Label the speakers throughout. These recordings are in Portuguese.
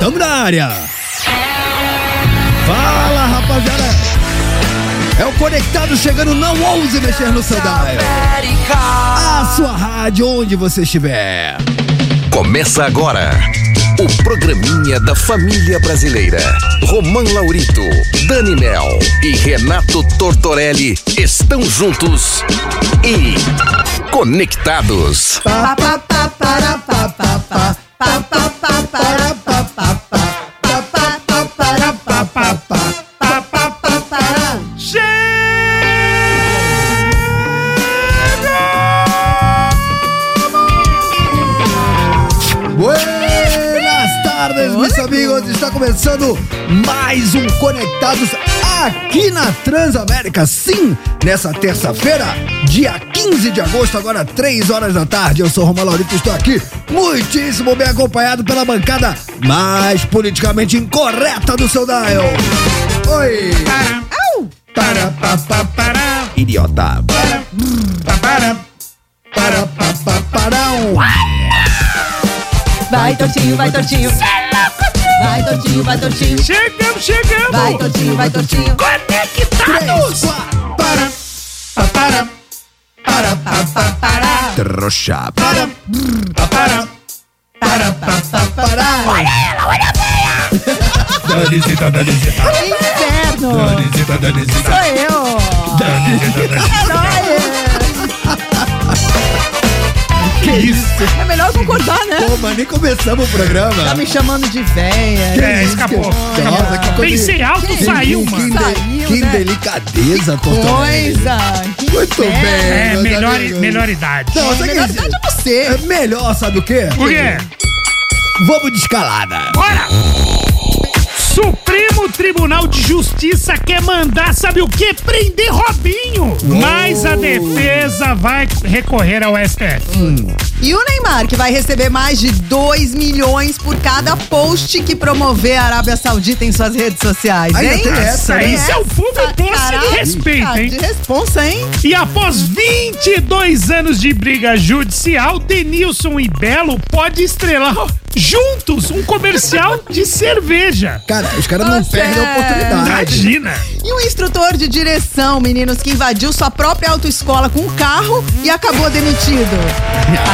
Speaker 1: Tamo na área. Fala, rapaziada. É o Conectado chegando, não ouse mexer no seu dial. A sua rádio, onde você estiver.
Speaker 2: Começa agora o programinha da família brasileira. Roman Laurito, Dani Mel e Renato Tortorelli estão juntos e conectados.
Speaker 1: Buenas tardes, meus amigos. Está começando mais um Conectados aqui na Transamérica. Sim, nessa terça-feira, dia 15 de agosto, agora 3 horas da tarde. Eu sou Romão Laurito e estou aqui muitíssimo bem acompanhado pela bancada mais politicamente incorreta do seu dial. Oi. Para, pa, pa, para. Idiota. Para, para, para, pa, pa, parão.
Speaker 3: Vai tortinho, vai tortinho. Vai tortinho, vai tortinho.
Speaker 4: Chegamos, chegamos!
Speaker 3: Vai tortinho, vai tortinho.
Speaker 1: Três, quatro, para, pa, para, para, pa, pa,
Speaker 3: Pará,
Speaker 1: trouxa,
Speaker 3: Ah,
Speaker 1: para, brr, pa, para, para, pa, pa, para.
Speaker 4: Danisita, Danisita,
Speaker 3: Inferno.
Speaker 4: Danisita, Danisita,
Speaker 3: Sou eu.
Speaker 4: Danisita, Danisita.
Speaker 3: Dói.
Speaker 1: Que isso?
Speaker 3: É melhor concordar, né?
Speaker 1: Pô, mas nem começamos o programa.
Speaker 3: Tá me chamando de véia.
Speaker 4: É, escapou.
Speaker 1: Nossa, que coisa.
Speaker 4: Pensei alto,
Speaker 1: que-
Speaker 4: saiu,
Speaker 1: que-
Speaker 4: mano.
Speaker 1: Que,
Speaker 3: Saiu,
Speaker 1: que
Speaker 3: né?
Speaker 1: delicadeza, Tortorelli.
Speaker 3: Coisa. que
Speaker 1: Muito bem.
Speaker 3: inferno.
Speaker 4: É,
Speaker 1: meus
Speaker 4: melhor,
Speaker 1: amigos.
Speaker 4: melhor idade.
Speaker 1: Não, sabe o que
Speaker 3: Na
Speaker 1: é
Speaker 3: verdade é você.
Speaker 1: é melhor, sabe o quê?
Speaker 4: Por quê?
Speaker 1: Vamos de escalada.
Speaker 4: Bora! Supremo Tribunal de Justiça quer mandar, sabe o quê? Prender Robinho! Mas a defesa vai recorrer ao STF.
Speaker 1: Hum.
Speaker 5: E o Neymar, que vai receber mais de 2 milhões por cada post que promover a Arábia Saudita em suas redes sociais,
Speaker 1: Ainda
Speaker 5: hein?
Speaker 1: tem essa,
Speaker 4: Nossa,
Speaker 1: né? Tá
Speaker 4: isso é o povo doce de
Speaker 5: Caraca,
Speaker 4: respeito, hein?
Speaker 5: de responsa, hein?
Speaker 4: E após 22 anos de briga judicial, Denilson e Belo podem estrelar juntos um comercial de cerveja.
Speaker 1: Cara, os caras não
Speaker 5: Nossa,
Speaker 1: perdem a
Speaker 5: é.
Speaker 1: oportunidade.
Speaker 4: Imagina!
Speaker 5: E um instrutor de direção, meninos, que invadiu sua própria autoescola com um carro e acabou demitido.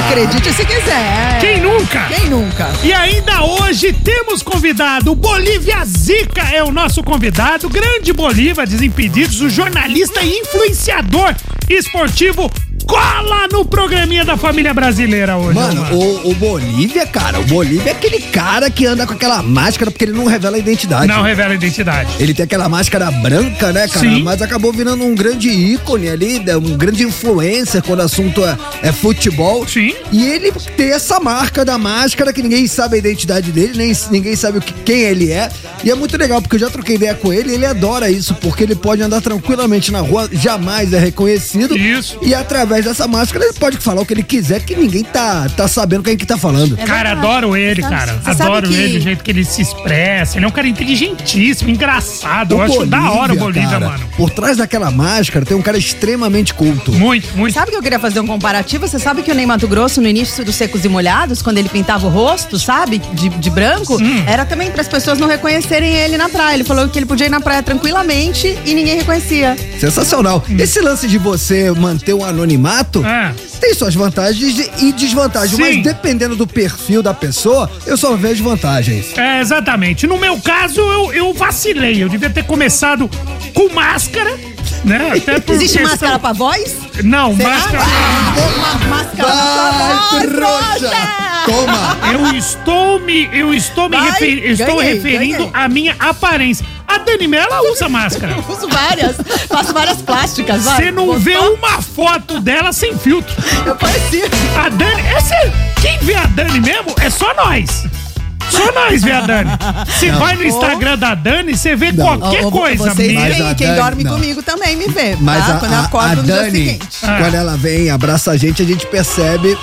Speaker 5: Acredite se quiser.
Speaker 4: Quem nunca?
Speaker 5: Quem nunca?
Speaker 4: E ainda hoje temos convidado, o Bolívia Zica é o nosso convidado, grande Bolívia Desimpedidos, o jornalista e influenciador esportivo cola no programinha da família brasileira hoje.
Speaker 1: Mano, o, o Bolívia, cara, o Bolívia é aquele cara que anda com aquela máscara porque ele não revela a identidade.
Speaker 4: Não revela a identidade.
Speaker 1: Ele tem aquela máscara branca, né, cara?
Speaker 4: Sim.
Speaker 1: Mas acabou virando um grande ícone ali, né, um grande influencer quando o assunto é, é futebol.
Speaker 4: Sim.
Speaker 1: E ele tem essa marca da máscara que ninguém sabe a identidade dele, nem ninguém sabe o que- quem ele é. E é muito legal, porque eu já troquei ideia com ele, ele adora isso, porque ele pode andar tranquilamente na rua, jamais é reconhecido.
Speaker 4: Isso.
Speaker 1: E através dessa máscara ele pode falar o que ele quiser, que ninguém tá, tá sabendo quem que tá falando.
Speaker 4: Cara, adoro ele, cara.
Speaker 5: Você É sabe
Speaker 4: adoro
Speaker 5: que-
Speaker 4: ele, o jeito que ele se expressa. Ele é um cara inteligentíssimo, engraçado. Eu acho da hora o Bolívia,
Speaker 1: cara,
Speaker 4: mano.
Speaker 1: Por trás daquela máscara tem um cara extremamente culto.
Speaker 4: Muito, muito.
Speaker 5: Sabe que eu queria fazer um comparativo? Você sabe que o Ney Mato Grosso, no início dos Secos e Molhados, quando ele pintava o rosto, sabe? De, de branco, era também para as pessoas não reconhecerem ele na praia. Ele falou que ele podia ir na praia tranquilamente e ninguém reconhecia.
Speaker 1: Sensacional. Esse lance de você manter um anonimato
Speaker 4: Hum. É.
Speaker 1: tem suas vantagens e desvantagens,
Speaker 4: Sim.
Speaker 1: mas dependendo do perfil da pessoa, eu só vejo vantagens.
Speaker 4: É, exatamente. No meu caso, eu, eu vacilei. Eu devia ter começado com máscara, né? Até por
Speaker 5: Existe
Speaker 4: questão-
Speaker 5: máscara para voz?
Speaker 4: Não,
Speaker 5: Será?
Speaker 4: máscara.
Speaker 5: Ah, uma máscara pra
Speaker 1: Ai,
Speaker 5: voz,
Speaker 1: trouxa! Toma!
Speaker 4: Eu estou me. Eu estou me
Speaker 5: Vai,
Speaker 4: referi- eu estou
Speaker 5: ganhei,
Speaker 4: referindo
Speaker 5: ganhei.
Speaker 4: à minha aparência. A Dani Mela usa máscara.
Speaker 5: Eu Uso várias, faço várias plásticas. vai.
Speaker 4: Você não vê uma foto dela sem filtro.
Speaker 5: Eu parecia.
Speaker 4: A Dani. É sério, quem vê a Dani mesmo é só nós. Só nós vê a Dani. Você vai no Instagram da Dani, você vê
Speaker 1: Não.
Speaker 4: qualquer
Speaker 5: Ô, ô,
Speaker 4: coisa,
Speaker 5: Vocês
Speaker 1: Mas
Speaker 4: mesmo.
Speaker 1: a
Speaker 5: veem, quem
Speaker 1: Dani-
Speaker 5: dorme
Speaker 1: não.
Speaker 5: comigo também me vê.
Speaker 1: Mas
Speaker 5: tá?
Speaker 1: a,
Speaker 5: quando eu
Speaker 1: a, a
Speaker 5: acordo no dia
Speaker 1: Dani,
Speaker 5: seguinte.
Speaker 4: Ah.
Speaker 1: quando ela vem, abraça a gente, a gente percebe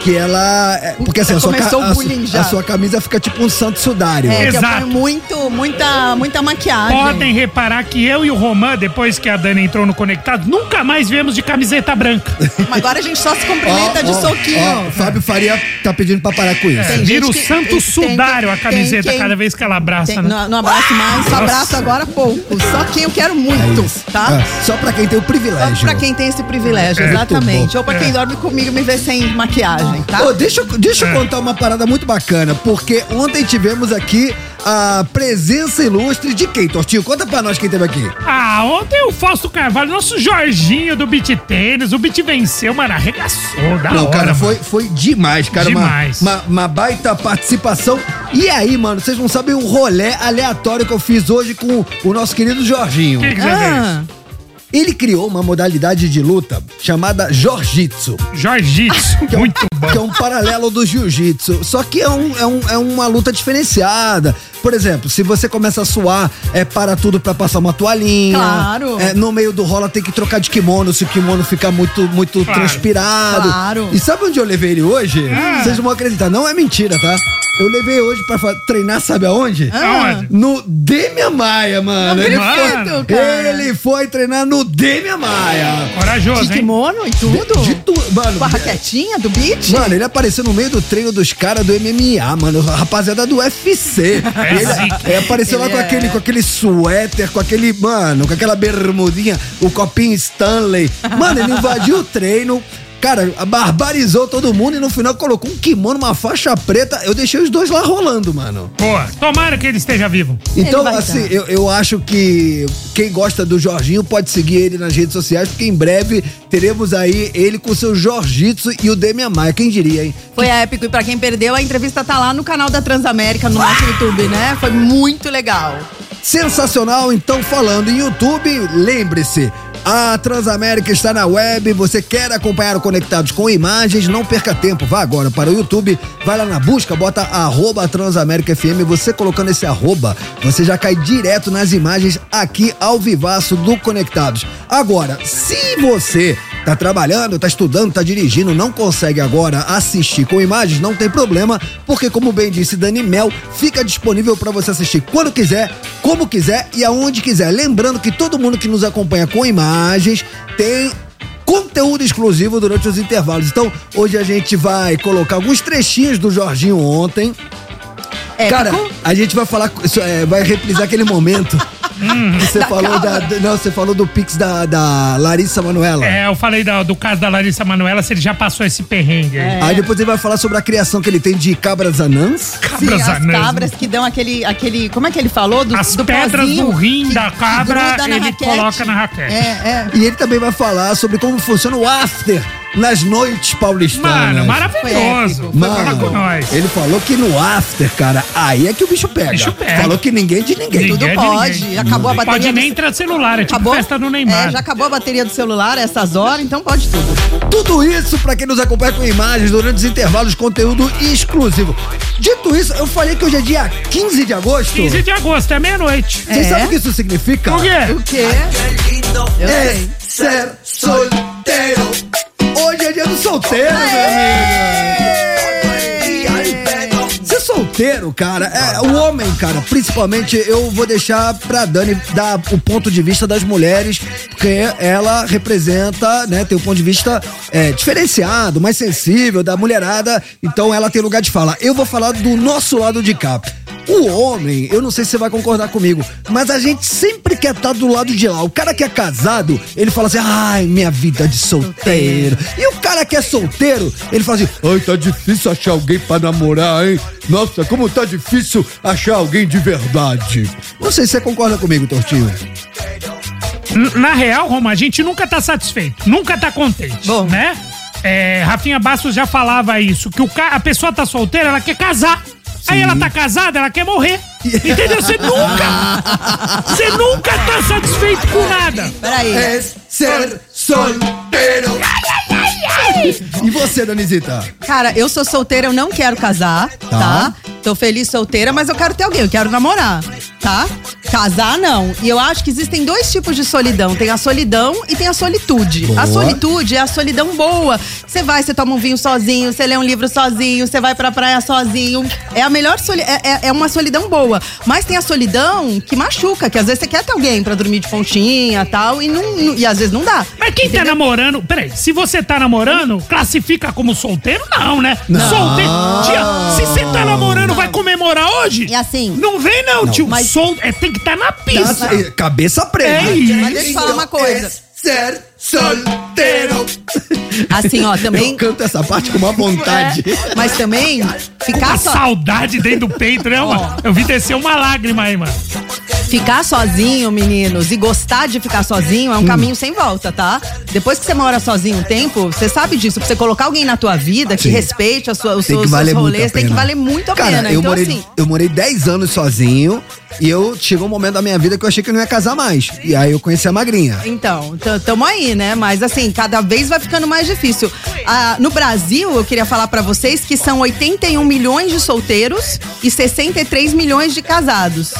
Speaker 1: que ela. é, Porque assim, a sua,
Speaker 5: Começou
Speaker 1: ca-
Speaker 5: o
Speaker 1: a su-
Speaker 5: bullying já.
Speaker 1: a sua camisa fica tipo um santo sudário.
Speaker 5: É, que eu
Speaker 4: Exato.
Speaker 5: ponho muito, muita, muita maquiagem.
Speaker 4: Podem reparar que eu e o Romã, depois que a Dani entrou no Conectado, nunca mais viemos de camiseta branca.
Speaker 5: Mas agora a gente só se
Speaker 1: Ó,
Speaker 5: cumprimenta de
Speaker 1: ó, ó,
Speaker 5: soquinho.
Speaker 1: Fábio Faria tá pedindo pra parar com isso.
Speaker 5: Tem gente
Speaker 4: É. Vira o
Speaker 5: que-
Speaker 4: santo
Speaker 5: tem-
Speaker 4: sudário a
Speaker 5: tem
Speaker 4: camiseta
Speaker 5: quem-
Speaker 4: cada vez que ela abraça,
Speaker 5: Tem-
Speaker 4: né?
Speaker 5: não, não abraço mais, só abraço agora pouco. Só quem eu quero muito, tá?
Speaker 1: Ah, só pra quem tem o
Speaker 5: Só
Speaker 1: privilégio.
Speaker 5: pra quem tem esse privilégio,
Speaker 1: É, muito
Speaker 5: exatamente.
Speaker 1: bom.
Speaker 5: Ou pra
Speaker 4: É.
Speaker 5: quem dorme comigo e me vê sem maquiagem, tá?
Speaker 1: Ô, deixa, eu-
Speaker 4: É.
Speaker 1: deixa eu contar uma parada muito bacana, porque ontem tivemos aqui a presença ilustre de quem, Tortinho? Conta pra nós quem teve aqui.
Speaker 4: Ah, ontem o Fausto Carvalho, nosso Jorginho do beat tênis, o beat venceu, mano, arregaçou, da
Speaker 1: Não,
Speaker 4: hora,
Speaker 1: cara,
Speaker 4: mano.
Speaker 1: foi, foi demais, cara. Uma-
Speaker 4: Demais.
Speaker 1: Uma, uma baita participação. E aí, mano, vocês não sabem o rolê aleatório que eu fiz hoje com o nosso querido Jorginho.
Speaker 4: Que que você
Speaker 5: Ah,
Speaker 1: Ele criou uma modalidade de luta chamada Jiu-Jitsu.
Speaker 4: fez? Jorgitsu,
Speaker 1: que é um-
Speaker 4: muito bom.
Speaker 1: Que é um paralelo do jiu-jitsu. Só que é, um- é um- é uma luta diferenciada. Por exemplo, se você começa a suar, é para tudo pra passar uma toalhinha.
Speaker 5: Claro.
Speaker 1: É, no meio do rola tem que trocar de kimono se o kimono ficar muito, muito
Speaker 4: Claro.
Speaker 1: transpirado.
Speaker 5: Claro.
Speaker 1: E sabe onde eu levei ele hoje?
Speaker 4: Ah.
Speaker 1: Vocês não vão acreditar, não é mentira, tá? Eu levei hoje pra fa- treinar, sabe aonde?
Speaker 4: Ah. Aonde?
Speaker 1: No Demian Maia, mano. Ele
Speaker 4: acredito,
Speaker 1: foi,
Speaker 5: cara.
Speaker 1: ele foi treinar no Demian Maia.
Speaker 4: Corajoso,
Speaker 5: de
Speaker 4: hein?
Speaker 5: kimono e tudo?
Speaker 1: De tudo, mano.
Speaker 5: Com a raquetinha do beat?
Speaker 1: Mano, ele apareceu no meio do treino dos caras do MMA, mano. Rapaziada do UFC.
Speaker 4: É zica.
Speaker 1: ele, ele apareceu lá
Speaker 5: Ele
Speaker 1: com,
Speaker 5: é.
Speaker 1: aquele, com aquele suéter, com aquele, mano, com aquela bermudinha, o copinho Stanley. Mano, ele invadiu o treino. Cara, barbarizou todo mundo e no final colocou um kimono, uma faixa preta. Eu deixei os dois lá rolando, mano.
Speaker 4: Boa, tomara que ele esteja vivo.
Speaker 1: Então,
Speaker 5: vai
Speaker 1: assim,
Speaker 5: dar.
Speaker 1: eu, eu acho que quem gosta do Jorginho pode seguir ele nas redes sociais, porque em breve teremos aí ele com seu Jorgitsu e o Demian Maia. Quem diria, hein?
Speaker 5: Foi épico. E pra quem perdeu, a entrevista tá lá no canal da Transamérica, no nosso YouTube, né? Foi muito legal.
Speaker 1: Sensacional, então falando em YouTube, lembre-se, a Transamérica está na web, você quer acompanhar o Conectados com Imagens, não perca tempo, vá agora para o YouTube, vai lá na busca, bota arroba Transamérica FM, você colocando esse arroba, você já cai direto nas imagens aqui ao vivaço do Conectados. Agora, se você tá trabalhando, tá estudando, tá dirigindo, não consegue agora assistir com imagens, não tem problema, porque como bem disse Dani Mel, fica disponível para você assistir quando quiser, como quiser e aonde quiser. Lembrando que todo mundo que nos acompanha com imagens tem conteúdo exclusivo durante os intervalos. Então, hoje a gente vai colocar alguns trechinhos do Jorginho ontem.
Speaker 5: Épico.
Speaker 1: Cara, a gente vai falar, isso, é, vai reprisar aquele momento. que Você falou da, não, você falou do Pix da, da Larissa Manoela.
Speaker 4: É, eu falei da- do caso da Larissa Manoela, se ele já passou esse perrengue
Speaker 5: É.
Speaker 4: aí.
Speaker 1: Aí depois ele vai falar sobre a criação que ele tem de cabras anãs.
Speaker 5: Sim,
Speaker 4: Cabras
Speaker 5: as
Speaker 4: anãs.
Speaker 5: cabras que dão aquele, aquele. Como é que ele falou? Do,
Speaker 4: As
Speaker 5: do
Speaker 4: pedras
Speaker 5: pozinho
Speaker 4: do rim
Speaker 5: que-
Speaker 4: da
Speaker 5: que
Speaker 4: cabra,
Speaker 5: gruda na
Speaker 4: ele
Speaker 5: raquete.
Speaker 4: coloca na raquete.
Speaker 5: É,
Speaker 4: né?
Speaker 5: é.
Speaker 1: E ele também vai falar sobre como funciona o after nas noites paulistanas.
Speaker 4: Mano,
Speaker 5: Foi
Speaker 4: maravilhoso.
Speaker 5: épico.
Speaker 4: Foi falar com nós.
Speaker 1: ele falou que no after, cara, aí é que o bicho pega.
Speaker 4: Bicho pega.
Speaker 1: Falou que ninguém de ninguém.
Speaker 5: Tudo
Speaker 4: Ninguém é de
Speaker 5: pode.
Speaker 4: ninguém.
Speaker 5: Acabou a bateria.
Speaker 4: Pode
Speaker 5: do-
Speaker 4: nem entrar celular, é tipo
Speaker 5: Acabou?
Speaker 4: festa do Neymar.
Speaker 5: É, já acabou a bateria do celular a essas horas, então pode tudo.
Speaker 1: Tudo isso pra quem nos acompanha com imagens durante os intervalos, conteúdo exclusivo. Dito isso, eu falei que hoje é dia 15 de agosto.
Speaker 4: 15 de agosto, é meia-noite.
Speaker 1: Vocês
Speaker 5: É.
Speaker 1: sabem o que isso significa?
Speaker 4: Por quê?
Speaker 5: O quê? Eu
Speaker 1: É
Speaker 5: sei.
Speaker 1: ser solteiro. Hoje é dia do solteiro, meu amigo. Ser solteiro, cara, é o homem, cara. Principalmente eu vou deixar pra Dani dar o ponto de vista das mulheres, porque ela representa, né, tem o ponto de vista é, diferenciado, mais sensível da mulherada, então ela tem lugar de falar. Eu vou falar do nosso lado de cá. O homem, eu não sei se você vai concordar comigo, mas a gente sempre quer estar do lado de lá. O cara que é casado, ele fala assim, ai, minha vida de solteiro. E o cara que é solteiro, ele fala assim, ai, tá difícil achar alguém pra namorar, hein? Nossa, como tá difícil achar alguém de verdade. Não sei se você concorda comigo, Tortinho.
Speaker 4: N- Na real, Roma, a gente nunca tá satisfeito, nunca tá contente,
Speaker 5: Bom.
Speaker 4: né? É, Rafinha Bastos já falava isso, que o ca- a pessoa tá solteira, ela quer casar. Aí ela tá casada, ela quer morrer. Entendeu? Você nunca, você nunca tá satisfeito com nada.
Speaker 5: Peraí. É
Speaker 1: ser solteiro.
Speaker 5: É
Speaker 1: E você, Danizita?
Speaker 5: Cara, eu sou solteira, eu não quero casar, tá? Tô feliz solteira, mas eu quero ter alguém, eu quero namorar, tá? Casar, não. E eu acho que existem dois tipos de solidão. Tem a solidão e tem a solitude.
Speaker 1: Boa.
Speaker 5: A solitude é a solidão boa. Você vai, você toma um vinho sozinho, você lê um livro sozinho, você vai pra praia sozinho. É a melhor soli é, é- é uma solidão boa. Mas tem a solidão que machuca, que às vezes você quer ter alguém pra dormir de pontinha e tal, e, não, não- e às vezes não dá.
Speaker 4: Mas quem tá namorando, peraí, se você tá namorando, classifica como solteiro? Não, né? Solteiro. Tia, se você tá namorando, vai comemorar hoje?
Speaker 5: E assim-
Speaker 4: Não vem, não, tio.
Speaker 5: mas-
Speaker 4: Sol, é, tem que estar na pista.
Speaker 1: Tá- eh, cabeça preta.
Speaker 4: É isso.
Speaker 5: Mas deixa eu te falar uma coisa.
Speaker 1: É ser solteiro.
Speaker 5: Assim, ó, também.
Speaker 1: Eu canto essa parte com uma vontade.
Speaker 5: É, mas também,
Speaker 4: A
Speaker 5: ficar só.
Speaker 4: saudade dentro do peito, né, mano? Eu vi descer uma lágrima aí, mano.
Speaker 5: Ficar sozinho, meninos, e gostar de ficar sozinho
Speaker 1: Hum.
Speaker 5: é um caminho sem volta, tá? Depois que você mora sozinho um tempo, você sabe disso. Pra você colocar alguém na tua vida que
Speaker 1: Sim.
Speaker 5: respeite a sua, os
Speaker 1: Tem
Speaker 5: seus,
Speaker 1: que valer
Speaker 5: seus
Speaker 1: muito a
Speaker 5: rolês, tem que
Speaker 1: pena.
Speaker 5: valer muito a
Speaker 1: Cara,
Speaker 5: pena.
Speaker 1: Eu
Speaker 5: então,
Speaker 1: morei,
Speaker 5: assim.
Speaker 1: eu morei 10 anos sozinho e eu chegou um momento da minha vida que eu achei que eu não ia casar mais. E aí eu conheci a magrinha.
Speaker 5: Então, t- tamo aí, né? Mas assim, cada vez vai ficando mais difícil. Ah, no Brasil, eu queria falar pra vocês que são 81 milhões de solteiros e 63 milhões de casados.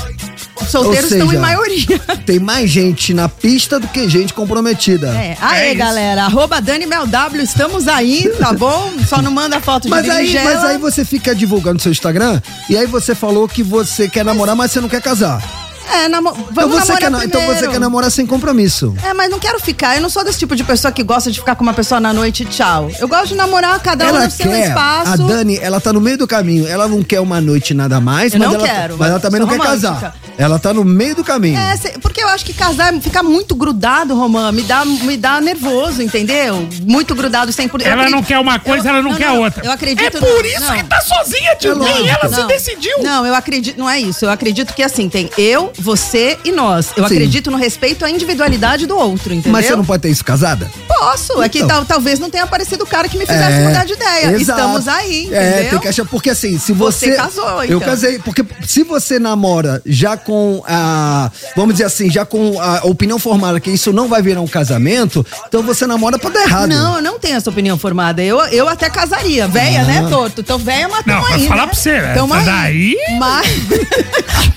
Speaker 5: Os solteiros
Speaker 1: Ou
Speaker 5: estão em
Speaker 1: seja,
Speaker 5: maioria.
Speaker 1: Tem mais gente na pista do que gente comprometida.
Speaker 5: É. Aê,
Speaker 4: É isso.
Speaker 5: galera. Arroba Dani Mel W, estamos aí, tá bom? Só não manda foto de
Speaker 1: Mas aí,
Speaker 5: berinjela.
Speaker 1: mas aí você fica divulgando seu Instagram e aí você falou que você quer namorar, mas você não quer casar.
Speaker 5: É, namo...
Speaker 1: Então
Speaker 5: vamos
Speaker 1: você,
Speaker 5: namorar
Speaker 1: quer, na- então
Speaker 5: primeiro.
Speaker 1: você quer namorar sem compromisso.
Speaker 5: É, mas não quero ficar. Eu não sou desse tipo de pessoa que gosta de ficar com uma pessoa na noite e tchau. Eu gosto de namorar cada um
Speaker 1: Ela
Speaker 5: no seu
Speaker 1: quer,
Speaker 5: espaço.
Speaker 1: a Dani, ela tá no meio do caminho. Ela não quer uma noite nada mais,
Speaker 5: Eu
Speaker 1: mas,
Speaker 5: não
Speaker 1: ela, tá-
Speaker 5: quero,
Speaker 1: mas ela também não
Speaker 5: sou
Speaker 1: quer
Speaker 5: romântica.
Speaker 1: casar. Ela tá no meio do caminho.
Speaker 5: É, cê- porque eu acho que casar é ficar muito grudado, Romã, me dá, me dá nervoso, entendeu? Muito grudado, 100%. Eu
Speaker 4: Ela não
Speaker 5: acredito-
Speaker 4: quer uma coisa,
Speaker 5: eu-
Speaker 4: ela não, quer outra.
Speaker 5: Eu acredito
Speaker 4: É por
Speaker 5: no-
Speaker 4: isso
Speaker 5: não.
Speaker 4: que tá sozinha, tio.
Speaker 1: É lógico.
Speaker 4: Nem ela se
Speaker 5: Não.
Speaker 4: decidiu.
Speaker 5: Não, eu acredito. Não é isso. Eu acredito que assim, tem eu, você e nós. Eu
Speaker 1: Sim.
Speaker 5: acredito no respeito à individualidade do outro, entendeu?
Speaker 1: mas você não pode ter isso casada?
Speaker 5: Posso. É que
Speaker 1: Então. É,
Speaker 5: tal- talvez não tenha aparecido o cara que me fizesse mudar de ideia.
Speaker 1: exato.
Speaker 5: Estamos aí, entendeu?
Speaker 1: É, tem que achar. Porque assim, se você.
Speaker 5: Você casou,
Speaker 1: Eu
Speaker 5: então.
Speaker 1: casei. Porque se você namora já com a. Vamos dizer assim, já com a opinião formada que isso não vai virar um casamento, então você namora pra dar errado.
Speaker 5: Não, eu não tenho essa opinião formada. Eu, eu até casaria. Véia, né, Torto? Então, véia, mas
Speaker 4: Não,
Speaker 5: tamo
Speaker 4: pra
Speaker 5: aí.
Speaker 4: falar
Speaker 5: né?
Speaker 4: pra você, né?
Speaker 5: Tamo
Speaker 4: Mas
Speaker 5: aí.
Speaker 4: daí-
Speaker 5: Mas.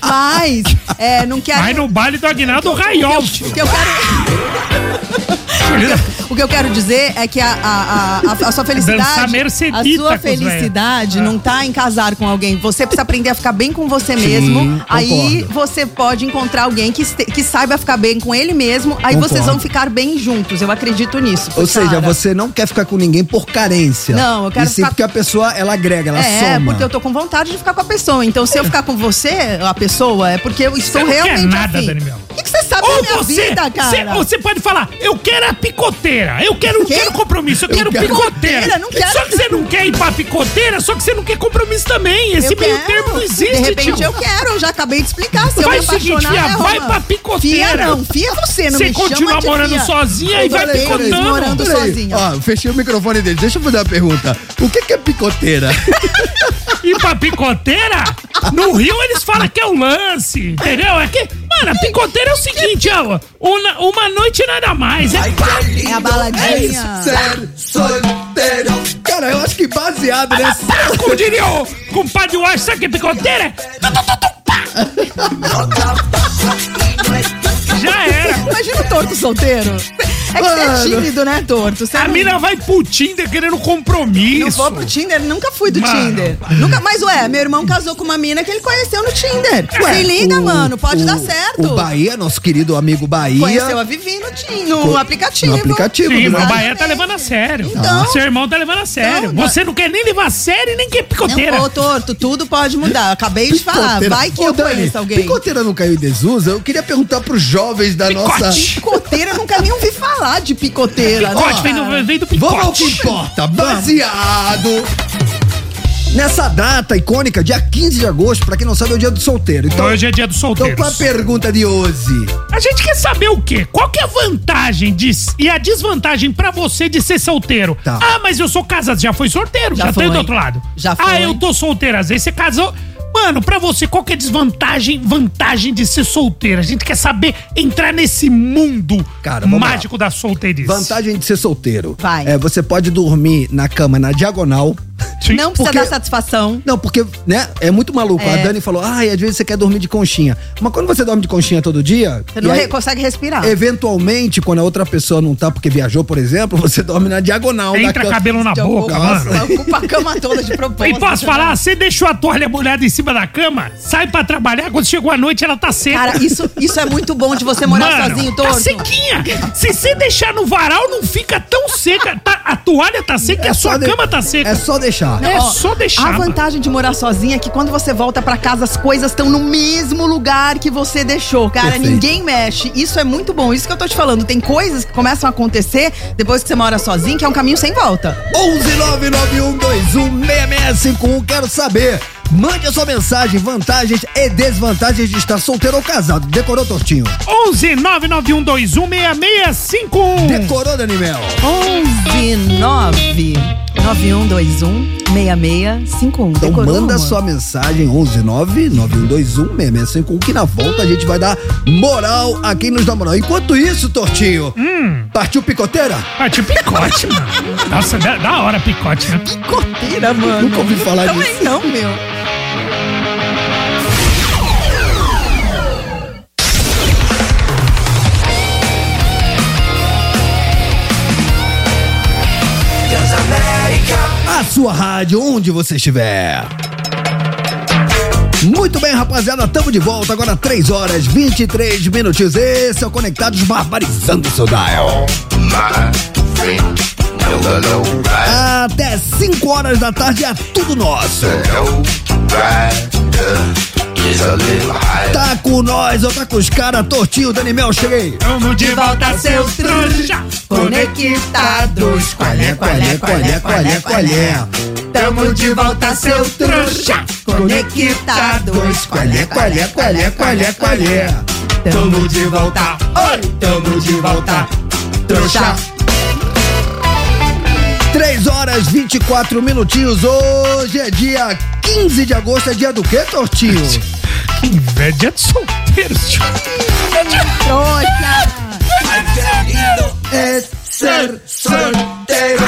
Speaker 5: mas. É, não quero.
Speaker 4: Vai no baile do Aguinaldo Raiol, tio.
Speaker 5: O que eu quero, o que eu quero dizer é que a, a, a, a- a sua
Speaker 4: Dançar
Speaker 5: felicidade. A
Speaker 4: Mercedita com
Speaker 5: sua
Speaker 4: os véia.
Speaker 5: felicidade não tá em casar com alguém. Você precisa aprender a ficar bem com você mesmo. aí
Speaker 1: concordo.
Speaker 5: você pode encontrar alguém que, este- que saiba ficar bem com ele mesmo. Aí vocês
Speaker 1: Concordo.
Speaker 5: vão ficar bem juntos. Eu acredito nisso.
Speaker 1: Ou seja,
Speaker 5: cara.
Speaker 1: você não quer ficar com ninguém por carência.
Speaker 5: Não, eu quero
Speaker 1: E sim
Speaker 5: ficar-
Speaker 1: porque a pessoa, ela agrega, ela
Speaker 5: É,
Speaker 1: soma.
Speaker 5: porque eu tô com vontade de ficar com a pessoa. Então, se eu ficar com você, a pessoa, é porque eu estou
Speaker 4: não quer
Speaker 5: realmente.
Speaker 4: nada,
Speaker 5: afim.
Speaker 4: Dani Mel.
Speaker 5: O que, que você sabe da
Speaker 4: Ou
Speaker 5: minha
Speaker 4: você,
Speaker 5: vida, cara?
Speaker 4: cê- você pode falar, eu quero a picoteira, eu quero, eu
Speaker 5: Quê?
Speaker 4: quero compromisso, eu, quero,
Speaker 1: quero-
Speaker 4: picoteira.
Speaker 5: Picoteira, não quero.
Speaker 4: Só que você não quer ir pra picoteira, só que você não quer compromisso também. Esse
Speaker 5: Eu
Speaker 4: meio
Speaker 5: quero.
Speaker 4: termo não existe,
Speaker 5: De repente
Speaker 4: tio.
Speaker 5: eu quero, eu já acabei de explicar. Se
Speaker 4: Faz
Speaker 5: eu me
Speaker 4: o seguinte,
Speaker 5: apaixonar,
Speaker 4: fia,
Speaker 5: é
Speaker 4: vai
Speaker 5: Roma.
Speaker 4: pra picoteira.
Speaker 5: Fia não, fia você, não
Speaker 4: Você
Speaker 5: me
Speaker 4: continua
Speaker 5: chama de
Speaker 4: morando
Speaker 5: fia.
Speaker 4: sozinha e vai
Speaker 5: Parabéns,
Speaker 4: picotando.
Speaker 5: morando
Speaker 1: Peraí,
Speaker 5: sozinha.
Speaker 1: Ó, fechei o microfone dele. Deixa eu fazer uma pergunta. O que, que é picoteira?
Speaker 4: E pra picoteira, no Rio eles falam que é o lance, entendeu? É que, mano, a picoteira é o seguinte, ó, uma, uma noite e nada mais. É pá,
Speaker 5: É a baladinha.
Speaker 1: Ser solteiro. Cara, eu acho que baseado
Speaker 4: pá,
Speaker 1: nessa.
Speaker 4: pá, como diria o compadre Washington, sabe que é picoteira? Tu, tu, tu, tu, pá. Já era.
Speaker 5: Imagina o torto solteiro. É que você
Speaker 1: Mano.
Speaker 5: é tímido, né, torto? Você
Speaker 4: A
Speaker 5: não-
Speaker 4: mina vai pro Tinder querendo
Speaker 5: Não
Speaker 4: compromisso.
Speaker 5: vou pro Tinder, nunca fui do
Speaker 4: Mano.
Speaker 5: Tinder. Nunca, mas ué, meu irmão casou com uma mina que ele conheceu no Tinder.
Speaker 4: Ué,
Speaker 5: Se liga,
Speaker 1: O-
Speaker 5: mano, pode
Speaker 1: o-
Speaker 5: dar certo.
Speaker 1: O Bahia, nosso querido amigo Bahia.
Speaker 5: Conheceu a Vivi no, Tin- no
Speaker 1: Co-
Speaker 5: aplicativo.
Speaker 1: no aplicativo. né?
Speaker 4: Sim, mas o
Speaker 1: Exatamente.
Speaker 4: Bahia tá levando a sério.
Speaker 5: Então.
Speaker 4: Seu irmão tá levando a sério.
Speaker 5: Então,
Speaker 4: Você não quer nem levar a sério e nem quer picoteira.
Speaker 5: Não, ô, torto, tudo pode mudar. Acabei de falar.
Speaker 1: Picoteira.
Speaker 5: Vai que
Speaker 1: Ô,
Speaker 5: eu
Speaker 1: Dani,
Speaker 5: conheço alguém.
Speaker 1: Picoteira não caiu em desuso? Eu queria perguntar pros jovens da
Speaker 4: Picote.
Speaker 1: nossa.
Speaker 5: Picoteira, eu nunca nem ouvi falar de picoteira. né?
Speaker 4: Picote, vem
Speaker 5: não,
Speaker 4: do, vem do picote.
Speaker 1: Vamos ao que importa, baseado. Nessa data icônica, dia 15 de agosto, pra quem não sabe, é o dia do solteiro. Então,
Speaker 4: Hoje é dia dos
Speaker 1: então qual a
Speaker 4: solteiros.
Speaker 1: pergunta de hoje?
Speaker 4: A gente quer saber o quê? Qual que é a vantagem de, e a desvantagem pra você de ser solteiro?
Speaker 1: Tá.
Speaker 4: Ah, mas eu sou casado. Já foi solteiro? Já,
Speaker 5: Já
Speaker 4: tô
Speaker 5: foi.
Speaker 4: do outro lado.
Speaker 5: Já
Speaker 4: Ah,
Speaker 5: foi.
Speaker 4: eu tô solteiro. Às vezes você casou. Mano, pra você, qual que é a desvantagem, vantagem de ser solteiro? A gente quer saber entrar nesse mundo
Speaker 1: Cara, vamos lá.
Speaker 4: mágico da solteirice.
Speaker 1: Vantagem de ser solteiro.
Speaker 5: Vai.
Speaker 1: É, você pode dormir na cama na diagonal,
Speaker 4: Sim.
Speaker 5: não precisa
Speaker 1: Porque-
Speaker 5: dar satisfação.
Speaker 1: Não, porque, né, é muito maluco. A
Speaker 5: É.
Speaker 1: Dani falou, ai, às vezes você quer dormir de conchinha. Mas quando você dorme de conchinha todo dia...
Speaker 5: Você não
Speaker 1: e aí,
Speaker 5: re- consegue respirar.
Speaker 1: Eventualmente, quando a outra pessoa não tá porque viajou, por exemplo, você dorme na diagonal da
Speaker 4: Entra
Speaker 1: cama.
Speaker 4: cabelo na
Speaker 5: De
Speaker 4: boca,
Speaker 5: alguma-
Speaker 4: mano.
Speaker 5: Ocupa a cama toda de propósito. né?
Speaker 4: E posso falar? Você deixou a toalha molhada em cima da cama, sai pra trabalhar, quando chegou a noite ela tá seca.
Speaker 5: Cara, isso, isso é muito bom de você morar
Speaker 4: Mano,
Speaker 5: sozinho,
Speaker 4: tá
Speaker 5: torto.
Speaker 4: sequinha. Se você deixar no varal, não fica tão seca. Tá- a toalha tá seca e a sua
Speaker 1: de-
Speaker 4: cama tá seca.
Speaker 1: É só deixar.
Speaker 4: É
Speaker 5: Ó,
Speaker 4: só deixar,
Speaker 5: A
Speaker 4: mano.
Speaker 5: vantagem de morar sozinha é que quando você volta pra casa, as coisas estão no mesmo lugar que você deixou, cara.
Speaker 1: Perfeito.
Speaker 5: Ninguém mexe. Isso é muito bom. Isso que eu tô te falando. Tem coisas que começam a acontecer depois que você mora sozinho, que é um caminho sem volta.
Speaker 1: 11991216651, quero saber. Mande a sua mensagem, vantagens e desvantagens de estar solteiro ou casado. Decorou, Tortinho?
Speaker 4: 11 991216651.
Speaker 1: Decorou, Danimel?
Speaker 5: 11 9 9121 6651.
Speaker 1: Então
Speaker 5: Decorou,
Speaker 1: manda
Speaker 5: amor?
Speaker 1: sua mensagem 11991216651 que na volta a gente vai dar moral a quem nos dá moral. Enquanto isso, Tortinho, partiu picoteira?
Speaker 4: Hum. Partiu picote, mano. Nossa, da, da hora picote, né?
Speaker 5: Corteira, mano.
Speaker 1: Nunca ouvi falar
Speaker 5: Também
Speaker 1: disso.
Speaker 5: não, meu.
Speaker 1: A sua rádio, onde você estiver. Muito bem, rapaziada, tamo de volta agora 3 horas 23 minutinhos. Esse é o Conectados Barbarizando o seu dial. Até 5 horas da tarde é tudo nosso. Tá com nós, ou tá com os caras, tortinho, Danimel, cheguei.
Speaker 4: Vamos de volta,
Speaker 5: seus
Speaker 4: seus trouxa.
Speaker 5: Conectados,
Speaker 1: Qualé, qualé, qualé, qualé, qualé.
Speaker 5: Tamo de volta, seu
Speaker 4: trouxa.
Speaker 5: Conectados,
Speaker 1: Qualé, qualé, qualé, qualé, qualé.
Speaker 5: Tamo de volta,
Speaker 1: Oi,
Speaker 5: tamo de volta, trouxa.
Speaker 1: 3 horas 24 minutinhos. Hoje é dia 15 de agosto. É dia do quê, Tortinho?
Speaker 4: Que inveja de solteiro, tio.
Speaker 5: Trouxa.
Speaker 1: É ser solteiro.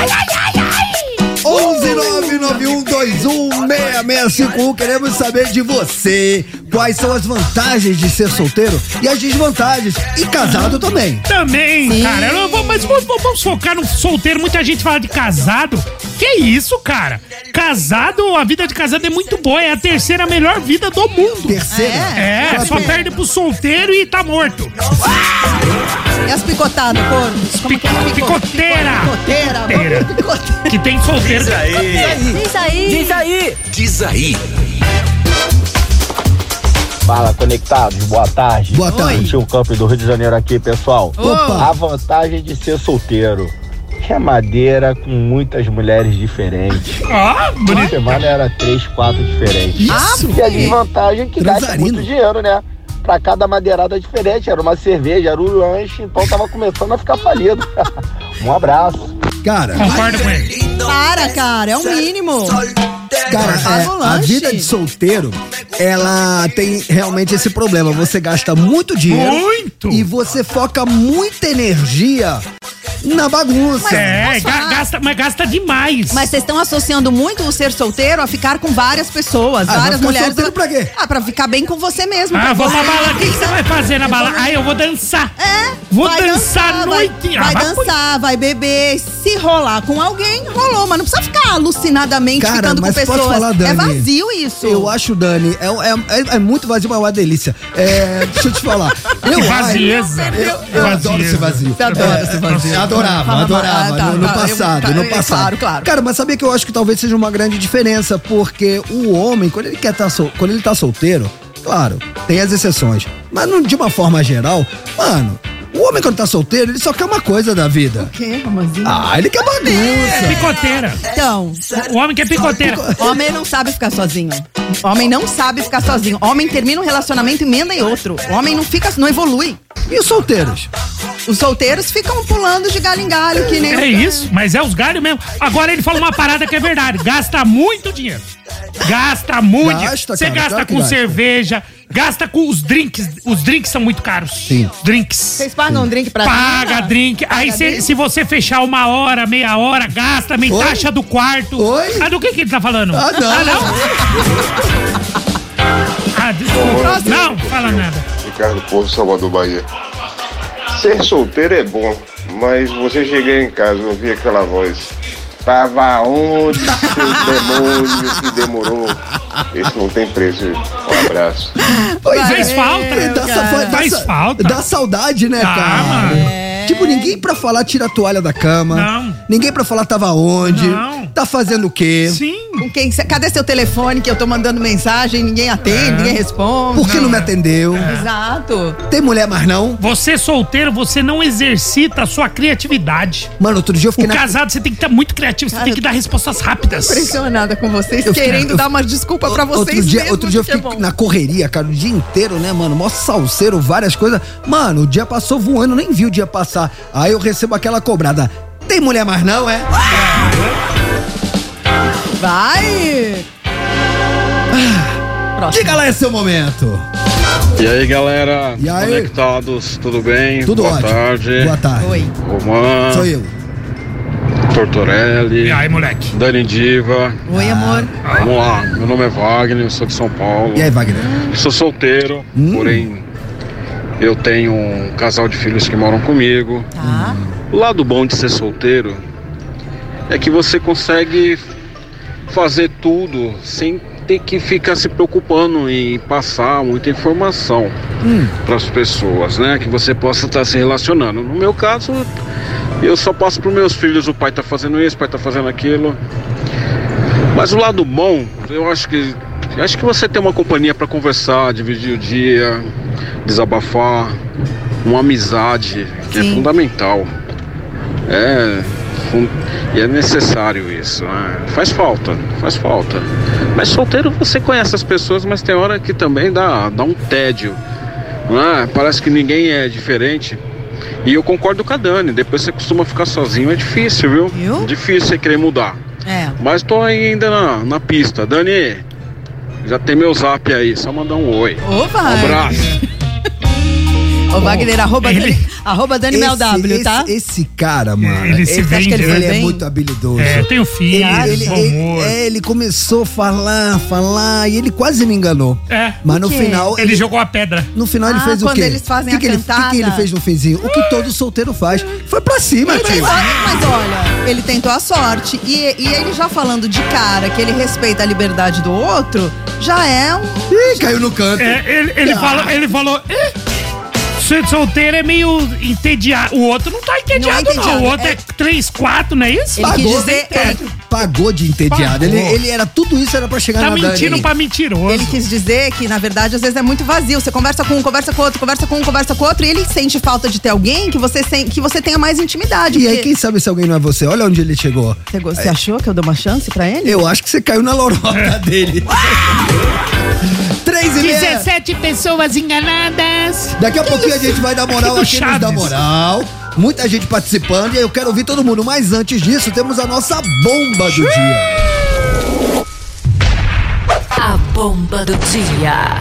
Speaker 4: Uh!
Speaker 1: 11991216651. Queremos saber de você. Quais são as vantagens de ser solteiro e as desvantagens. E casado também.
Speaker 4: Também, cara. Eu não vou- mas vamos, vamos- vamos focar no solteiro. Muita gente fala de casado. Que isso, cara? Casado, a vida de casado é muito boa. É a terceira melhor vida do mundo.
Speaker 1: Terceira.
Speaker 4: É, só perde pro solteiro e tá morto.
Speaker 5: E as picotadas, cornos? Como que é? Pico-
Speaker 4: Picoteira.
Speaker 5: Picoteira.
Speaker 4: Picoteira.
Speaker 5: vamos picoteira.
Speaker 4: Que tem solteiro.
Speaker 3: Diz aí. Diz aí.
Speaker 2: Diz aí.
Speaker 6: Fala, conectados, boa tarde.
Speaker 1: Boa tarde.
Speaker 6: Tio Campos do Rio de Janeiro aqui, pessoal.
Speaker 1: Opa.
Speaker 6: A vantagem de ser solteiro é madeira com muitas mulheres diferentes.
Speaker 4: Ah,
Speaker 6: Na
Speaker 4: bonito.
Speaker 6: semana era três, quatro diferentes.
Speaker 1: Isso.
Speaker 6: E a desvantagem é que gasta
Speaker 1: Transarino.
Speaker 6: muito dinheiro, né? Pra cada madeirada é diferente, era uma cerveja, era um lanche, então tava começando a ficar falido. um abraço.
Speaker 1: Cara,
Speaker 4: Concordo com ele.
Speaker 5: Para, cara, é o mínimo.
Speaker 1: Cara,
Speaker 5: Faz
Speaker 1: é,
Speaker 5: um
Speaker 1: a
Speaker 5: lanche.
Speaker 1: vida de solteiro, ela tem realmente esse problema. Você gasta muito dinheiro.
Speaker 4: Muito.
Speaker 1: E você foca muita energia na bagunça.
Speaker 4: É, ga- gasta, mas gasta demais.
Speaker 5: Mas vocês estão associando muito o ser solteiro a ficar com várias pessoas,
Speaker 1: Ah, vai
Speaker 5: várias
Speaker 1: ficar
Speaker 5: mulheres.
Speaker 1: solteiro pra quê?
Speaker 5: Ah, pra ficar bem com você mesmo.
Speaker 4: Ah,
Speaker 5: pra
Speaker 4: vou pra
Speaker 5: você-
Speaker 4: balada. O que que você vai fazer na balada? Ah, eu vou dançar.
Speaker 5: É,
Speaker 4: Vou
Speaker 5: vai
Speaker 4: dançar a
Speaker 5: vai-
Speaker 4: noite. Ah,
Speaker 5: Vai,
Speaker 4: vai
Speaker 5: dançar, vai beber. Se rolar com alguém, rolou. Mas não precisa ficar alucinadamente
Speaker 1: Cara,
Speaker 5: ficando
Speaker 1: mas
Speaker 5: com
Speaker 1: posso
Speaker 5: pessoas.
Speaker 1: falar, Dani?
Speaker 5: é vazio isso.
Speaker 1: Eu acho, Dani, é, é- é- é muito vazio, mas é uma delícia. É, deixa eu te falar. Eu
Speaker 4: Que
Speaker 1: acho-
Speaker 4: vazieza.
Speaker 1: é. Eu, eu adoro esse vazio.
Speaker 5: Você adora esse vazio.
Speaker 1: eu É, Adorava,
Speaker 5: Fala,
Speaker 1: adorava.
Speaker 5: ah, tá,
Speaker 1: no, no
Speaker 5: tá, eu-
Speaker 1: passado,
Speaker 5: tá,
Speaker 1: no
Speaker 5: eu-
Speaker 1: passado.
Speaker 5: claro, claro.
Speaker 1: Cara, mas sabia que eu acho que talvez seja uma grande diferença, porque o homem, quando ele quer tá sol- quando ele tá solteiro, claro, tem as exceções, mas não- de uma forma geral, mano, o homem quando tá solteiro, ele só quer uma coisa da vida.
Speaker 5: Que, Romanzinho?
Speaker 1: Ah, ele quer bagunça.
Speaker 4: É, Picoteira.
Speaker 5: Então,
Speaker 4: O homem que é picoteira.
Speaker 5: homem não sabe ficar sozinho. Homem não sabe ficar sozinho. Homem termina um relacionamento, emenda em outro. Homem não fica, não evolui.
Speaker 1: E os solteiros?
Speaker 5: Os solteiros ficam pulando de galho em galho, que nem. um
Speaker 4: É isso, mas é os galhos mesmo. Agora ele falou uma parada que é verdade. Gasta é muito dinheiro. Gasta muito.
Speaker 1: Gasta,
Speaker 4: Você
Speaker 1: cara,
Speaker 4: gasta
Speaker 1: claro que
Speaker 4: com
Speaker 1: gasta.
Speaker 4: cerveja, gasta com os drinks. Os drinks são muito caros.
Speaker 1: Sim.
Speaker 4: Drinks.
Speaker 5: Vocês pagam um drink pra
Speaker 4: Paga
Speaker 5: mim?
Speaker 4: drink. Aí cê- se você fechar uma hora, meia hora, gasta, me
Speaker 1: Oi?
Speaker 4: taxa do quarto.
Speaker 1: Oi?
Speaker 4: Ah, do que que ele tá falando?
Speaker 1: Ah, não.
Speaker 4: Ah, Ah, desculpa. Não, fala nada.
Speaker 7: Ricardo Porto, Salvador, Bahia. Ser solteiro é bom, mas você chegar em casa e ouvir aquela voz. Tava onde, seu demônio que demorou? Esse não tem preço. Um abraço.
Speaker 1: Pois é.
Speaker 4: Faz falta.
Speaker 1: Dá,
Speaker 5: cara.
Speaker 1: safa- dá
Speaker 4: Faz
Speaker 1: sa-
Speaker 4: falta.
Speaker 1: dá saudade, né,
Speaker 4: Dá,
Speaker 1: cara?
Speaker 4: mano.
Speaker 5: É.
Speaker 1: Tipo, ninguém pra falar tira a toalha da cama.
Speaker 4: Não.
Speaker 1: Ninguém pra falar tava onde.
Speaker 4: Não.
Speaker 1: Tá fazendo o quê?
Speaker 4: Sim.
Speaker 5: Com quem? cê- Cadê seu telefone que eu tô mandando mensagem, ninguém atende,
Speaker 4: É.
Speaker 5: ninguém responde?
Speaker 1: Por que não, me atendeu?
Speaker 5: Exato.
Speaker 1: Tem mulher mais não?
Speaker 4: Você solteiro, você não exercita a sua criatividade.
Speaker 1: Mano, outro dia eu
Speaker 4: O
Speaker 1: fiquei na...
Speaker 4: casado, você tem que estar muito criativo, você
Speaker 5: Cara,
Speaker 4: tem que dar respostas rápidas.
Speaker 5: Impressionada com vocês, querendo
Speaker 1: eu-
Speaker 5: dar uma desculpa pra vocês
Speaker 1: outro dia,
Speaker 5: mesmos,
Speaker 1: outro dia eu
Speaker 5: que é
Speaker 1: fiquei
Speaker 5: bom.
Speaker 1: na correria, cara, o dia inteiro, né, mano? Mó salseiro, várias coisas. Mano, o dia passou voando, nem vi o dia passar. Aí eu recebo aquela cobrada. Tem mulher mais não, é?
Speaker 5: Vai!
Speaker 1: Diga lá, é seu momento.
Speaker 8: E aí galera,
Speaker 1: E aí?
Speaker 8: conectados, tudo bem?
Speaker 1: Tudo
Speaker 8: Boa
Speaker 1: ótimo.
Speaker 4: É.
Speaker 8: tarde,
Speaker 1: Boa tarde.
Speaker 5: Oi.
Speaker 8: Roman,
Speaker 1: Sou eu.
Speaker 8: Tortorelli,
Speaker 4: E aí, moleque? Ah.
Speaker 8: Dani Diva.
Speaker 5: Oi, amor.
Speaker 8: Vamos lá, meu nome é Wagner, eu sou de São Paulo.
Speaker 1: E aí, Wagner? Hum.
Speaker 8: Sou solteiro, porém eu tenho um casal de filhos que moram comigo.
Speaker 5: Tá.
Speaker 8: O lado bom de ser solteiro é que você consegue fazer tudo sem ter que ficar se preocupando em passar muita informação para as pessoas, né? Que você possa estar se relacionando. No meu caso, eu só passo para meus filhos: o pai está fazendo isso, o pai está fazendo aquilo. Mas o lado bom, eu acho que acho que você tem uma companhia para conversar, dividir o dia, desabafar, uma amizade que é
Speaker 5: Sim.
Speaker 8: fundamental. É, fun- e é necessário isso. né? Faz falta, faz falta. Mas solteiro você conhece as pessoas, mas tem hora que também dá, dá um tédio. né? Parece que ninguém é diferente. E eu concordo com a Dani, depois você costuma ficar sozinho, é difícil, viu?
Speaker 5: Viu?
Speaker 8: Difícil você querer mudar.
Speaker 1: Ah.
Speaker 5: É.
Speaker 8: Mas tô aí ainda na, na pista. Dani, já tem meu zap aí, só mandar um oi.
Speaker 5: Ô,
Speaker 8: Um
Speaker 5: vai.
Speaker 8: abraço.
Speaker 5: Ô, Wagner, arroba,
Speaker 4: Ele-
Speaker 5: Dani, arroba Dani Mel W, tá?
Speaker 1: Esse, esse cara, mano,
Speaker 4: Ele
Speaker 1: ele,
Speaker 4: se
Speaker 5: acha que
Speaker 4: vende,
Speaker 5: ele
Speaker 4: né?
Speaker 5: foi
Speaker 1: é
Speaker 5: bem?
Speaker 1: muito habilidoso.
Speaker 4: É, tenho filho,
Speaker 1: ele,
Speaker 4: bom
Speaker 1: ele-
Speaker 4: humor.
Speaker 1: é, ele começou a falar, falar, e ele quase me enganou.
Speaker 4: É.
Speaker 1: Mas no
Speaker 5: quê?
Speaker 1: final.
Speaker 4: Ele jogou a pedra.
Speaker 1: No final ele
Speaker 5: Ah,
Speaker 1: fez o
Speaker 5: quando
Speaker 1: quê?
Speaker 5: eles fazem
Speaker 1: que que
Speaker 5: a
Speaker 1: ele,
Speaker 5: cantada. Ah.
Speaker 1: que, que ele fez no finzinho? O que todo solteiro faz. Foi pra cima,
Speaker 5: Mas,
Speaker 1: tio.
Speaker 5: olha, mas olha, ele tentou a sorte. E, e ele já falando de cara que ele respeita a liberdade do outro, já é um.
Speaker 1: Ih, caiu no canto. Ah,
Speaker 4: É, ele, ele, falou, ele falou. "Ih, Ser solteiro é meio entediado. O outro não
Speaker 1: é
Speaker 4: tá entediado, não.
Speaker 5: entediado,
Speaker 4: O outro é
Speaker 5: é-
Speaker 4: 3, 4, não é isso?
Speaker 5: Ele quis dizer-
Speaker 1: de, cara, pagou de entediado.
Speaker 4: Pagou.
Speaker 1: Ele, ele era tudo isso, era pra chegar
Speaker 4: Tá
Speaker 1: na Dani.
Speaker 4: mentindo pra mentiroso.
Speaker 5: Ele quis dizer que, na verdade, às vezes é muito vazio. Você conversa com um, conversa com outro, conversa com um, conversa com outro, e ele sente falta de ter alguém que você, sen- que você tenha mais intimidade.
Speaker 1: E aí,
Speaker 5: porque-
Speaker 1: quem sabe se alguém não é você? Olha onde ele chegou.
Speaker 5: Você, go- você achou que eu dou uma chance pra ele?
Speaker 1: Eu acho que você caiu na
Speaker 4: É.
Speaker 1: lorota dele. Três e meia.
Speaker 4: pessoas enganadas.
Speaker 1: Daqui a pouquinho a gente vai dar moral
Speaker 4: Que do
Speaker 1: aqui nos dá
Speaker 4: Chaves.
Speaker 1: moral. Muita gente participando e eu quero ouvir todo mundo. Mas antes disso, temos a nossa bomba do dia.
Speaker 3: A bomba do dia.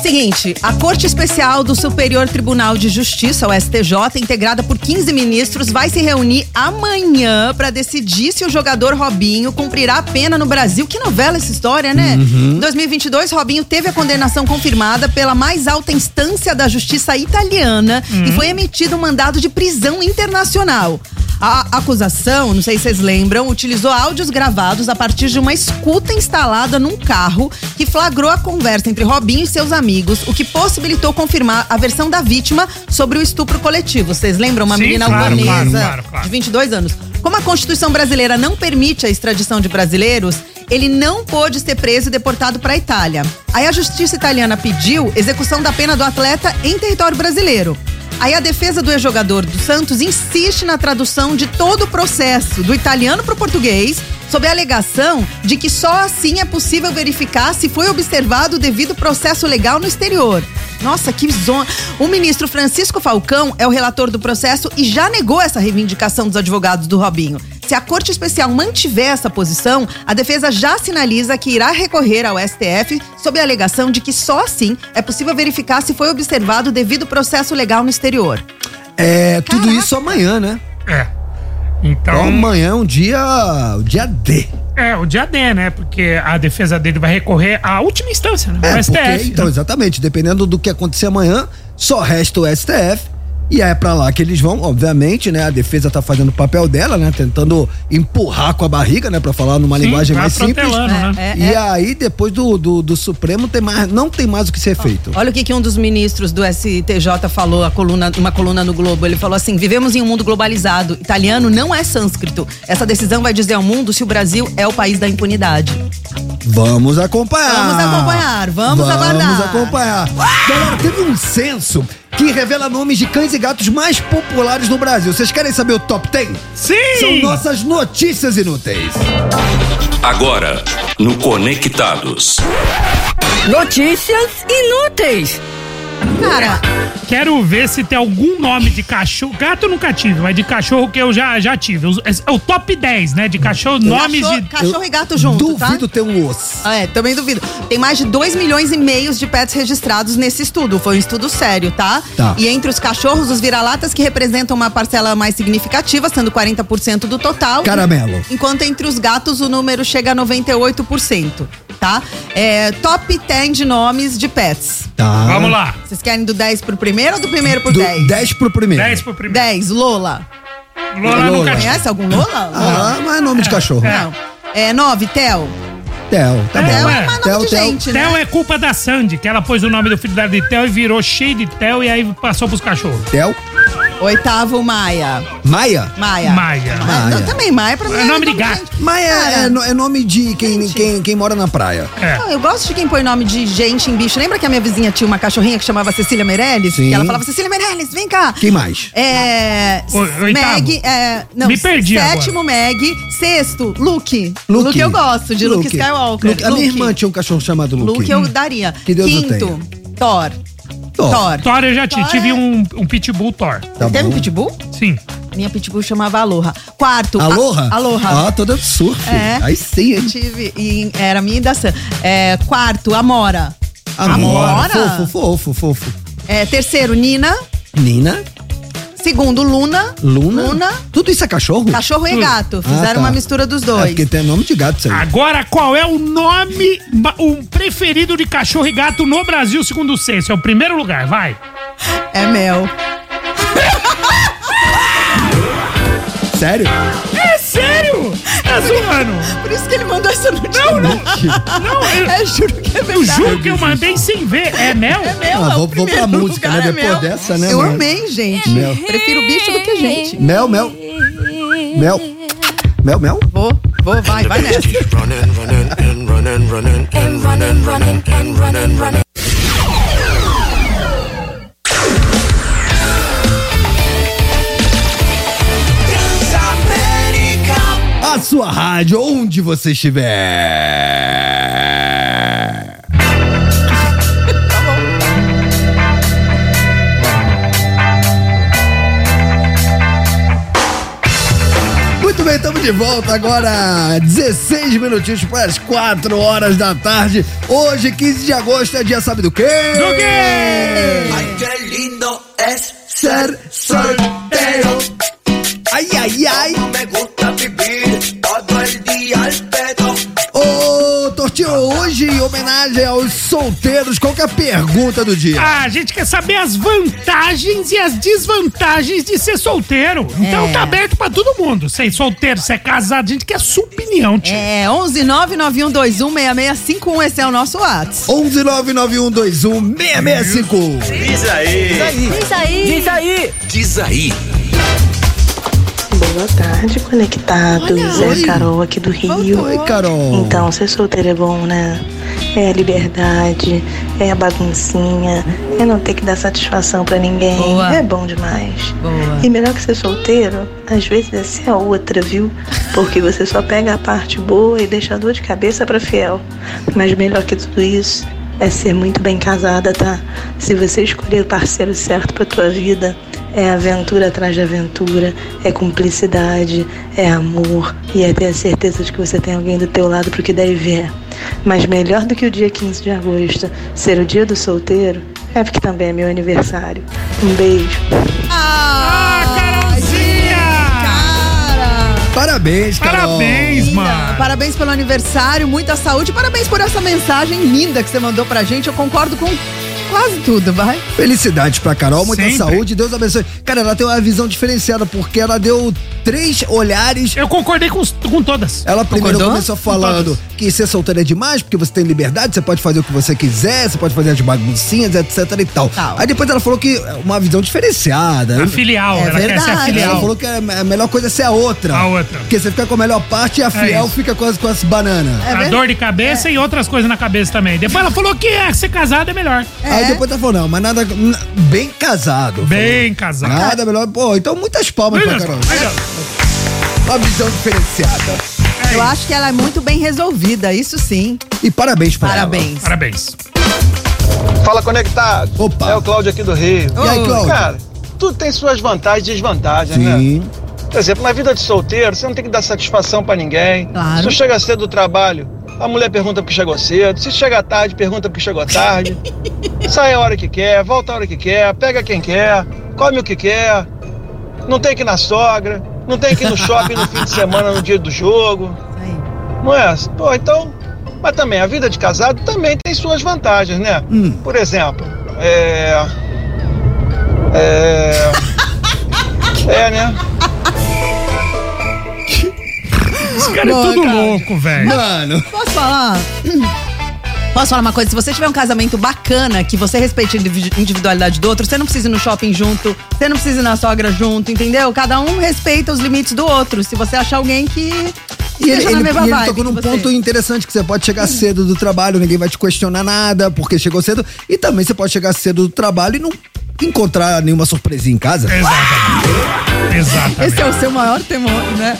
Speaker 5: Seguinte, a Corte Especial do Superior Tribunal de Justiça, o STJ, integrada por 15 ministros, vai se reunir amanhã para decidir se o jogador Robinho cumprirá a pena no Brasil. Que novela essa história, né? Em 2022, Robinho teve a condenação confirmada pela mais alta instância da justiça italiana
Speaker 4: Hum.
Speaker 5: e foi emitido um mandado de prisão internacional. A acusação, não sei se vocês lembram, utilizou áudios gravados a partir de uma escuta instalada num carro que flagrou a conversa entre Robinho e seus amigos, o que possibilitou confirmar a versão da vítima sobre o estupro coletivo. Vocês lembram? Uma
Speaker 4: Sim,
Speaker 5: menina
Speaker 4: claro, claro,
Speaker 5: albanesa
Speaker 4: claro, claro.
Speaker 5: de 22 anos. Como a Constituição brasileira não permite a extradição de brasileiros, ele não pôde ser preso e deportado para a Itália. Aí a justiça italiana pediu execução da pena do atleta em território brasileiro. Aí a defesa do ex-jogador do Santos insiste na tradução de todo o processo do italiano para o português, sob a alegação de que só assim é possível verificar se foi observado o devido processo legal no exterior. Nossa, que zona. O ministro Francisco Falcão é o relator do processo e já negou essa reivindicação dos advogados do Robinho. Se a Corte Especial mantiver essa posição, a defesa já sinaliza que irá recorrer ao STF sob a alegação de que só assim é possível verificar se foi observado o devido processo legal no exterior.
Speaker 1: É, tudo isso amanhã, né?
Speaker 4: É.
Speaker 1: Então,
Speaker 4: Então,
Speaker 1: amanhã é um dia. o dia D. né?
Speaker 4: é o dia D, né? Porque a defesa dele vai recorrer à última instância, né?
Speaker 1: É,
Speaker 4: Ao
Speaker 1: porque,
Speaker 4: STF.
Speaker 1: então,
Speaker 4: né?
Speaker 1: exatamente. Dependendo do que acontecer amanhã, só resta o STF. E é pra lá que eles vão, obviamente, né? A defesa tá fazendo o papel dela, né? Tentando empurrar com a barriga, né? Pra falar numa linguagem
Speaker 5: tá
Speaker 4: vai
Speaker 1: mais simples.
Speaker 4: protelando, né?
Speaker 5: É, é,
Speaker 1: E aí, depois do, do, do Supremo, tem mais, não tem mais o que ser feito.
Speaker 5: Olha o que, que um dos ministros do STJ falou, a coluna, uma coluna no Globo. Ele falou assim: vivemos em um mundo globalizado. Italiano não é sânscrito. Essa decisão vai dizer ao mundo se o Brasil é o país da impunidade.
Speaker 1: Vamos acompanhar.
Speaker 5: Vamos acompanhar, vamos aguardar.
Speaker 1: Vamos acompanhar. Galera, teve um censo que revela nomes de cães e gatos mais populares no Brasil. Vocês querem saber o top 10?
Speaker 4: Sim!
Speaker 1: São nossas notícias inúteis.
Speaker 9: Agora, no Conectados.
Speaker 10: Notícias inúteis.
Speaker 5: Cara,
Speaker 4: Quero ver se tem algum nome de cachorro. Gato eu nunca tive, mas de cachorro que eu já, já tive. Os- É o top 10, né? De cachorro, nomes
Speaker 5: cachorro,
Speaker 4: de.
Speaker 5: cachorro e gato junto,
Speaker 1: Duvido
Speaker 5: tá?
Speaker 1: ter um osso.
Speaker 5: Ah, É, também duvido. Tem mais de 2 milhões e meio de pets registrados nesse estudo. Foi um estudo sério, tá?
Speaker 1: Tá.
Speaker 5: E entre os cachorros, os vira-latas que representam uma parcela mais significativa, sendo 40% do total.
Speaker 1: Caramelo.
Speaker 5: Enquanto entre os gatos o número chega a 98%, tá? É, top 10 de nomes de pets.
Speaker 1: Tá.
Speaker 4: Vamos lá.
Speaker 5: Vocês querem do 10 pro primeiro ou do primeiro pro
Speaker 1: Do
Speaker 5: 10?
Speaker 1: 10 pro primeiro.
Speaker 4: 10 pro primeiro.
Speaker 5: 10, Lola.
Speaker 4: Lola
Speaker 1: Lola.
Speaker 4: nunca tive.
Speaker 5: Conhece algum Lola? Lola?
Speaker 1: Ah, mas é nome de cachorro.
Speaker 5: Não. É 9, Tel.
Speaker 1: Tel, tá
Speaker 4: É,
Speaker 1: bom.
Speaker 5: Tel
Speaker 4: ué.
Speaker 5: é mais nome
Speaker 1: Tel,
Speaker 5: de
Speaker 1: Tel.
Speaker 5: gente, né?
Speaker 4: Theo é culpa da Sandy, que ela pôs o nome do filho dela de Theo e virou cheio de Theo e aí passou pros cachorros.
Speaker 1: Tel.
Speaker 5: Oitavo, Maia.
Speaker 1: É Maia.
Speaker 5: Maia.
Speaker 4: Maia.
Speaker 5: Mas,
Speaker 1: Maia.
Speaker 5: não, também, Maia pra mim
Speaker 4: É nome de gato.
Speaker 5: gente.
Speaker 1: Maia é,
Speaker 5: Cara.
Speaker 1: no- é nome de quem, quem, quem mora na praia.
Speaker 4: É.
Speaker 5: Não, eu gosto de quem põe nome de gente em bicho. Lembra que a minha vizinha tinha uma cachorrinha que chamava Cecília Meirelles?
Speaker 1: Sim.
Speaker 5: Que ela falava, Cecília Meirelles, vem cá.
Speaker 1: Quem mais?
Speaker 5: É.
Speaker 4: O- oitavo.
Speaker 5: Meg. É, não,
Speaker 4: Me perdi
Speaker 5: Sétimo, Meg. Sexto, Luke.
Speaker 1: Luke.
Speaker 5: eu gosto, de Luke, Skywalker.
Speaker 1: Luke. A minha irmã tinha um cachorro chamado Luke.
Speaker 5: Luke eu daria.
Speaker 1: Que Deus o
Speaker 5: Quinto, Thor.
Speaker 1: Thor.
Speaker 5: Thor.
Speaker 4: Thor eu já tive.
Speaker 5: Thor
Speaker 4: Tive
Speaker 5: é-
Speaker 4: um, um pitbull Thor.
Speaker 1: Tá
Speaker 5: Teve
Speaker 1: bom.
Speaker 5: um pitbull?
Speaker 4: Sim.
Speaker 5: Minha pitbull chamava Aloha. Quarto. a-
Speaker 1: Aloha?
Speaker 5: Aloha.
Speaker 1: Ah, toda surf.
Speaker 5: É.
Speaker 1: Aí sim,
Speaker 5: Eu
Speaker 1: hein?
Speaker 5: tive. E era minha e da Sam. É, quarto, Amora. Amora?
Speaker 1: Fofo, fofo, fofo.
Speaker 5: É, terceiro, Nina.
Speaker 1: Nina,
Speaker 5: Segundo, Luna.
Speaker 1: Luna. Tudo isso é cachorro?
Speaker 5: Cachorro
Speaker 4: Hum.
Speaker 5: e gato.
Speaker 1: Ah,
Speaker 5: Fizeram
Speaker 1: tá.
Speaker 5: uma mistura dos
Speaker 1: É
Speaker 5: dois.
Speaker 1: porque tem nome de gato isso aí.
Speaker 4: Agora, qual é o nome ma- o preferido de cachorro e gato no Brasil, segundo o censo? É o primeiro lugar, vai.
Speaker 5: É mel.
Speaker 1: Sério?
Speaker 4: É sério? Tá zoando.
Speaker 5: Por isso que ele mandou essa notícia.
Speaker 4: Não, não. Não, eu,
Speaker 5: É, juro que é verdade.
Speaker 4: eu juro que eu mandei sem ver. É mel?
Speaker 5: É mel,
Speaker 1: Ah,
Speaker 5: é o
Speaker 1: vou- vou pra
Speaker 5: primeiro
Speaker 1: música, né?
Speaker 5: lugar, é
Speaker 1: Depois
Speaker 5: mel.
Speaker 1: dessa, né,
Speaker 5: Eu
Speaker 1: mano?
Speaker 5: amei, gente.
Speaker 1: Mel.
Speaker 5: Prefiro bicho do que gente.
Speaker 1: Mel, mel. Mel. Mel, mel.
Speaker 5: Vou, vou, vai, vai nessa.
Speaker 1: Tá A sua rádio, onde você estiver.
Speaker 5: Tá
Speaker 1: Muito bem, estamos de volta agora, 16 minutinhos para as 4 horas da tarde. Hoje, 15 de agosto, é dia sabe do quê?
Speaker 4: Do quê?
Speaker 1: Ser solteiro. Ai, ai, ai. Ô, Tortinho, hoje em homenagem aos solteiros, qual que é a pergunta do dia?
Speaker 4: Ah, a gente quer saber as vantagens e as desvantagens de ser solteiro.
Speaker 1: É.
Speaker 4: Então tá aberto pra todo mundo. Se é solteiro, se é casado, a gente quer sua opinião, tio.
Speaker 5: É, 11 991216651, esse é o nosso WhatsApp.
Speaker 1: 11991216651.
Speaker 9: Diz aí.
Speaker 10: Diz aí. Diz aí.
Speaker 9: Diz aí.
Speaker 11: Boa tarde, conectados.
Speaker 5: Olha,
Speaker 11: é
Speaker 1: oi.
Speaker 11: a Carol aqui do Rio.
Speaker 1: Oi, Carol.
Speaker 11: Então, ser solteiro é bom, né? É a liberdade, é a baguncinha, é não ter que dar satisfação pra ninguém.
Speaker 5: Boa.
Speaker 11: É bom demais.
Speaker 5: Boa.
Speaker 11: E melhor que ser solteiro, às vezes é ser a outra, viu? Porque você só pega a parte boa e deixa a dor de cabeça pra fiel. Mas melhor que tudo isso é ser muito bem casada, tá? Se você escolher o parceiro certo para tua vida, é aventura atrás de aventura, é cumplicidade, é amor e é ter a certeza de que você tem alguém do teu lado pro que daí vier. Mas melhor do que o dia 15 de agosto ser o dia do solteiro, é porque também é meu aniversário. Um beijo.
Speaker 5: Ah,
Speaker 1: É Parabéns, Carol.
Speaker 4: Parabéns,
Speaker 5: Linda. Parabéns pelo aniversário, muita saúde. Parabéns por essa mensagem linda que você mandou pra gente. Eu concordo com quase tudo, vai.
Speaker 1: Felicidade pra Carol, muita
Speaker 5: Sempre.
Speaker 1: saúde, Deus abençoe. Cara, ela tem uma visão diferenciada, porque ela deu três olhares.
Speaker 4: Eu concordei com, com todas.
Speaker 1: Ela primeiro
Speaker 4: Concordou?
Speaker 1: começou
Speaker 4: Com
Speaker 1: falando que ser solteira é demais, porque você tem liberdade, você pode fazer o que você quiser, você pode fazer as baguncinhas, etc e tal. Aí depois ela falou que é uma visão diferenciada.
Speaker 4: A filial, É ela quer ser a verdade. filial.
Speaker 1: Ela falou que a melhor coisa é ser a outra. A outra. Porque você fica com a melhor parte e a fiel
Speaker 4: É isso.
Speaker 1: fica com as, com as bananas.
Speaker 4: a dor de
Speaker 1: É.
Speaker 4: cabeça e outras coisas na cabeça também. Depois ela falou que é, ser casado é melhor.
Speaker 1: Aí depois ela falou, não, mas nada. n- Bem casado.
Speaker 4: Bem
Speaker 1: Falou.
Speaker 4: casado.
Speaker 1: Nada melhor. Pô, então muitas palmas pra
Speaker 4: Beleza,
Speaker 1: Carol.
Speaker 4: beleza.
Speaker 1: Uma visão diferenciada.
Speaker 5: Eu acho que ela é muito bem resolvida, isso sim.
Speaker 1: E parabéns pra
Speaker 5: Parabéns.
Speaker 4: Parabéns.
Speaker 12: Fala conectado.
Speaker 1: Opa.
Speaker 12: É o Cláudio aqui do Rio.
Speaker 5: E aí, Cláudio?
Speaker 12: Cara, tudo tem suas vantagens e desvantagens,
Speaker 1: Sim.
Speaker 12: né? Por exemplo, na vida de solteiro, você não tem que dar satisfação pra ninguém.
Speaker 5: Claro.
Speaker 12: Se tu chega cedo do trabalho, a mulher pergunta porque chegou cedo. Se chega tarde, pergunta porque chegou tarde. Sai a hora que quer, volta a hora que quer, pega quem quer, come o que quer. Não tem que ir na sogra, não tem que ir no shopping no fim de semana, no dia do jogo. Não é? Pô, então. Mas também, a vida de casado também tem suas vantagens, né? Por exemplo, é. É. É, né?
Speaker 4: Esse cara
Speaker 5: Boa,
Speaker 4: é tudo
Speaker 13: Tá
Speaker 5: cara.
Speaker 4: louco, velho.
Speaker 1: Mano.
Speaker 5: Posso falar? Posso falar uma coisa? Se você tiver um casamento bacana, que você respeite a individu- individualidade do outro, você não precisa ir no shopping junto, você não precisa ir na sogra junto, entendeu? Cada um respeita os limites do outro. Se você achar alguém que
Speaker 1: E ele,
Speaker 5: esteja na
Speaker 1: ele-
Speaker 5: mesma
Speaker 1: e ele
Speaker 5: vibe
Speaker 1: tocou num
Speaker 5: que você.
Speaker 1: ponto interessante que você pode chegar cedo do trabalho, ninguém vai te questionar nada, porque chegou cedo. E também você pode chegar cedo do trabalho e não encontrar nenhuma surpresinha em casa.
Speaker 4: Exatamente. Exatamente.
Speaker 5: Esse é o seu maior temor, né?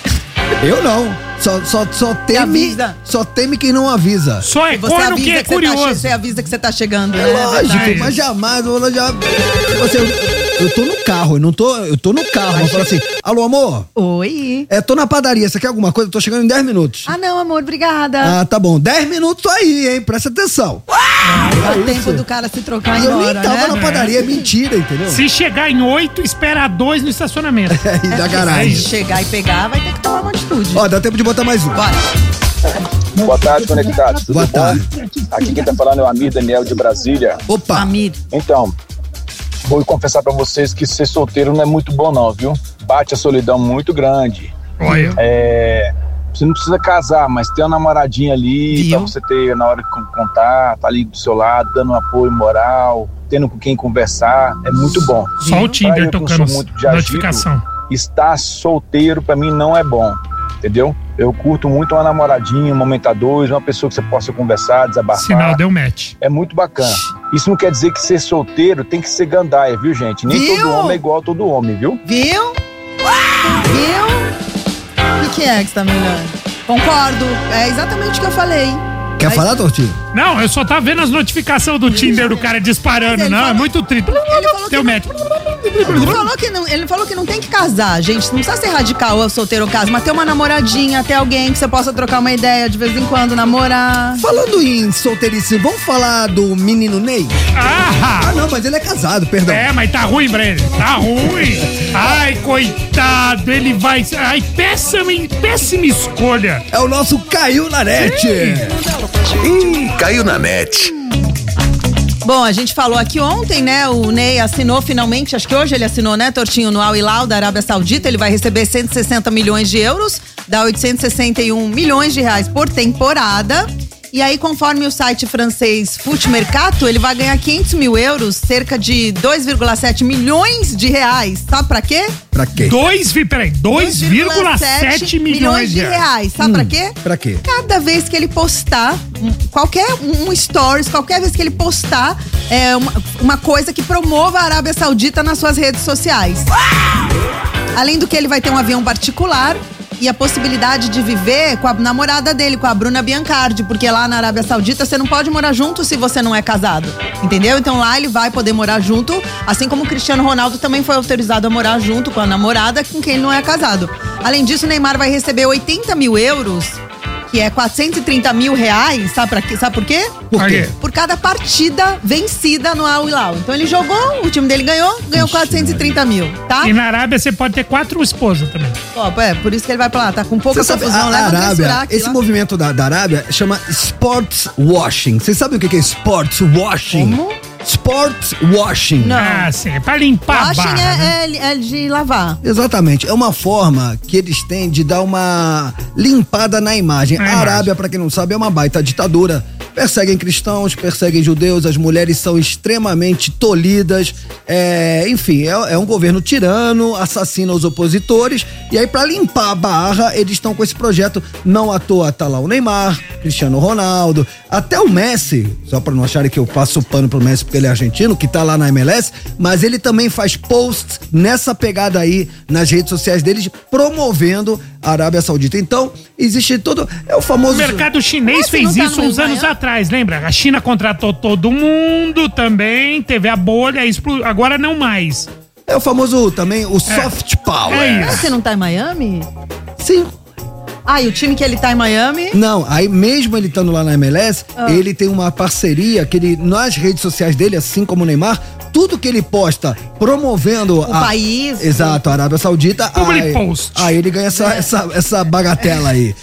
Speaker 1: Eu não. Só, só, só teme. Só teme quem não avisa.
Speaker 4: Só
Speaker 5: Você avisa
Speaker 4: é
Speaker 5: que você tá che- você avisa que você tá chegando. né?
Speaker 1: É lógico,
Speaker 5: verdade.
Speaker 1: mas jamais, eu já. Você, eu tô no carro, eu não tô. Eu tô no carro. Eu falo assim, alô, amor?
Speaker 5: Oi.
Speaker 1: É, tô na padaria, você quer alguma coisa? Eu tô chegando em 10 minutos.
Speaker 5: Ah, não, amor, obrigada.
Speaker 1: Ah, tá bom. 10 minutos tô aí, hein? Presta atenção.
Speaker 5: Dá
Speaker 1: é
Speaker 5: tempo
Speaker 1: isso.
Speaker 5: do cara se trocar
Speaker 1: E
Speaker 5: e ir
Speaker 1: Ah, eu
Speaker 5: embora,
Speaker 1: nem tava
Speaker 5: né?
Speaker 1: na padaria, é mentira, entendeu?
Speaker 4: Se chegar em oito, espera dois no estacionamento.
Speaker 1: e da garagem.
Speaker 5: É, Se chegar e pegar, vai ter que tomar uma atitude.
Speaker 1: Ó, dá tempo de botar mais um.
Speaker 14: Boa tarde, conectados. Tudo Boa tarde. Aqui quem tá falando é o Amir Daniel de Brasília.
Speaker 1: Opa!
Speaker 5: Amir.
Speaker 14: Então, vou confessar pra vocês que ser solteiro não é muito bom não, viu? Bate a solidão muito grande.
Speaker 4: Olha.
Speaker 14: É, você não precisa casar, mas ter uma namoradinha ali pra você ter na hora de con- contar, tá ali do seu lado, dando um apoio moral, tendo com quem conversar, é muito bom.
Speaker 4: Só o Tinder
Speaker 14: Pra eu que
Speaker 4: tocando
Speaker 14: sou muito de
Speaker 4: notificação.
Speaker 14: agito, estar solteiro pra mim não é bom, entendeu? Eu curto muito uma namoradinha, um momento a dois, uma pessoa que você possa conversar, desabafar.
Speaker 4: Sinal, deu match.
Speaker 14: É muito bacana. Isso não quer dizer que ser solteiro tem que ser gandaia, viu, gente? Nem todo homem é igual a todo homem, viu?
Speaker 5: Viu? Viu? O que que é que você tá me olhando? Concordo. É exatamente o que eu falei.
Speaker 1: Quer falar, Tortinho?
Speaker 4: Não, eu só tá vendo as notificações do Tinder do cara disparando, não. É muito triste. Deu match.
Speaker 1: Uhum.
Speaker 5: Ele falou, que não, ele falou que não tem que casar, gente. Não precisa ser radical ou solteiro ou caso, mas ter uma namoradinha, ter alguém que você possa trocar uma ideia de vez em quando, namorar.
Speaker 1: Falando em solteirice, vamos falar do menino Ney?
Speaker 4: Ah,
Speaker 1: não, mas ele é casado, perdão.
Speaker 4: É, mas tá ruim pra ele. Tá ruim. Ai, coitado. Ele vai. Ai, péssima, péssima escolha.
Speaker 1: É o nosso Caiu na Net.
Speaker 2: Ih, caiu na net.
Speaker 5: Um Bom, a gente falou aqui ontem, né? O Ney assinou finalmente, acho que hoje ele assinou, né, Tortinho, no Al Hilal da Arábia Saudita. Ele vai receber 160 milhões de euros, dá 861 milhões de reais por temporada. E aí, conforme o site francês Fute Mercato, ele vai ganhar 500 mil euros, cerca de 2,7 milhões de reais. Sabe pra quê?
Speaker 1: Pra quê?
Speaker 4: Dois, vi- peraí, 2,7 milhões de reais. Hum,
Speaker 5: Sabe pra quê?
Speaker 1: Hum, Pra quê?
Speaker 5: Cada vez que ele postar, um- qualquer um, um stories, qualquer vez que ele postar é, uma, uma coisa que promova a Arábia Saudita nas suas redes sociais. Além do que, ele vai ter um avião particular e a possibilidade de viver com a namorada dele, com a Bruna Biancardi, porque lá na Arábia Saudita você não pode morar junto se você não é casado. Entendeu? Então lá ele vai poder morar junto, assim como o Cristiano Ronaldo também foi autorizado a morar junto com a namorada com quem ele não é casado. Além disso, o Neymar vai receber 80 mil euros que é 430 mil reais, sabe, pra quê? sabe por quê?
Speaker 1: Por quê?
Speaker 5: Por cada partida vencida no Al Hilal. Então ele jogou, o time dele ganhou, ganhou 430 mil, tá?
Speaker 4: E na Arábia você pode ter quatro esposas também.
Speaker 5: Ó, é, por isso que ele vai pra lá, tá com pouca
Speaker 1: Você sabe, ah,
Speaker 5: confusão.
Speaker 1: a- a
Speaker 5: Leva pra segurar
Speaker 1: Arábia,
Speaker 5: aqui
Speaker 1: esse
Speaker 5: lá.
Speaker 1: movimento da, da Arábia chama sports washing. Vocês sabem o que que é sports washing? Como? Sports washing.
Speaker 5: Não.
Speaker 4: Ah, sim, é pra limpar
Speaker 5: Washing
Speaker 4: né?
Speaker 5: é, é- é de lavar.
Speaker 1: Exatamente, é uma forma que eles têm de dar uma limpada na imagem. A Arábia, pra quem não sabe, é uma baita ditadura. Perseguem cristãos, perseguem judeus, as mulheres são extremamente tolhidas. É, enfim, é, é um governo tirano, assassina os opositores. E aí, pra limpar a barra, eles estão com esse projeto. Não à toa tá lá o Neymar, Cristiano Ronaldo, até o Messi, só pra não acharem que eu passo o pano pro Messi porque ele é argentino, que tá lá na MLS, mas ele também faz posts nessa pegada aí nas redes sociais deles, promovendo a Arábia Saudita. Então, existe todo. É o famoso.
Speaker 4: O mercado chinês
Speaker 1: Messi não
Speaker 4: fez
Speaker 1: tá
Speaker 4: isso
Speaker 1: no
Speaker 4: uns anos atrás, lembra? A China contratou todo mundo também, teve a bolha, explo- agora não mais.
Speaker 1: É o famoso também, o soft
Speaker 4: É
Speaker 1: power.
Speaker 5: Ah, Você não tá em Miami?
Speaker 1: Sim.
Speaker 5: Ah, e o time que ele tá em Miami?
Speaker 1: Não, aí mesmo ele estando lá na MLS,
Speaker 5: Ah.
Speaker 1: ele tem uma parceria que ele, nas redes sociais dele, assim como o Neymar, tudo que ele posta promovendo o
Speaker 5: país. né? É.
Speaker 1: Exato, a Arábia Saudita.
Speaker 4: Public
Speaker 1: aí,
Speaker 4: post.
Speaker 1: Aí ele ganha essa, essa, essa bagatela aí.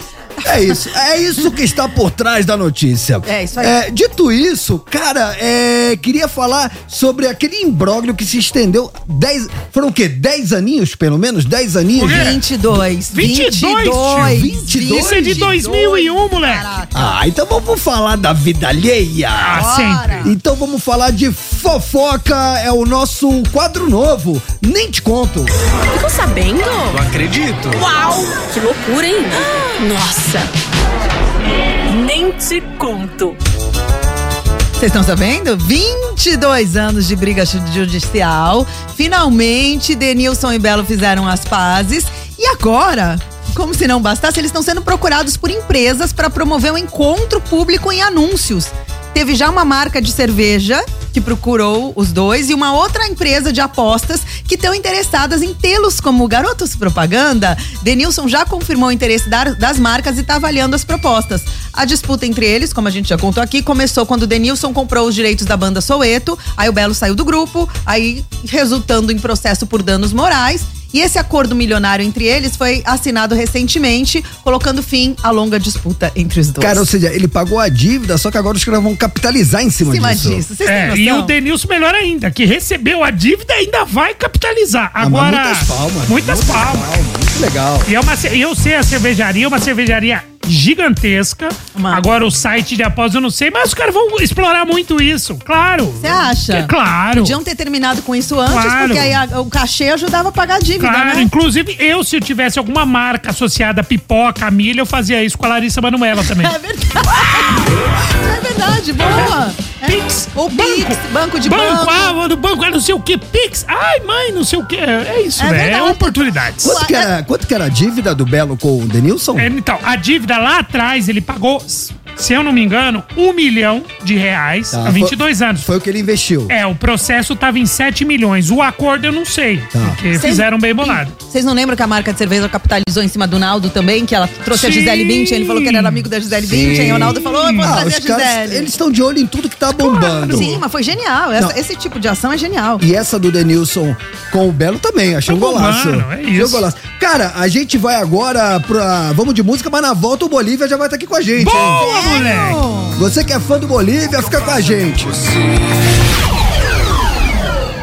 Speaker 1: É isso, é isso que está por trás da notícia.
Speaker 5: É, isso aí.
Speaker 1: dito isso, cara, é, queria falar sobre aquele imbróglio que se estendeu. Dez, foram o quê? 10 aninhos, pelo menos? 10 aninhos? né?
Speaker 5: 22.
Speaker 1: 22, tio.
Speaker 5: 22.
Speaker 1: 22? Isso é de
Speaker 4: 2001, moleque.
Speaker 1: Ah, então vamos falar da vida alheia.
Speaker 4: Ah, sempre.
Speaker 1: Então vamos falar de fofoca, é o nosso quadro novo. Nem te conto.
Speaker 10: Ficou sabendo?
Speaker 1: Não acredito.
Speaker 10: Uau! Que loucura, hein? Nossa! Nem te conto.
Speaker 5: Vocês estão sabendo? 22 anos de briga ju- judicial. Finalmente, Denilson e Belo fizeram as pazes. E agora, como se não bastasse, eles estão sendo procurados por empresas para promover um encontro público em anúncios. Teve já uma marca de cerveja que procurou os dois e uma outra empresa de apostas que estão interessadas em tê-los como garotos propaganda. Denilson já confirmou o interesse dar- das marcas e está avaliando as propostas. A disputa entre eles, como a gente já contou aqui, começou quando Denilson comprou os direitos da banda Soweto, aí o Belo saiu do grupo, aí resultando em processo por danos morais. E esse acordo milionário entre eles foi assinado recentemente, colocando fim à longa disputa entre os dois.
Speaker 1: Cara, ou seja, ele pagou a dívida, só que agora os caras vão capitalizar em cima,
Speaker 5: Cima
Speaker 1: disso.
Speaker 5: disso, vocês
Speaker 4: É, e o Denilson melhor ainda, que recebeu a dívida e ainda vai capitalizar.
Speaker 1: Ah, mas
Speaker 4: Agora.
Speaker 1: muitas palmas,
Speaker 4: Muitas palmas.
Speaker 1: Muito legal.
Speaker 4: E é uma, ce- eu sei a cervejaria, é uma cervejaria gigantesca. Agora o site de após eu não sei, mas os caras vão explorar muito isso, claro.
Speaker 5: Você acha?
Speaker 4: É claro.
Speaker 5: Podiam ter terminado com isso antes,
Speaker 4: Claro.
Speaker 5: porque aí a- o cachê ajudava a pagar a dívida,
Speaker 4: Claro,
Speaker 5: né?
Speaker 4: inclusive eu, se eu tivesse alguma marca associada a pipoca, a milho, eu fazia isso com a Larissa Manoela também.
Speaker 5: É verdade. É verdade, boa. É.
Speaker 4: Pix.
Speaker 5: Ou Pix, banco de banco.
Speaker 4: banco, ah, do banco, ah, não sei o que, Pix. Ai, mãe, não sei o que. É isso,
Speaker 5: É
Speaker 4: né? É
Speaker 5: verdade.
Speaker 4: oportunidades.
Speaker 1: Quanto que, era, quanto que era a dívida do Belo com o Denilson?
Speaker 4: É, Então, a dívida lá atrás, ele pagou, se eu não me engano, um milhão de reais
Speaker 1: Tá,
Speaker 4: há 22 anos.
Speaker 1: Foi o que ele investiu.
Speaker 4: É, o processo tava em 7 milhões. O acordo eu não sei,
Speaker 1: Tá.
Speaker 4: porque
Speaker 5: Cês-
Speaker 4: fizeram bem bolado.
Speaker 5: Vocês não lembram que a marca de cerveja capitalizou em cima do Naldo também? Que ela trouxe a
Speaker 4: Sim.
Speaker 5: Gisele Bündchen, ele falou que ele era amigo da Gisele Bündchen, e o Naldo falou, eu vou
Speaker 1: Ah,
Speaker 5: trazer a
Speaker 1: os caras,
Speaker 5: Gisele.
Speaker 1: Eles estão de olho em tudo que tá bombando.
Speaker 5: Sim, mas foi genial. Essa-
Speaker 1: Não.
Speaker 5: esse tipo de ação é genial.
Speaker 1: E essa do Denilson com o Belo também, achei um
Speaker 4: Tá bom,
Speaker 1: golaço.
Speaker 4: mano, é
Speaker 1: Achei um
Speaker 4: isso.
Speaker 1: golaço. Cara, a gente vai agora pra. Vamos de música, mas na volta o Bolívia já vai estar aqui com a gente.
Speaker 4: Boa,
Speaker 1: hein?
Speaker 4: moleque!
Speaker 1: Você que é fã do Bolívia, fica com a gente.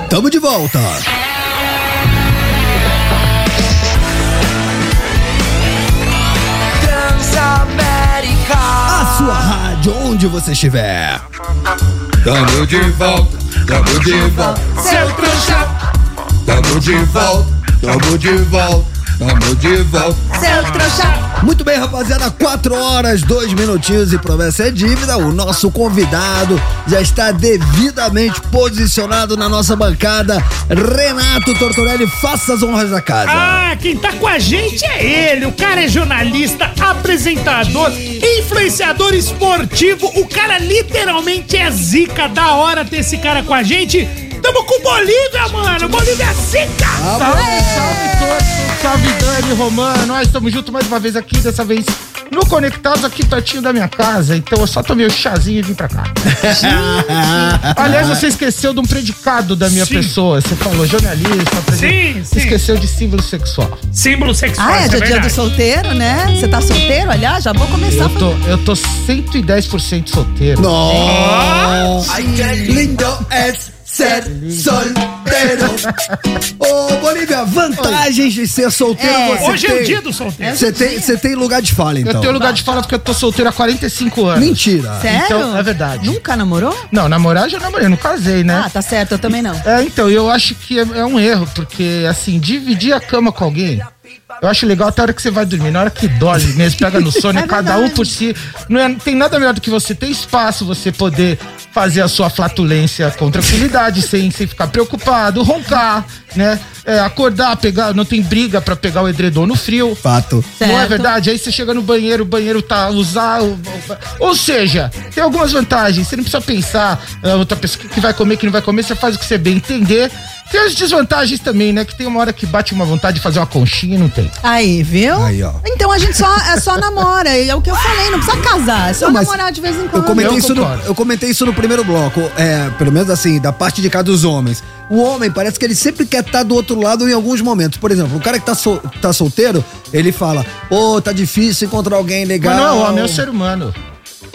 Speaker 1: Tamo de volta.
Speaker 3: Transamérica.
Speaker 1: A sua rádio, onde você estiver.
Speaker 15: Tamo de volta, tamo de volta,
Speaker 3: Seu trouxa,
Speaker 15: tamo de volta, tamo de volta, tamo de volta.
Speaker 3: seu trouxa.
Speaker 1: Muito bem, rapaziada, 4 horas, 2 minutinhos e promessa é dívida. O nosso convidado já está devidamente posicionado na nossa bancada. Renato Tortorelli, faça as honras da casa.
Speaker 4: Ah, quem tá com a gente é ele. O cara é jornalista, apresentador, influenciador esportivo. O cara literalmente é zica. Da hora ter esse cara com a gente. Tamo com o Bolívia, mano. Bolívia é zica.
Speaker 13: Salve, salve todos, salve Dani Romano. Nós estamos juntos mais uma vez aqui, dessa vez no Conectados, aqui pertinho da minha casa. Então eu só tomei o chazinho e vim pra cá. Gente. Aliás, você esqueceu de um predicado da minha
Speaker 4: Sim.
Speaker 13: pessoa. Você falou jornalista, apresentador.
Speaker 4: sim.
Speaker 13: Esqueceu de símbolo sexual.
Speaker 4: Símbolo sexual,
Speaker 5: Ah, é,
Speaker 4: isso é
Speaker 5: já é dia do
Speaker 4: verdade.
Speaker 5: solteiro, né? Você tá solteiro? Aliás, já vou começar.
Speaker 13: Eu tô, eu tô 110% solteiro.
Speaker 1: Nossa! Ai, que lindo é ser solteiro. Ô, Bolívia, vantagens de ser solteiro
Speaker 13: É.
Speaker 1: você
Speaker 13: Hoje é
Speaker 1: tem.
Speaker 13: o dia do solteiro.
Speaker 1: Você tem, você tem lugar de fala, então.
Speaker 13: Eu tenho lugar de fala porque eu tô solteiro há 45 anos.
Speaker 1: Mentira.
Speaker 5: Sério?
Speaker 13: Então, é verdade.
Speaker 5: Nunca namorou?
Speaker 13: Não, namorar eu já namorei, eu não casei, né?
Speaker 5: Ah, tá certo, eu também não.
Speaker 13: É, então, eu acho que é, é um erro, porque, assim, dividir a cama com alguém. Eu acho legal até a hora que você vai dormir. Na hora que dói mesmo, pega no sono, é
Speaker 5: É
Speaker 13: cada um
Speaker 5: verdade.
Speaker 13: por si. Não, é- não tem nada melhor do que você ter espaço, você poder fazer a sua flatulência com tranquilidade, sem, sem ficar preocupado, roncar, né? É, acordar, pegar, não tem briga pra pegar o edredom no frio.
Speaker 1: Fato.
Speaker 13: Não é
Speaker 1: Certo.
Speaker 13: verdade? Aí você chega no banheiro, o banheiro tá usar. o- o- Ou seja, tem algumas vantagens. Você não precisa pensar ah, outra pessoa o que vai comer, o que não vai comer, você faz o que você bem entender. Tem as desvantagens também, né? Que tem uma hora que bate uma vontade de fazer uma conchinha e não tem.
Speaker 5: Aí, viu?
Speaker 13: Aí, ó.
Speaker 5: Então a gente só, é só namora. É o que eu falei, não precisa casar. É só
Speaker 1: Não, mas
Speaker 5: namorar de vez em
Speaker 1: Eu
Speaker 5: quando.
Speaker 1: comentei, isso no, eu comentei isso no primeiro bloco, é, pelo menos assim, da parte de cá dos homens. O homem parece que ele sempre quer estar do outro lado em alguns momentos. Por exemplo, o cara que tá, sol- tá solteiro, ele fala: Ô, tá difícil encontrar alguém legal.
Speaker 13: Mas não é homem, é um ser humano.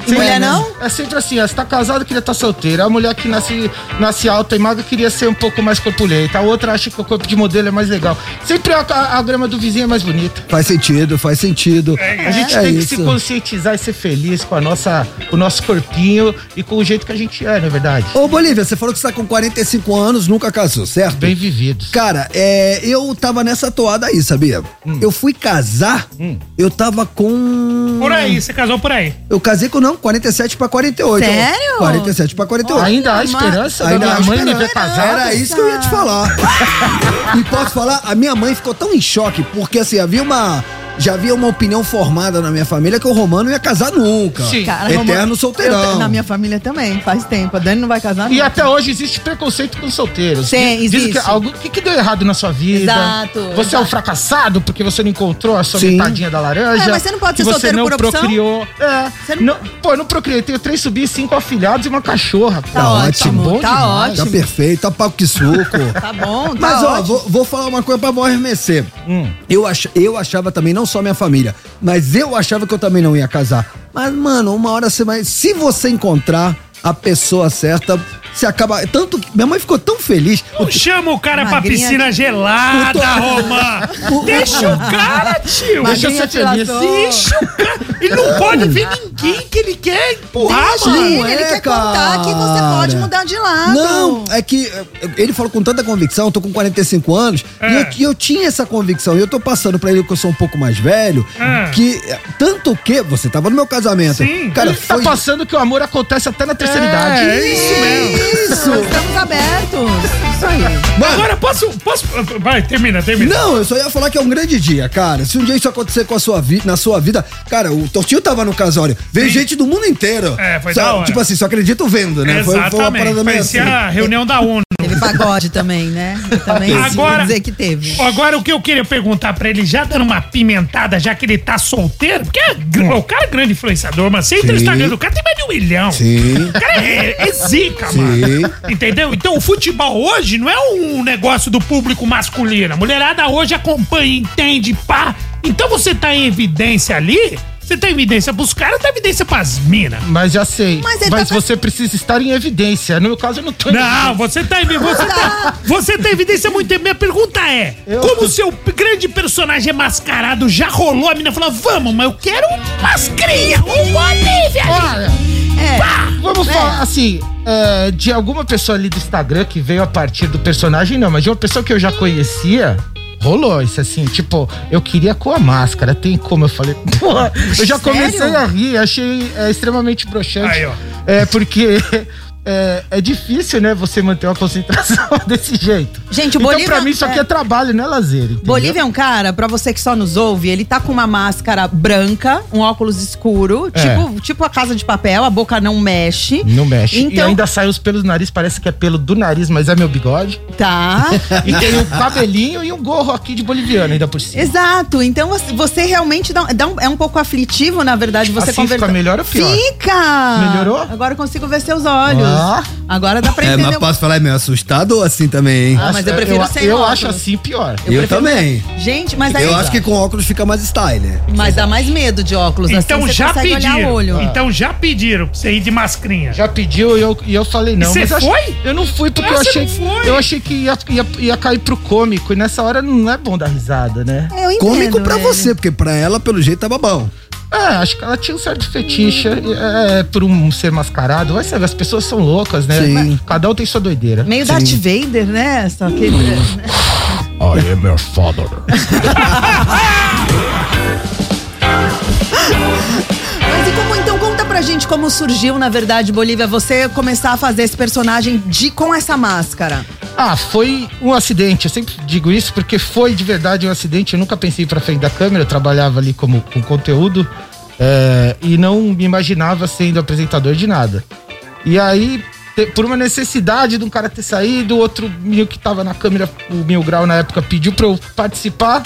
Speaker 1: E mulher não?
Speaker 13: É sempre assim, ó, você tá casado queria estar solteira. A mulher que nasce, nasce alta e magra queria ser um pouco mais corpulenta. A outra acha que o corpo de modelo é mais legal. Sempre a, a- a grama do vizinho é mais bonita.
Speaker 1: Faz sentido, faz sentido.
Speaker 13: A gente
Speaker 1: É
Speaker 13: tem que
Speaker 1: isso.
Speaker 13: se conscientizar e ser feliz com a nossa, o nosso corpinho e com o jeito que a gente é, na verdade.
Speaker 1: Ô, Bolívia, você falou que você tá com 45 anos, nunca casou, certo? Bem
Speaker 13: vivido.
Speaker 1: Cara, é, eu tava nessa toada aí, sabia?
Speaker 13: Hum.
Speaker 1: Eu fui casar, eu tava com.
Speaker 4: Por aí, você casou por aí.
Speaker 1: Eu casei com, não, 47 pra 48.
Speaker 4: Sério?
Speaker 1: 47 pra 48.
Speaker 4: Ainda há esperança da minha
Speaker 1: há
Speaker 4: mãe me
Speaker 1: esperança.
Speaker 4: ver casada?
Speaker 1: Era isso que eu ia te falar. e posso falar, a minha mãe ficou tão em choque, porque assim, havia uma... Já havia uma opinião formada na minha família que o Romano não ia casar nunca. Eterno
Speaker 5: Romano,
Speaker 1: solteirão.
Speaker 5: eu- na minha família também, faz tempo. A Dani Ah, não vai casar
Speaker 13: E
Speaker 5: nunca.
Speaker 13: até hoje existe preconceito com solteiros. né?
Speaker 5: Sim,
Speaker 13: Dizem
Speaker 5: existe.
Speaker 13: que algo, o que, que deu errado na sua vida?
Speaker 5: Exato,
Speaker 13: Você é um
Speaker 5: exato.
Speaker 13: fracassado porque você não encontrou a sua metadinha da laranja?
Speaker 5: É, mas você não pode
Speaker 13: que
Speaker 5: ser solteiro
Speaker 13: você não
Speaker 5: por opção?
Speaker 13: procriou. É. não... Pô, eu não procriei. Tenho três subir, cinco afilhados e uma cachorra. Tá,
Speaker 1: ótimo,
Speaker 13: bom
Speaker 1: tá
Speaker 13: demais.
Speaker 1: ótimo. Tá perfeito, tá pau que suco.
Speaker 5: Tá bom, tá
Speaker 1: Mas ó,
Speaker 5: ótimo.
Speaker 1: vou, vou falar uma coisa pra bom arremecer. Eu, ach, eu achava também, não só minha família, mas eu achava que eu também não ia casar. Mas, mano, uma hora você vai. Se você encontrar a pessoa certa, você acaba. Tanto que. Minha mãe ficou tão feliz.
Speaker 4: Não chama o cara pra
Speaker 1: Magrinha.
Speaker 4: piscina
Speaker 1: Eu
Speaker 4: gelada,
Speaker 1: tô-
Speaker 4: Romã. Deixa o cara, tio.
Speaker 1: Magrinha Deixa eu ser feliz. te laçou.
Speaker 4: Deixa o cara. Ele não pode ver ninguém que ele quer empurrar,
Speaker 5: Deixa
Speaker 4: mano.
Speaker 5: ele,
Speaker 1: É,
Speaker 5: ele quer contar que você pode mudar de lado.
Speaker 1: Não, é que eh, ele falou com tanta convicção, eu tô com 45 anos, e eu, e eu tinha essa convicção, e eu tô passando pra ele que eu sou um pouco mais velho,
Speaker 13: É.
Speaker 1: que eh, tanto que, você tava no meu casamento, cara,
Speaker 13: Ele tá passando que o amor acontece até na terceira
Speaker 1: É,
Speaker 13: idade.
Speaker 1: é isso
Speaker 5: Isso, estamos abertos. Isso aí.
Speaker 4: Agora, posso, posso. Vai, termina, termina.
Speaker 1: Não, eu só ia falar que é um grande dia, cara. Se um dia isso acontecer com a sua vi- na sua vida, cara, o Tortinho tava no casório. Veio gente do mundo inteiro.
Speaker 4: É, foi
Speaker 1: Só-
Speaker 4: da hora.
Speaker 1: Tipo assim, só acredito vendo, né? Foi- Foi, uma
Speaker 4: Exatamente.
Speaker 1: parada meio assim.
Speaker 4: Parecia a reunião da ONU.
Speaker 5: Ele pagode também, né? Também
Speaker 4: Agora-
Speaker 5: Agora... dizer que teve.
Speaker 4: Agora, o que eu queria perguntar pra ele, já dando uma pimentada, já que ele tá solteiro, porque é gr- o cara é grande influenciador, mas você entra no
Speaker 1: Hum. Sim.
Speaker 4: Instagram do cara, tem mais de um milhão.
Speaker 1: Sim.
Speaker 4: O cara é, é zica,
Speaker 1: Sim.
Speaker 4: mano. Entendeu? Então, o futebol hoje não é um negócio do público masculino. A mulherada hoje acompanha, entende, pá. Então, você tá em evidência ali, você tá em evidência pros caras, tá em evidência pras minas.
Speaker 13: Mas já sei.
Speaker 4: Mas
Speaker 13: Mas,
Speaker 4: ele tá-
Speaker 13: você precisa estar em evidência. No meu caso, eu não tô em
Speaker 4: Não,
Speaker 13: evidência.
Speaker 4: você tá em você tá, você tá em evidência há muito tempo. Minha pergunta é: como o seu p- grande personagem é mascarado já rolou? A menina falou: vamos, mas eu quero umas cria, um Bolívia!
Speaker 13: Olha,
Speaker 4: Pá!
Speaker 13: Vamos
Speaker 4: É.
Speaker 13: falar, assim, é, de alguma pessoa ali do Instagram que veio a partir do personagem, não, mas de uma pessoa que eu já conhecia, rolou isso assim, tipo, eu queria com a máscara, tem como? Eu falei, porra, eu já
Speaker 16: Sério?
Speaker 13: comecei a rir, achei é, extremamente broxante.
Speaker 16: Aí, ó.
Speaker 13: É, porque é, é difícil, né, você manter uma concentração desse jeito.
Speaker 5: Gente, o
Speaker 13: então,
Speaker 5: Bolívia-
Speaker 13: pra mim, isso aqui
Speaker 5: é.
Speaker 13: é trabalho, não é lazer. entendeu?
Speaker 5: Bolívia é um cara, pra você que só nos ouve, ele tá com uma máscara branca, um óculos escuro,
Speaker 13: É.
Speaker 5: tipo, tipo a casa de papel, a boca não mexe.
Speaker 13: Não mexe. E
Speaker 5: Então,
Speaker 13: ainda sai os pelos do nariz, parece que é pelo do nariz, mas é meu bigode.
Speaker 5: Tá.
Speaker 13: E tem um cabelinho e um gorro aqui de boliviano ainda por cima.
Speaker 5: Exato. Então você- você realmente dá, dá um- é um pouco aflitivo, na verdade, você
Speaker 13: Assim fica melhor ou pior?
Speaker 5: Fica!
Speaker 1: Melhorou?
Speaker 5: Agora eu consigo ver seus olhos.
Speaker 13: Ah.
Speaker 1: Ó.
Speaker 5: Agora dá pra
Speaker 1: É,
Speaker 5: entender.
Speaker 1: mas
Speaker 5: um-
Speaker 1: posso falar, é meio assustador assim também, hein?
Speaker 5: Ah, mas eu prefiro sem
Speaker 13: eu
Speaker 5: óculos.
Speaker 13: acho assim pior.
Speaker 1: Eu, também.
Speaker 5: Gente, mas aí
Speaker 1: eu acho que com óculos fica mais style.
Speaker 5: Mas dá mais medo de óculos
Speaker 4: Então
Speaker 5: assim, você
Speaker 4: já
Speaker 5: consegue olhar o olho.
Speaker 4: pediram. Então já pediram pra você ir de mascrinha. Já
Speaker 13: pediu e eu, e eu falei
Speaker 4: Você
Speaker 13: mas eu acho-
Speaker 4: foi?
Speaker 13: Eu não fui porque
Speaker 4: Ah,
Speaker 13: eu
Speaker 4: você
Speaker 13: achei,
Speaker 4: não foi.
Speaker 13: eu achei que ia, ia, ia cair pro cômico e nessa hora não é bom dar risada, né?
Speaker 5: É, Eu entendo,
Speaker 1: Cômico pra você, porque pra ela, pelo jeito, tá babão.
Speaker 13: É, acho que ela tinha um certo fetiche é, é, por um ser mascarado. Vai saber, as pessoas são loucas, né?
Speaker 5: Sim.
Speaker 13: Cada um tem sua doideira.
Speaker 5: Meio Darth Vader, né? Só que.
Speaker 13: I am your father.
Speaker 5: Mas e como então conta pra gente como surgiu, na verdade, Bolívia, você começar a fazer esse personagem de com essa máscara?
Speaker 13: Ah, foi um acidente. Eu sempre digo isso porque foi de verdade um acidente. Eu nunca pensei pra frente da câmera. Eu trabalhava ali como com conteúdo é, e não me imaginava sendo apresentador de nada. E aí, te- por uma necessidade de um cara ter saído, outro meu que tava na câmera, o Mil Grau na época, pediu pra eu participar.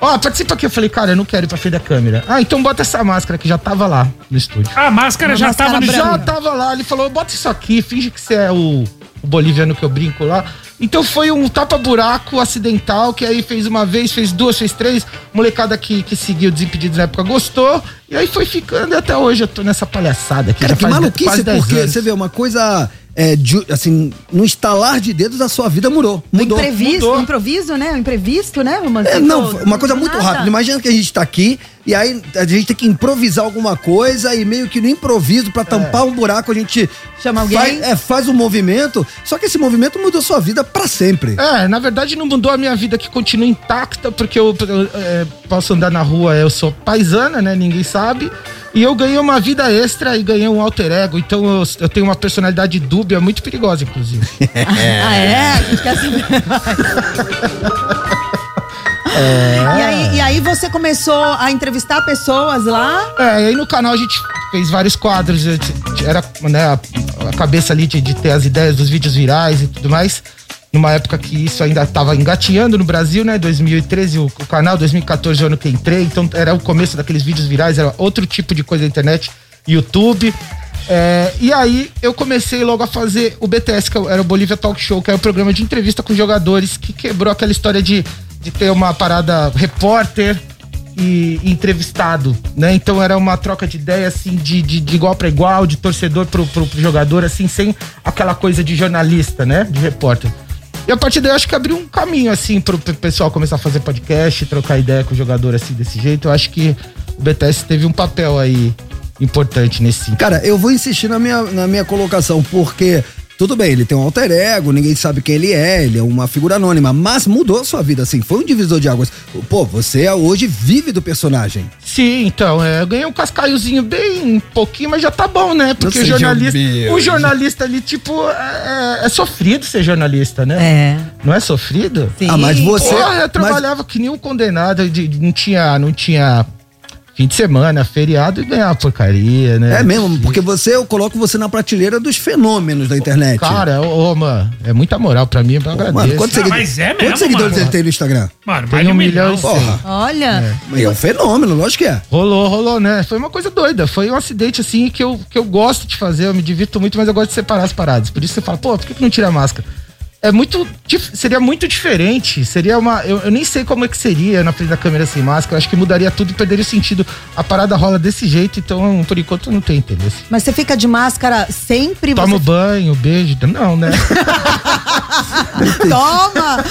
Speaker 13: Ó, participa aqui. Eu falei, cara, eu não quero ir pra frente da câmera. Ah, então bota essa máscara que já tava lá no estúdio.
Speaker 4: A máscara já tava no
Speaker 13: Já
Speaker 4: jogo.
Speaker 13: tava lá, ele falou, bota isso aqui, finge que você é o, o boliviano que eu brinco lá. Então foi um tapa-buraco acidental, que aí fez uma vez, fez duas, fez três. Molecada que, que seguiu Desimpedidos na época gostou. E aí foi ficando e até hoje eu tô nessa palhaçada aqui.
Speaker 1: Cara,
Speaker 13: já
Speaker 1: que
Speaker 13: faz de-
Speaker 1: maluquice,
Speaker 13: quase dez
Speaker 1: porque
Speaker 13: anos.
Speaker 1: você vê, uma coisa, é, de- assim, no estalar de dedos, a sua vida mudou. Mudou.
Speaker 5: Imprevisto,
Speaker 1: mudou.
Speaker 5: improviso, né? Imprevisto, né? Uma,
Speaker 1: É, não, uma coisa muito rápida. Imagina que a gente tá aqui e aí a gente tem que improvisar alguma coisa e meio que no improviso, pra tampar um buraco, a gente
Speaker 5: Chama alguém?
Speaker 1: Faz, é, faz um movimento. Só que esse movimento mudou sua vida pra sempre.
Speaker 13: É, na verdade não mudou a minha vida, que continua intacta, porque eu, eu, é, posso andar na rua, eu sou paisana, né? Ninguém sabe. E eu ganhei uma vida extra e ganhei um alter ego. Então eu, eu tenho uma personalidade dúbia, muito perigosa, inclusive.
Speaker 5: Ah, é? A gente quer saber.
Speaker 13: É.
Speaker 5: E, aí, e aí você começou a entrevistar pessoas lá?
Speaker 13: É, e aí no canal a gente fez vários quadros, a gente- era né, a, a cabeça ali de, de ter as ideias dos vídeos virais e tudo mais. Numa época que isso ainda estava engateando no Brasil, né? 2013 o, o canal, 2014 o ano que entrei, então era o começo daqueles vídeos virais, era outro tipo de coisa na internet, YouTube. É, e aí eu comecei logo a fazer o BTS, que era o Bolívia Talk Show, que era o programa de entrevista com jogadores, que quebrou aquela história de, de ter uma parada repórter e entrevistado, né? Então era uma troca de ideia, assim, de, de, de igual para igual, de torcedor pro, pro, pro jogador, assim, sem aquela coisa de jornalista, né? De repórter. E a partir daí eu acho que abriu um caminho, assim, pro pro pessoal começar a fazer podcast, trocar ideia com o jogador, assim, desse jeito. Eu acho que o BTS teve um papel aí importante nesse sentido.
Speaker 1: Cara, eu vou insistir na minha, na minha colocação, porque tudo bem, ele tem um alter ego, ninguém sabe quem ele é, ele é uma figura anônima, mas mudou sua vida, assim, foi um divisor de águas. Pô, você hoje vive do personagem.
Speaker 13: Sim, então, é, eu ganhei um cascaiozinho bem pouquinho, mas já tá bom, né? Porque
Speaker 1: Ou
Speaker 13: o
Speaker 1: seja,
Speaker 13: jornalista,
Speaker 1: meu.
Speaker 13: o jornalista ali, tipo, é, é- é sofrido ser jornalista,
Speaker 5: né?
Speaker 13: É. Não é sofrido?
Speaker 1: Sim. Ah, mas você-
Speaker 13: Porra, eu
Speaker 1: mas-
Speaker 13: trabalhava que nem um condenado, de- de- não tinha, não tinha fim de semana, feriado e ganhava porcaria, né?
Speaker 1: É mesmo, porque você, eu coloco você na prateleira dos fenômenos da internet.
Speaker 13: Cara, ô, ô, mano, é muita moral pra mim, eu agradeço.
Speaker 1: mano, quantos, segui- quantos seguidores ele tem no Instagram?
Speaker 4: Mano,
Speaker 13: mais Tem de um um milhão e milhão. cem.
Speaker 1: Porra,
Speaker 5: Olha.
Speaker 1: é. um fenômeno, lógico que é.
Speaker 13: Rolou, rolou, né? Foi uma coisa doida. Foi um acidente, assim, que eu, que eu gosto de fazer, eu me divirto muito, mas eu gosto de separar as paradas. Por isso você fala, pô, por que, que não tira a máscara? É muito. dif- Seria muito diferente. Seria uma. Eu, eu nem sei como é que seria na frente da câmera sem máscara. Eu acho que mudaria tudo e perderia o sentido. A parada rola desse jeito, então, por enquanto, não tem interesse.
Speaker 5: Mas você fica de máscara sempre?
Speaker 13: Toma
Speaker 5: você...
Speaker 13: banho, beijo. Não, né?
Speaker 5: Toma!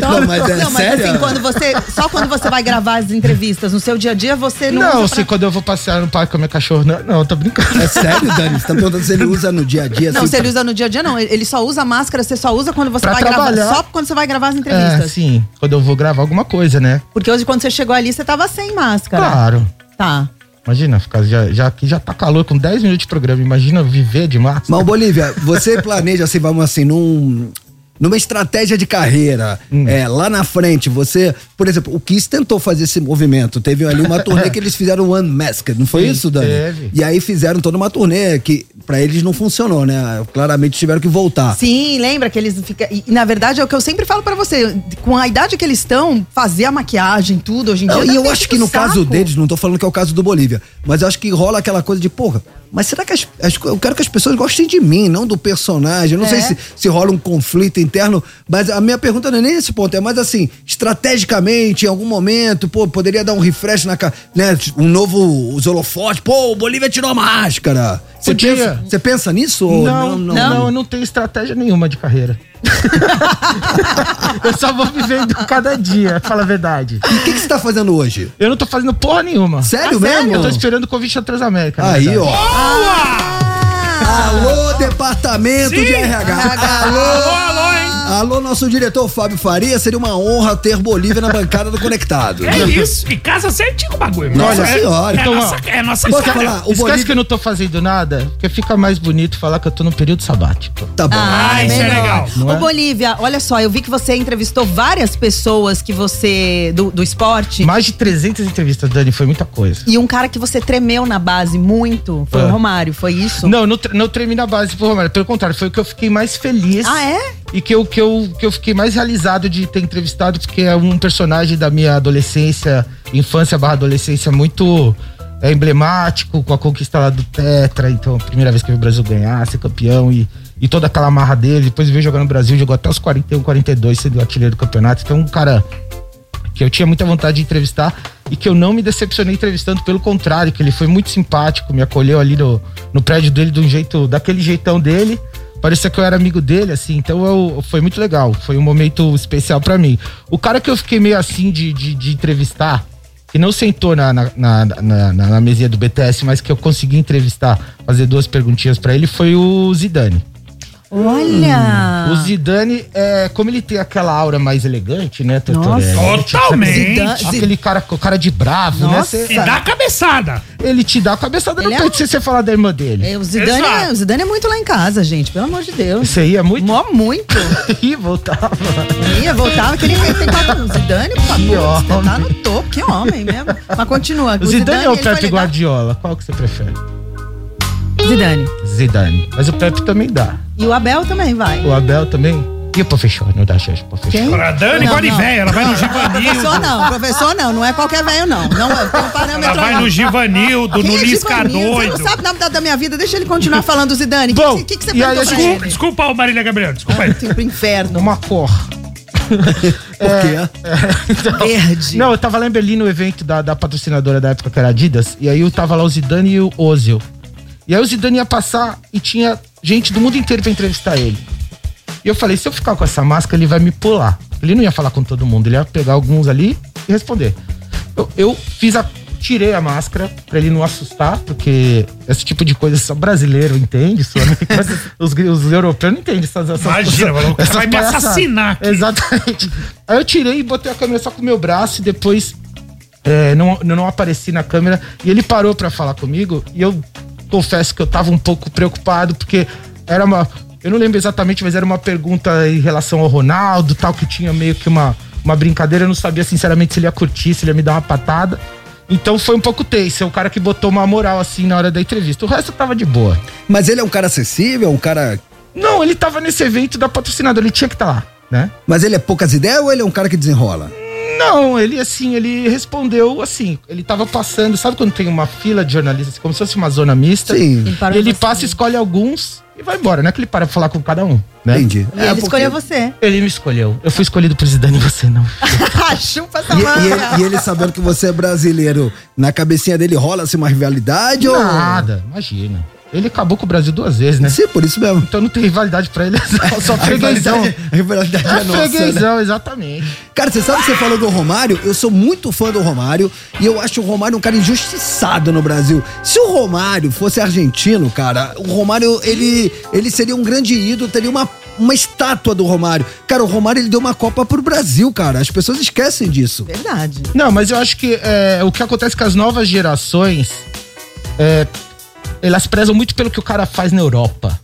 Speaker 5: Toma!
Speaker 1: Não, mas é sério?
Speaker 5: assim, quando você. Só quando você vai gravar as entrevistas no seu dia a dia, você não.
Speaker 13: Não,
Speaker 5: usa
Speaker 13: assim, quando eu vou passear no parque com a minha cachorra, não, não, tô brincando.
Speaker 1: É sério, Dani? Você tá perguntando se ele usa no dia a dia?
Speaker 5: pra... Não,
Speaker 1: assim,
Speaker 5: se ele usa no dia a dia, não. Ele só usa máscara, você só usa quando você
Speaker 13: Pra
Speaker 5: vai
Speaker 13: trabalhar.
Speaker 5: gravar. Só quando você vai gravar as
Speaker 13: É,
Speaker 5: entrevistas.
Speaker 13: sim, quando eu vou gravar alguma coisa, né?
Speaker 5: Porque hoje, quando você chegou ali, você tava sem máscara.
Speaker 13: Claro.
Speaker 5: Tá.
Speaker 13: Imagina, ficar já, já, aqui já tá calor com 10 minutos de programa. Imagina viver de máscara.
Speaker 1: Mas, Bolívia, você planeja, assim, vamos assim, num, numa estratégia de carreira,
Speaker 13: Hum.
Speaker 1: é, lá na frente, você, por exemplo, o Kiss tentou fazer esse movimento, teve ali uma turnê que eles fizeram One Mask, não foi
Speaker 13: Sim,
Speaker 1: isso, Dani?
Speaker 13: teve.
Speaker 1: E aí fizeram toda uma turnê que pra eles não funcionou, né? Claramente tiveram que
Speaker 13: Ah.
Speaker 1: voltar.
Speaker 5: Sim, lembra que eles ficam. E, na verdade, é o que eu sempre falo pra você. Com a idade que eles estão, fazer a maquiagem, tudo hoje em dia.
Speaker 1: Não,
Speaker 5: dá
Speaker 1: e eu
Speaker 5: meio
Speaker 1: acho que no
Speaker 5: saco.
Speaker 1: caso deles, não tô falando que é o caso do Bolívia, mas eu acho que rola aquela coisa de, porra, mas será que as, as- eu quero que as pessoas gostem de mim, não do personagem? Eu não
Speaker 5: É.
Speaker 1: sei se, se rola um conflito interno, mas a minha pergunta não é nem esse ponto, é mais assim, estrategicamente, em algum momento, pô, poderia dar um refresh na cara, né? Um novo os holofotes, pô, o Bolívia tirou a máscara. Você
Speaker 13: Podia.
Speaker 1: pensa, você pensa nisso? ou
Speaker 13: Não, não, não, eu não tenho estratégia nenhuma de carreira. eu só vou vivendo cada dia, fala a verdade.
Speaker 1: E o que, que você tá fazendo hoje?
Speaker 13: Eu não tô fazendo porra nenhuma. Tá
Speaker 1: Sério Ah, sério? mesmo?
Speaker 13: Eu tô esperando o convite da Transamérica. na
Speaker 1: Aí,
Speaker 13: verdade.
Speaker 1: ó.
Speaker 13: Ah,
Speaker 1: Alô, departamento de RH. Alô, alô, hein? Alô, nosso diretor Fábio Faria. Seria uma honra ter Bolívia na bancada do Conectado. Né?
Speaker 4: É isso. E casa certinho o bagulho.
Speaker 1: Nossa
Speaker 4: é,
Speaker 1: senhora.
Speaker 4: É,
Speaker 1: Então, ó,
Speaker 4: nossa, é nossa
Speaker 13: Esquece,
Speaker 4: cara.
Speaker 13: esquece que eu não tô fazendo nada, porque fica mais bonito falar que eu tô no período sabático.
Speaker 1: Tá bom.
Speaker 5: Ah,
Speaker 13: isso é
Speaker 5: melhor.
Speaker 13: legal. Não
Speaker 5: Ô,
Speaker 13: é?
Speaker 5: Bolívia, olha só, eu vi que você entrevistou várias pessoas que você. do, do esporte.
Speaker 13: Mais de 300 entrevistas, Dani, foi muita coisa.
Speaker 5: E um cara que você tremeu na base muito foi
Speaker 13: É.
Speaker 5: o Romário, foi isso?
Speaker 13: Não, não, tre- não tremi na base pro Romário. Pelo contrário, foi o que eu fiquei mais feliz.
Speaker 5: Ah, é?
Speaker 13: E que eu, que, eu, que eu fiquei mais realizado de ter entrevistado, porque é um personagem da minha adolescência, infância barra adolescência, muito é, emblemático, com a conquista lá do Tetra. Então, primeira vez que eu vi o Brasil ganhar, ser campeão e, e toda aquela marra dele. Depois veio jogar no Brasil, jogou até os 41, 42, sendo artilheiro do campeonato. Então, um cara que eu tinha muita vontade de entrevistar e que eu não me decepcionei entrevistando, pelo contrário, que ele foi muito simpático, me acolheu ali no, no prédio dele de um jeito, daquele jeitão dele. Parecia que eu era amigo dele, assim, então eu- foi muito legal, foi um momento especial pra mim. O cara que eu fiquei meio assim de, de, de entrevistar, que não sentou na, na, na, na, na- na mesinha do BTS, mas que eu consegui entrevistar, fazer duas perguntinhas pra ele, foi o Zidane.
Speaker 5: Olha!
Speaker 13: O Zidane, é, como ele tem aquela aura mais elegante, né, Totoro?
Speaker 4: Nossa.
Speaker 13: É, ele tinha-
Speaker 4: Totalmente.
Speaker 13: Zidane- Aquele cara com cara de bravo,
Speaker 4: Nossa.
Speaker 13: né? Cê-
Speaker 4: E dá a cabeçada.
Speaker 13: Ele te dá a cabeçada
Speaker 5: Ele
Speaker 13: no
Speaker 5: é
Speaker 13: peito se você falar da irmã dele.
Speaker 5: É, O Zidane, é, o Zidane é muito lá em casa, gente, pelo amor de Deus.
Speaker 13: Isso aí é muito.
Speaker 5: Mó muito.
Speaker 13: Ih, voltava.
Speaker 5: Ia, voltava, que ele tem quatro anos. Zidane, por
Speaker 13: Que
Speaker 5: favor, você tá
Speaker 13: homem.
Speaker 5: no topo, que homem mesmo. Mas continua.
Speaker 13: O Zidane ou o
Speaker 5: ele foi
Speaker 13: Pepe
Speaker 5: legal.
Speaker 13: Guardiola? Qual que você prefere?
Speaker 5: Zidane.
Speaker 13: Zidane. Mas o Pepe também dá.
Speaker 5: E o Abel também vai.
Speaker 13: O Abel também. E o Pofechor? Não dá chance pro Pofechor.
Speaker 5: Quem?
Speaker 4: A Dani
Speaker 5: Não,
Speaker 4: gosta de
Speaker 5: não.
Speaker 4: véia, ela vai no
Speaker 5: Professor
Speaker 4: Givanildo.
Speaker 5: não, professor não, não é qualquer velho não. Não é, tem um parâmetro
Speaker 4: Ela vai
Speaker 5: não.
Speaker 4: no Givanildo,
Speaker 5: Quem
Speaker 4: no
Speaker 5: é
Speaker 4: Lisca
Speaker 5: Givanildo? Você
Speaker 4: doido.
Speaker 5: não sabe nada da, da minha vida, deixa ele continuar falando, Zidane. O que, que, que, que você
Speaker 13: e aí
Speaker 5: perguntou tá pra
Speaker 13: eu-
Speaker 5: ele?
Speaker 4: Desculpa, ô Marília Gabriel, desculpa aí.
Speaker 5: Pro inferno.
Speaker 13: Uma cor.
Speaker 5: Verde.
Speaker 13: É, então, Não, eu tava lá em Berlim no evento da, da patrocinadora da época, que era Adidas, e aí eu tava lá o Zidane e o Ozil. E aí o Zidane ia passar e tinha gente do mundo inteiro pra entrevistar ele. E eu falei, se eu ficar com essa máscara, ele vai me pular. Ele não ia falar com todo mundo, ele ia pegar alguns ali e responder. Eu, eu fiz a. Tirei a máscara pra ele não assustar, porque esse tipo de coisa só brasileiro entende, só, os, gri- os europeus não entendem essas, essas
Speaker 4: Imagina, maluco,
Speaker 13: essas
Speaker 4: vai me
Speaker 13: palhaçadas.
Speaker 4: assassinar aqui.
Speaker 13: Exatamente. Aí eu tirei e botei a câmera só com o meu braço e depois é, não, eu não apareci na câmera. E ele parou pra falar comigo e eu confesso que eu tava um pouco preocupado porque era uma. Eu não lembro exatamente, mas era uma pergunta em relação ao Ronaldo, tal, que tinha meio que uma, uma brincadeira. Eu não sabia, sinceramente, se ele ia curtir, se ele ia me dar uma patada. Então foi um pouco tenso. É o cara que botou uma moral assim na hora da entrevista. O resto eu tava de boa.
Speaker 1: Mas ele é um cara acessível, um cara.
Speaker 13: Não, ele tava nesse evento da patrocinadora, ele tinha que estar lá, né?
Speaker 1: Mas ele é poucas ideias ou ele é um cara que desenrola?
Speaker 13: Não, ele assim, ele respondeu assim. Ele tava passando, sabe quando tem uma fila de jornalistas, como se fosse uma zona mista?
Speaker 1: Sim.
Speaker 13: Ele,
Speaker 5: parou
Speaker 13: ele
Speaker 5: você.
Speaker 13: passa, escolhe alguns e vai embora. Não é que ele para pra falar com cada um, né?
Speaker 1: Entendi.
Speaker 5: E ele escolheu você.
Speaker 13: Ele me escolheu. Eu fui escolhido por Zidane e você não.
Speaker 5: Ah, Chupa essa
Speaker 1: E,
Speaker 5: manga.
Speaker 1: e ele, e ele sabendo que você é brasileiro, na cabecinha dele rola-se uma rivalidade ou.
Speaker 13: Nada, imagina. Ele acabou com o Brasil duas vezes, né?
Speaker 1: Sim, por isso mesmo.
Speaker 13: Então não tem rivalidade pra ele, só, só
Speaker 1: A
Speaker 13: freguesão.
Speaker 1: rivalidade- a rivalidade é nossa,
Speaker 13: freguesão,
Speaker 1: né?
Speaker 13: exatamente.
Speaker 1: Cara, você sabe que você falou do Romário? Eu sou muito fã do Romário e eu acho o Romário um cara injustiçado no Brasil. Se o Romário fosse argentino, cara, o Romário, ele, ele seria um grande ídolo, teria uma, uma estátua do Romário. Cara, o Romário, ele deu uma Copa pro Brasil, cara. As pessoas esquecem disso.
Speaker 5: Verdade.
Speaker 13: Não, mas eu acho que é, o que acontece com as novas gerações, é, elas prezam muito pelo que o cara faz na Europa.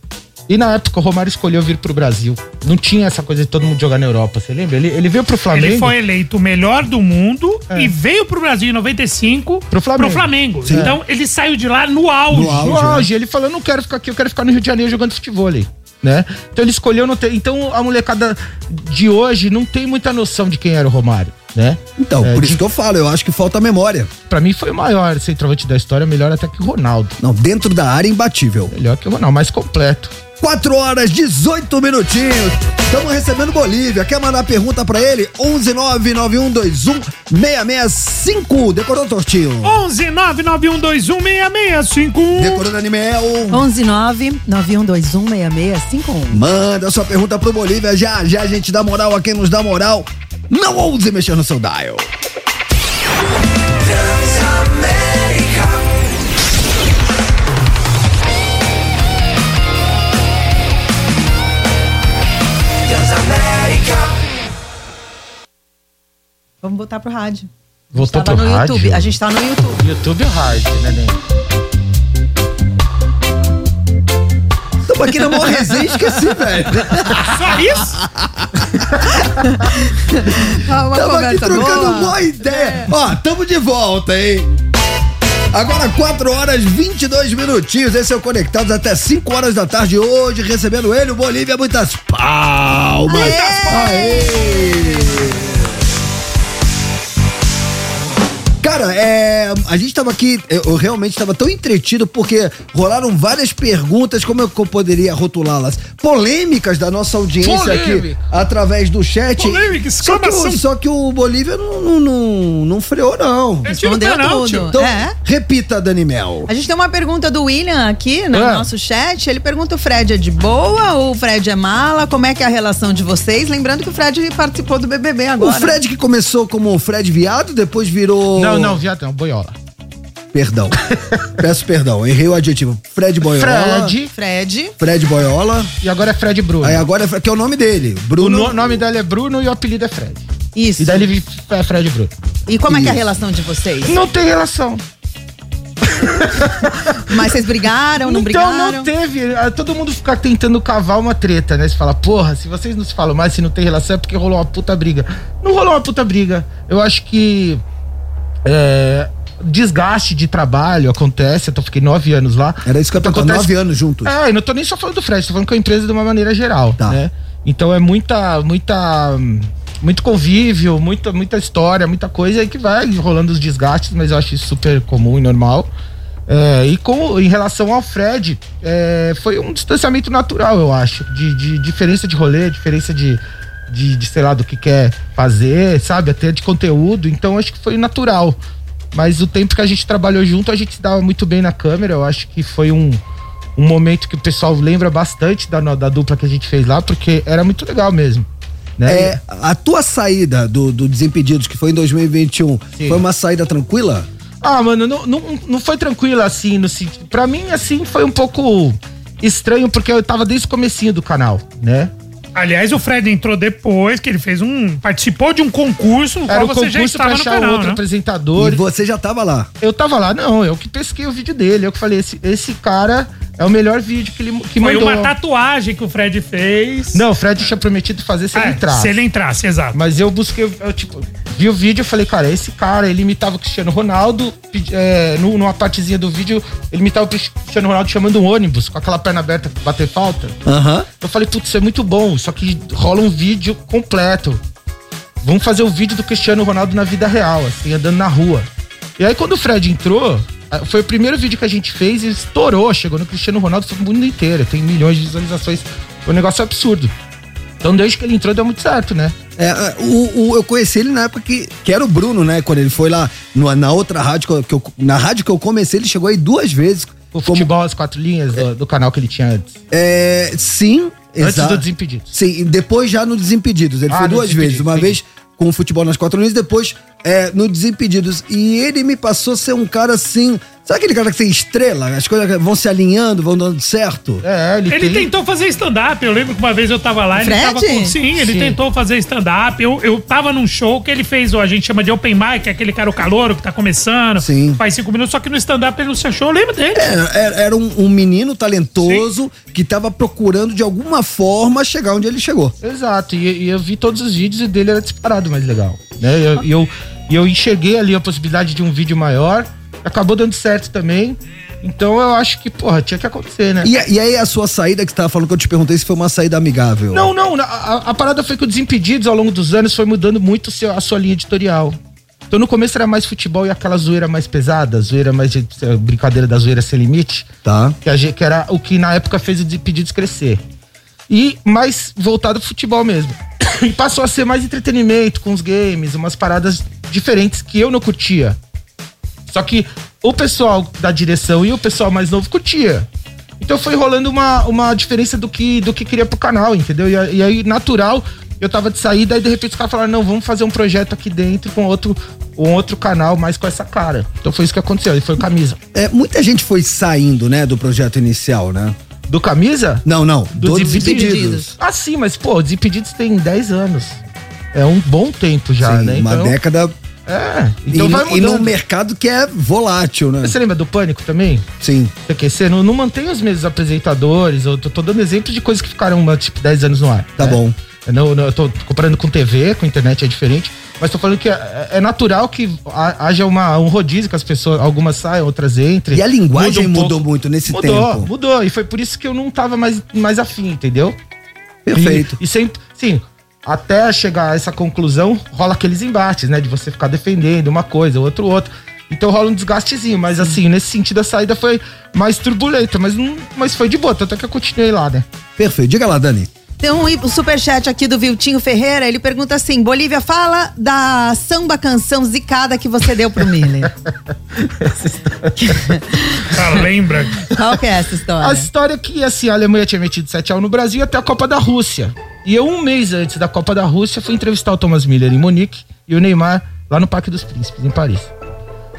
Speaker 13: E na época o Romário escolheu vir pro Brasil. Não tinha essa coisa de todo mundo jogar na Europa, você lembra? Ele, ele veio pro Flamengo.
Speaker 4: Ele foi eleito o melhor do mundo e veio pro Brasil em 95 pro
Speaker 13: Flamengo. Sim.
Speaker 4: Então ele saiu de lá no auge.
Speaker 13: No auge, ele falou: eu não quero ficar aqui, eu quero ficar no Rio de Janeiro jogando futebol ali. Né? Então ele escolheu não ter. Então a molecada de hoje não tem muita noção de quem era o Romário, né?
Speaker 1: Então, por isso que eu falo, eu acho que falta memória.
Speaker 13: Pra mim foi o maior centroavante da história, melhor até que o Ronaldo.
Speaker 1: Não, dentro da área imbatível.
Speaker 13: Melhor que o Ronaldo, mais completo.
Speaker 1: 4 horas, 18 minutinhos. Estamos recebendo Bolívia. Quer mandar pergunta pra ele? 11991216655. Decorou, Tortinho?
Speaker 4: 11 991216651.
Speaker 1: Decorou, Daniel.
Speaker 16: 11 9 9121 6651.
Speaker 1: Manda sua pergunta pro Bolívia já, já a gente dá moral a quem nos dá moral. Não ouse mexer no seu dial.
Speaker 5: Vamos botar pro rádio.
Speaker 13: Voltou
Speaker 5: Tava
Speaker 13: pro
Speaker 5: no
Speaker 13: rádio?
Speaker 5: YouTube. A gente tá no YouTube.
Speaker 13: YouTube e rádio, né, Nen?
Speaker 1: Tamo aqui na maior resenha, esqueci, velho.
Speaker 4: Só isso?
Speaker 5: Ah, uma
Speaker 1: Tamo aqui
Speaker 5: conversa
Speaker 1: trocando
Speaker 5: boa. É.
Speaker 1: uma boa ideia. Ó, tamo de volta, hein? Agora 4 horas 22 minutinhos. Esse é o Conectados até 5 horas da tarde hoje, recebendo ele, o Bolívia. Muitas palmas. Aê! Cara, é, a gente tava aqui, eu, eu realmente tava tão entretido porque rolaram várias perguntas, como eu, que eu poderia rotulá-las? Polêmicas da nossa audiência aqui
Speaker 4: Polêmica.
Speaker 1: através do chat.
Speaker 4: Polêmicas,
Speaker 1: só que, o,
Speaker 4: exclamação.
Speaker 1: só que o Bolívia não, não, não, não freou, não.
Speaker 5: É tiro Respondeu penal, tudo. tio.
Speaker 1: Então,
Speaker 5: É.
Speaker 1: repita, Dani Mel.
Speaker 5: A gente tem uma pergunta do William aqui né, no
Speaker 13: É.
Speaker 1: Ah.
Speaker 5: nosso chat. Ele pergunta: o Fred é de boa ou o Fred é mala? Como é que é a relação de vocês? Lembrando que o Fred participou do BBB
Speaker 1: O
Speaker 5: agora.
Speaker 1: Fred que começou como Fred Viado, depois virou...
Speaker 13: Não, não, viadão, boiola.
Speaker 1: Perdão. Peço perdão, errei o adjetivo. Fred Boiola.
Speaker 13: Fred.
Speaker 5: Fred.
Speaker 1: Fred Boiola.
Speaker 13: E agora é Fred Bruno.
Speaker 1: Aí agora é, Fre- que é o nome dele. Bruno.
Speaker 13: O no- nome dele é Bruno e o apelido é Fred.
Speaker 5: Isso.
Speaker 13: E daí ele vi- é Fred Bruno.
Speaker 5: E como é que é a
Speaker 13: Isso.
Speaker 5: relação de vocês?
Speaker 13: Não tem relação.
Speaker 5: Mas vocês brigaram, não
Speaker 13: então
Speaker 5: brigaram?
Speaker 13: não teve. Ah, Todo mundo fica tentando cavar uma treta, né? Você fala, porra, se vocês não se falam mais, se não tem relação, é porque rolou uma puta briga. Não rolou uma puta briga. Eu acho que. é, desgaste de trabalho acontece. Eu tô, fiquei nove anos lá.
Speaker 1: Era isso que eu tô
Speaker 13: Acontece-
Speaker 1: nove anos juntos.
Speaker 13: É, e não tô nem só falando do Fred, tô falando com a empresa de uma maneira geral, né? Então é muita, muita, hum, muito convívio, muita, muita história, muita coisa aí que vai rolando os desgastes, mas eu acho isso super comum e normal. É, e com, em relação ao Fred, é, foi um distanciamento natural, eu acho, de, de diferença de rolê, diferença de, de, de, sei lá, do que quer fazer, sabe? Até de conteúdo, então acho que foi natural. Mas o tempo que a gente trabalhou junto, a gente se dava muito bem na câmera, eu acho que foi um, um momento que o pessoal lembra bastante da, no- da dupla que a gente fez lá, porque era muito legal mesmo. Né?
Speaker 1: É, a tua saída do, do Desimpedidos, que foi em 2021, foi uma saída tranquila?
Speaker 13: Ah, mano, não, não, não foi tranquilo assim, no sentido. Pra mim, assim, foi um pouco estranho, porque eu tava desde o comecinho do canal, né?
Speaker 4: Aliás, o Fred entrou depois, que ele fez um. Participou de um concurso no
Speaker 13: Era
Speaker 4: qual
Speaker 13: o
Speaker 4: você já
Speaker 13: concurso pra
Speaker 4: estava no
Speaker 13: achar
Speaker 4: canal.
Speaker 13: outro
Speaker 4: né?
Speaker 13: apresentador.
Speaker 1: E você já tava lá?
Speaker 13: Eu tava lá, não, eu que pesquei o vídeo dele, eu que falei, esse, esse cara é o melhor vídeo que ele que
Speaker 4: Foi
Speaker 13: mandou.
Speaker 4: uma tatuagem que o Fred fez.
Speaker 13: Não, o Fred tinha prometido fazer se
Speaker 4: É,
Speaker 13: ele entrasse.
Speaker 4: se ele entrasse, exato.
Speaker 13: Mas eu busquei, eu, tipo, vi o vídeo e falei, cara, esse cara, ele imitava o Cristiano Ronaldo, pedi- é, nu- numa partezinha do vídeo, ele imitava o Cristiano Ronaldo chamando um ônibus, com aquela perna aberta pra bater falta.
Speaker 1: Aham.
Speaker 13: Eu falei, putz, isso é muito bom, só que rola um vídeo completo. Vamos fazer o vídeo do Cristiano Ronaldo na vida real, assim, andando na rua. E aí quando o Fred entrou, ah, foi o primeiro vídeo que a gente fez e estourou, chegou no Cristiano Ronaldo foi pro mundo inteiro, tem milhões de visualizações, foi um negócio absurdo. Então desde que ele entrou deu muito certo, né?
Speaker 1: É, é, o, o- eu conheci ele na época que, que era o Bruno, né? Quando ele foi lá no- na outra rádio, que eu- que eu- na rádio que eu comecei, ele chegou aí duas vezes
Speaker 13: O futebol, as quatro linhas do, do canal que ele tinha antes.
Speaker 1: É, sim.
Speaker 13: Antes
Speaker 1: exato.
Speaker 13: do Desimpedidos.
Speaker 1: Sim, e depois já no Desimpedidos. Ele
Speaker 13: Ah,
Speaker 1: foi
Speaker 13: no
Speaker 1: duas vezes.
Speaker 13: Desimpedidos,
Speaker 1: Uma vez com o futebol nas quatro linhas, depois é, no Desimpedidos. E ele me passou a ser um cara assim. Sabe aquele cara que tem estrela? As coisas vão se alinhando, vão dando certo?
Speaker 13: É,
Speaker 4: Ele, tentou fazer stand-up. Eu lembro que uma vez eu tava lá, ele
Speaker 1: Fred?
Speaker 4: tava com. Sim, ele
Speaker 1: Sim.
Speaker 4: tentou fazer stand-up. Eu, eu tava num show que ele fez, ó, a gente chama de open mic, que é aquele cara o calouro que tá começando.
Speaker 1: Sim.
Speaker 4: Faz cinco minutos, só que no stand-up ele não se achou. Eu lembro dele.
Speaker 1: Era, era- era um, um menino talentoso que tava procurando de alguma forma chegar onde ele chegou.
Speaker 13: Exato, e, e eu vi todos os vídeos e dele era disparado mais legal. Né? E eu, e eu, e eu enxerguei ali a possibilidade de um vídeo maior, acabou dando certo também. Então eu acho que, porra, tinha que acontecer, né?
Speaker 1: E, e aí a sua saída que você tava falando que eu te perguntei se foi uma saída amigável.
Speaker 13: Não, não, a- a, a parada foi que o Desimpedidos ao longo dos anos foi mudando muito seu- a sua linha editorial. Então no começo era mais futebol e aquela zoeira mais pesada, zoeira mais de, eh, brincadeira da zoeira sem limite.
Speaker 1: Tá.
Speaker 13: Que, a gente- que era o que na época fez o Desimpedidos crescer. E mais voltado pro futebol mesmo. E passou a ser mais entretenimento com os games, umas paradas diferentes que eu não curtia. Só que o pessoal da direção e o pessoal mais novo curtia. Então foi rolando uma, uma diferença do que, do que queria pro canal, entendeu? E, a- e aí, natural, eu tava de saída e de repente os caras falaram, não, vamos fazer um projeto aqui dentro com outro, um outro canal, mas com essa cara. Então foi isso que aconteceu, e foi o camisa.
Speaker 1: É, muita gente foi saindo, né, do projeto inicial, né?
Speaker 13: Do camisa?
Speaker 1: Não, não.
Speaker 13: Do
Speaker 1: Do, Desimpedidos.
Speaker 13: Ah, sim, mas, pô, o Desimpedidos tem 10 anos. É um bom tempo já,
Speaker 1: Sim,
Speaker 13: né?
Speaker 1: uma década.
Speaker 13: É, então
Speaker 1: e,
Speaker 13: vai
Speaker 1: no- e num
Speaker 13: mudando.
Speaker 1: mercado que é volátil, né?
Speaker 13: Você lembra do Pânico também?
Speaker 1: Sim.
Speaker 13: TQC, não, não mantém os mesmos apresentadores. Eu tô, tô dando exemplos de coisas que ficaram, uma, tipo, 10 anos no ar.
Speaker 1: Tá bom.
Speaker 13: Eu, não, não- eu tô comparando com TV, com internet é diferente. Mas tô falando que é, é natural que ha- haja uma, um rodízio que as pessoas, algumas saiam, outras entrem.
Speaker 1: E a linguagem
Speaker 13: Muda um
Speaker 1: mudou
Speaker 13: pouco.
Speaker 1: muito nesse
Speaker 13: mudou,
Speaker 1: tempo.
Speaker 13: Mudou, e foi por isso que eu não tava mais, mais afim, entendeu?
Speaker 1: Perfeito.
Speaker 13: E, e sempre, sim, até chegar a essa conclusão, rola aqueles embates, né? De você ficar defendendo uma coisa, outro, outro. Então rola um desgastezinho, mas assim, nesse sentido a saída foi mais turbulenta, mas, não, mas foi de boa, tanto é que eu continuei lá, né?
Speaker 1: Perfeito. Diga lá, Dani.
Speaker 5: Tem um i- um superchat aqui do Viltinho Ferreira. Ele pergunta assim: Bolívia, fala da samba canção zicada que você deu pro Miller.
Speaker 4: Ah, lembra?
Speaker 5: Qual que é essa história?
Speaker 13: A história é que assim, a Alemanha tinha metido 7x1 no Brasil até a Copa da Rússia. E eu, um mês antes da Copa da Rússia, fui entrevistar o Thomas Miller em Munique e o Neymar lá no Parque dos Príncipes, em Paris.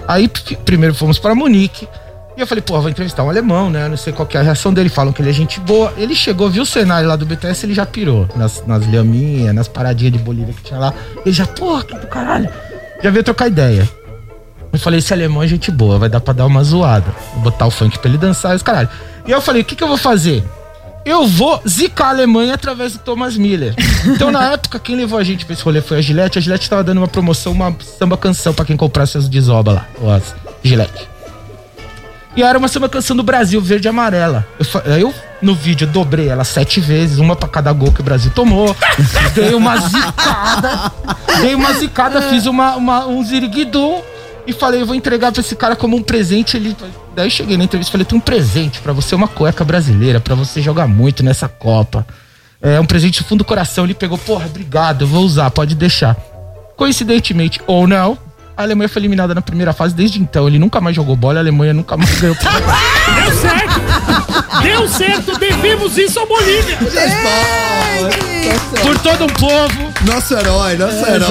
Speaker 13: Aí, p- primeiro fomos pra Munique. E eu falei, pô, vou entrevistar um alemão, né? Não sei qual que é a reação dele. Falam que ele é gente boa. Ele chegou, viu o cenário lá do BTS, ele já pirou. Nas, nas lhaminhas, nas paradinhas de Bolívia que tinha lá. Ele já, porra, que do caralho. Já veio trocar ideia. Eu falei, esse alemão é gente boa, vai dar pra dar uma zoada. Vou botar o funk pra ele dançar e os caralho. E aí eu falei, o que, que eu vou fazer? Eu vou zicar a Alemanha através do Thomas Miller. Então, na época, quem levou a gente pra esse rolê foi a Gillette. A Gillette tava dando uma promoção, uma samba canção pra quem comprasse as desoba lá. Ou as Gillette. E era uma samba canção do Brasil, verde e amarela. Eu, fa- eu, no vídeo, dobrei ela sete vezes, uma pra cada gol que o Brasil tomou. dei uma zicada. Dei uma zicada, fiz uma, uma- um ziriguidum. E falei, eu vou entregar pra esse cara como um presente. Ele... Daí eu cheguei na entrevista e falei, tem um presente pra você, uma cueca brasileira, pra você jogar muito nessa Copa. É um presente do fundo do coração. Ele pegou, porra, obrigado, eu vou usar, pode deixar. Coincidentemente, ou não, a Alemanha foi eliminada na primeira fase desde então. Ele nunca mais jogou bola, a Alemanha nunca mais ganhou.
Speaker 4: Deu certo! Deu certo! Devemos isso ao Bolívia!
Speaker 13: Por todo um povo!
Speaker 1: Nosso herói, nosso herói.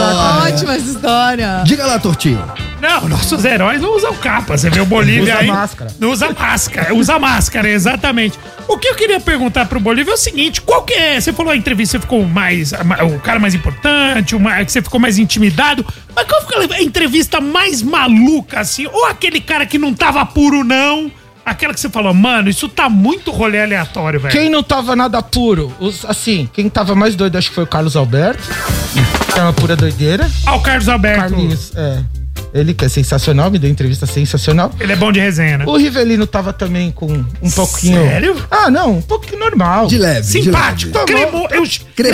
Speaker 5: Ótima essa história.
Speaker 1: Diga lá, Tortinho.
Speaker 4: Não, nossos heróis não usam capa. Você vê o Bolívia
Speaker 1: Usa
Speaker 4: aí.
Speaker 1: máscara.
Speaker 4: Não usa máscara. Usa máscara, exatamente. O que eu queria perguntar pro Bolívia é o seguinte: qual que é? Você falou a entrevista, você ficou mais. a- O cara mais importante, o ma- que você ficou mais intimidado. Mas qual foi a entrevista mais maluca, assim? Ou aquele cara que não tava puro, não? Aquela que você falou, mano, isso tá muito rolê aleatório, velho.
Speaker 13: Quem não tava nada puro? Os- assim, quem tava mais doido acho que foi o Carlos Alberto. Que é uma pura doideira.
Speaker 4: Ah, o Carlos Alberto.
Speaker 13: Carlinhos, é. Ele que é sensacional, me deu entrevista sensacional.
Speaker 4: Ele é bom de resenha, né?
Speaker 13: O Rivelino tava também com um pouquinho.
Speaker 4: Sério?
Speaker 13: Ah, não, um pouquinho normal. Tá De
Speaker 1: leve.
Speaker 4: Simpático.
Speaker 13: Tomou-
Speaker 4: Cremo, eu,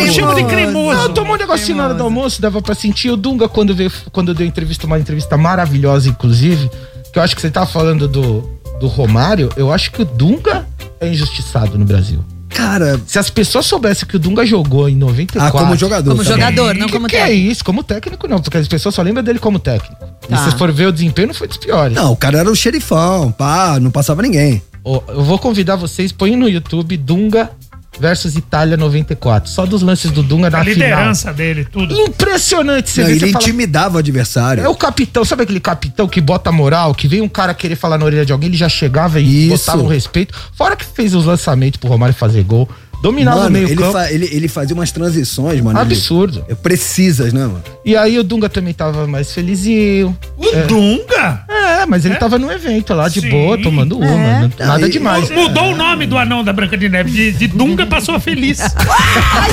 Speaker 4: eu chamo de cremoso.
Speaker 13: Não,
Speaker 1: É
Speaker 13: tomou um negocinho na hora do almoço, dava pra sentir. O Dunga, quando, veio, quando deu entrevista, uma entrevista maravilhosa, inclusive, que eu acho que você tava falando do, do Romário, eu acho que o Dunga é injustiçado no Brasil.
Speaker 1: Cara.
Speaker 13: Se as pessoas soubessem que o Dunga jogou em 94.
Speaker 1: Ah, como jogador, Como tá bom. jogador, não
Speaker 13: Que-
Speaker 1: como
Speaker 13: que é isso? Como técnico, não, porque as pessoas só lembram dele como técnico. E
Speaker 1: Tá.
Speaker 13: se for ver o desempenho, não foi dos piores.
Speaker 1: Não, o cara era o xerifão, pá, não passava ninguém.
Speaker 13: Ó, eu vou convidar vocês, põe no YouTube Dunga versus Itália 94. Só dos lances do Dunga na
Speaker 4: A
Speaker 13: final.
Speaker 4: liderança dele, tudo.
Speaker 13: Impressionante você
Speaker 4: Não,
Speaker 13: ver,
Speaker 4: ele
Speaker 13: você fala,
Speaker 1: intimidava o adversário.
Speaker 13: É o capitão, sabe aquele capitão que bota moral, que vem um cara querer falar na orelha de alguém, ele já chegava e
Speaker 1: Isso.
Speaker 13: botava o respeito. Fora que fez os lançamentos pro Romário fazer gol, dominava o
Speaker 1: Mano,
Speaker 13: meio
Speaker 1: ele,
Speaker 13: campo.
Speaker 1: fa- ele, ele fazia umas transições, mano. ele-
Speaker 13: Absurdo.
Speaker 1: é, precisas, né, mano?
Speaker 13: E aí o Dunga também tava mais felizinho.
Speaker 4: O Dunga?
Speaker 13: É, mas ele tava num evento lá de
Speaker 4: Sim.
Speaker 13: boa, tomando uma.
Speaker 4: É.
Speaker 13: né? Nada demais.
Speaker 4: Mu- Mudou o nome do anão da Branca de Neve. De, de Dunga passou a Feliz.
Speaker 5: Ai,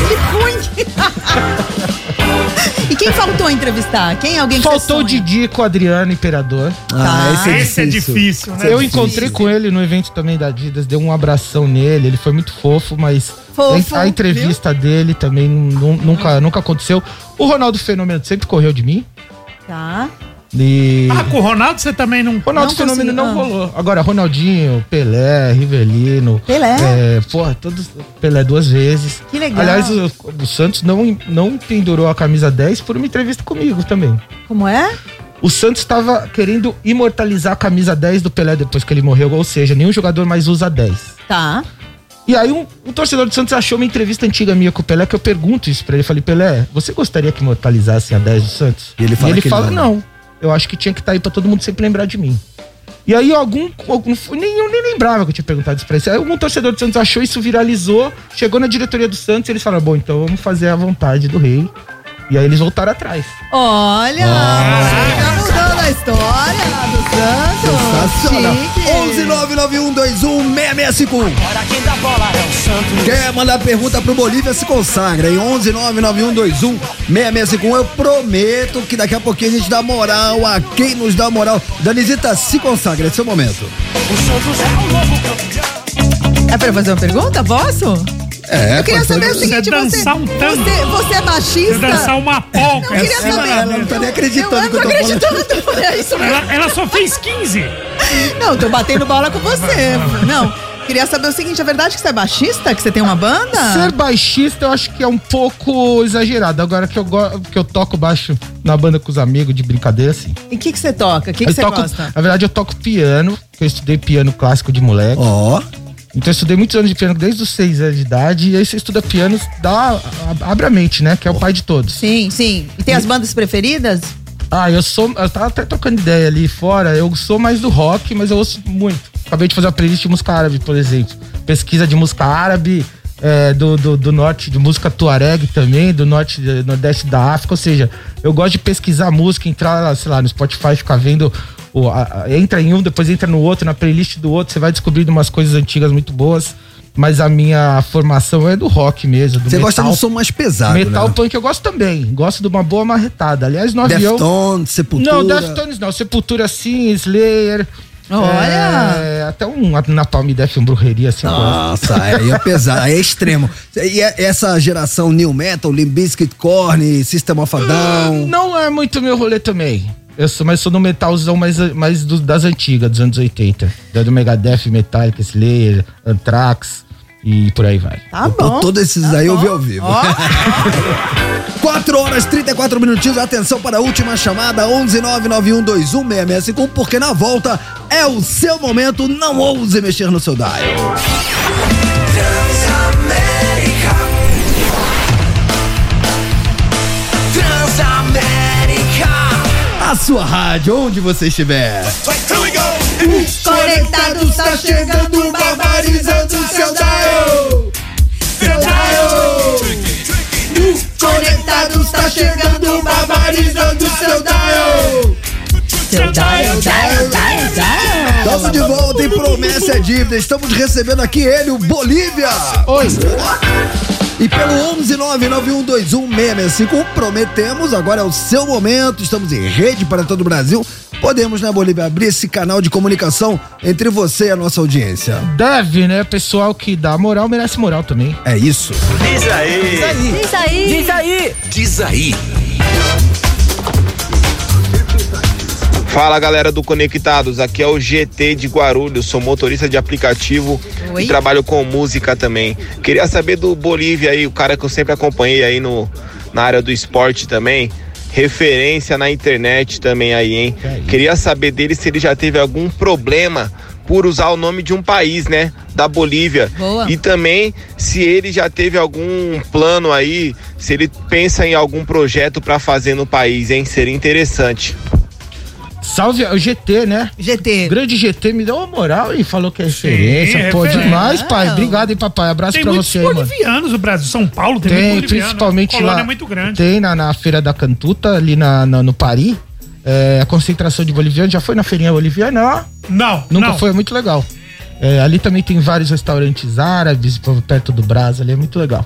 Speaker 5: que ruim! e quem faltou entrevistar? Quem? Alguém que
Speaker 13: Faltou o Didi com o Adriano Imperador.
Speaker 5: Ah, Tá. esse é Esse é difícil. difícil, né?
Speaker 13: Eu
Speaker 5: Difícil.
Speaker 13: encontrei com ele no evento também da Adidas, deu um abração nele, ele foi muito fofo, mas
Speaker 5: Fofo,
Speaker 13: a entrevista dele também nu- nunca, nunca aconteceu. O Ronaldo Fenômeno sempre correu de mim.
Speaker 5: Tá.
Speaker 13: E...
Speaker 4: Ah, com o Ronaldo você também não.
Speaker 13: Ronaldo
Speaker 4: não
Speaker 13: Fenômeno não Ah.
Speaker 4: conseguiu.
Speaker 13: rolou. Agora, Ronaldinho, Pelé, Rivelino.
Speaker 4: Pelé?
Speaker 13: É, porra, todos. Pelé duas vezes.
Speaker 5: Que legal.
Speaker 13: Aliás, o, o Santos não, não pendurou a camisa 10 por uma entrevista comigo também.
Speaker 5: Como é?
Speaker 13: O Santos estava querendo imortalizar a camisa 10 do Pelé depois que ele morreu, ou seja, nenhum jogador mais usa 10.
Speaker 5: Tá.
Speaker 13: E aí um, um torcedor do Santos achou uma entrevista antiga minha com o Pelé que eu pergunto isso pra ele, falei: "Pelé, você gostaria que imortalizassem a 10 do Santos?" E
Speaker 1: ele fala
Speaker 13: e ele
Speaker 1: que
Speaker 13: fala:
Speaker 1: não. né?
Speaker 13: "Não. Eu acho que tinha que estar aí pra todo mundo sempre lembrar de mim." E aí algum, algum nem eu nem lembrava que eu tinha perguntado isso pra ele. Aí algum torcedor do Santos achou isso viralizou, chegou na diretoria do Santos e eles falaram: "Bom, então vamos fazer a vontade do rei." E aí eles voltaram atrás.
Speaker 5: Olha! Tá mudando a história do
Speaker 1: Sensacional.
Speaker 5: Santos. Chique.
Speaker 1: 11991216651. Quer mandar pergunta pro Bolívia se consagra em 11991216651. Eu prometo que daqui a pouquinho a gente dá moral a quem nos dá moral. Danizita, se consagra, esse é o momento.
Speaker 5: É pra fazer uma pergunta? Posso?
Speaker 1: É,
Speaker 5: Eu
Speaker 4: então
Speaker 5: queria
Speaker 1: pode
Speaker 5: saber
Speaker 1: fazer.
Speaker 5: o seguinte,
Speaker 1: Você dançar um
Speaker 5: você, você, você é baixista?
Speaker 4: Você dançar uma polca,
Speaker 5: Eu queria
Speaker 4: assim,
Speaker 5: saber.
Speaker 4: ela não tá nem acreditando
Speaker 5: eu, eu
Speaker 4: que eu
Speaker 5: não
Speaker 4: tô
Speaker 5: tô acreditando. É isso mesmo.
Speaker 4: Ela, ela só fez 15.
Speaker 5: Não, tô batendo bola com você. Não. Queria saber o seguinte, é verdade que você é baixista? Que você tem uma banda?
Speaker 13: Ser baixista eu acho que é um pouco exagerado. Agora que eu, go- que eu toco baixo na banda com os amigos de brincadeira, assim.
Speaker 5: E o que, que você toca? O que, que
Speaker 13: eu
Speaker 5: você
Speaker 13: toco,
Speaker 5: gosta?
Speaker 13: Na verdade, eu toco piano, que eu estudei piano clássico de moleque.
Speaker 1: Ó.
Speaker 13: Então eu estudei muitos anos de piano, desde os seis anos de idade. E aí você estuda piano, dá, a- abre a mente, né? Que é o pai de todos.
Speaker 5: Sim, sim. E tem as bandas preferidas?
Speaker 13: Ah, eu sou. Eu tava até trocando ideia ali fora. Eu sou mais do rock, mas eu ouço muito. Acabei de fazer uma playlist de música árabe, por exemplo. Pesquisa de música árabe, é, do, do, do norte, de música tuareg também, do norte, do nordeste da África. Ou seja, eu gosto de pesquisar música, entrar, sei lá, no Spotify, ficar vendo. o- a- a- entra em um, depois entra no outro, na playlist do outro. Você vai descobrindo umas coisas antigas muito boas. Mas a minha formação é do rock mesmo. Do
Speaker 1: Você gosta de um
Speaker 13: metal.
Speaker 1: som mais pesado,
Speaker 13: Metal
Speaker 1: né?
Speaker 13: punk eu gosto também. Gosto de uma boa marretada. Aliás, no avião.
Speaker 1: Deftones, Sepultura.
Speaker 13: Não, Deftones não. Sepultura sim, Slayer.
Speaker 1: Olha!
Speaker 13: É, até um Napalm Death, um brujeria assim. eu gosto.
Speaker 1: Nossa, aí é pesado, aí é extremo. E é- essa geração New Metal, Limp Bizkit, Korn, System of a Down.
Speaker 13: Não é muito meu rolê também. Eu sou, mas sou no metalzão mais, mais do- das antigas, dos anos 80. Da Do Megadeth, Metallica, Slayer, Anthrax e por aí vai.
Speaker 5: Tá
Speaker 1: bom. Todos esses aí eu vi ao vivo. 4 horas 34 minutinhos, atenção para a última chamada, 11991216651, porque na volta é o seu momento, não ouse mexer no seu dial. A sua rádio, onde você estiver.
Speaker 3: Conectados tá chegando, barbarizando o seu dial. Seu dial. Conectados tá chegando, barbarizando o seu dial. Seu dial, dial, dial, dial.
Speaker 1: Estamos de volta em Promessa é Dívida. Estamos recebendo aqui ele, o Bolívia.
Speaker 13: Oi.
Speaker 1: E pelo 11991216651, prometemos, agora é o seu momento. Estamos em rede para todo o Brasil. Podemos, né, Bolívia, abrir esse canal de comunicação entre você e a nossa audiência.
Speaker 13: Deve, né? Pessoal que dá moral merece moral também.
Speaker 1: É isso.
Speaker 9: Diz aí.
Speaker 3: Diz aí. Diz aí.
Speaker 9: Diz aí.
Speaker 17: Fala galera do Conectados, aqui é o GT de Guarulhos, sou motorista de aplicativo
Speaker 5: Oi.
Speaker 17: e trabalho com música também. Queria saber do Bolívia aí, o cara que eu sempre acompanhei aí no, na área do esporte também, referência na internet também aí, hein? Queria saber dele se ele já teve algum problema por usar o nome de um país, né? Da Bolívia.
Speaker 3: Boa.
Speaker 17: E também se ele já teve algum plano aí, se ele pensa em algum projeto pra fazer no país, hein? Seria interessante.
Speaker 13: Salve o GT, né?
Speaker 5: GT.
Speaker 13: grande GT me deu uma moral e falou que é referência. Pô,
Speaker 4: referência.
Speaker 13: demais, pai. Obrigado, hein, papai. Abraço
Speaker 4: Tem
Speaker 13: pra
Speaker 4: muitos
Speaker 13: você, aí, mano.
Speaker 4: bolivianos no Brasil. São Paulo tem,
Speaker 13: Tem,
Speaker 4: muito boliviano.
Speaker 13: principalmente
Speaker 4: a colônia
Speaker 13: lá.
Speaker 4: é muito grande.
Speaker 13: Tem na, na Feira da Cantuta, ali na, na- no Paris. É, a concentração de bolivianos. Já foi na feirinha boliviana lá?
Speaker 4: Não.
Speaker 13: Nunca
Speaker 4: não.
Speaker 13: foi, é muito legal. É, ali também tem vários restaurantes árabes, perto do Brás, ali é muito legal.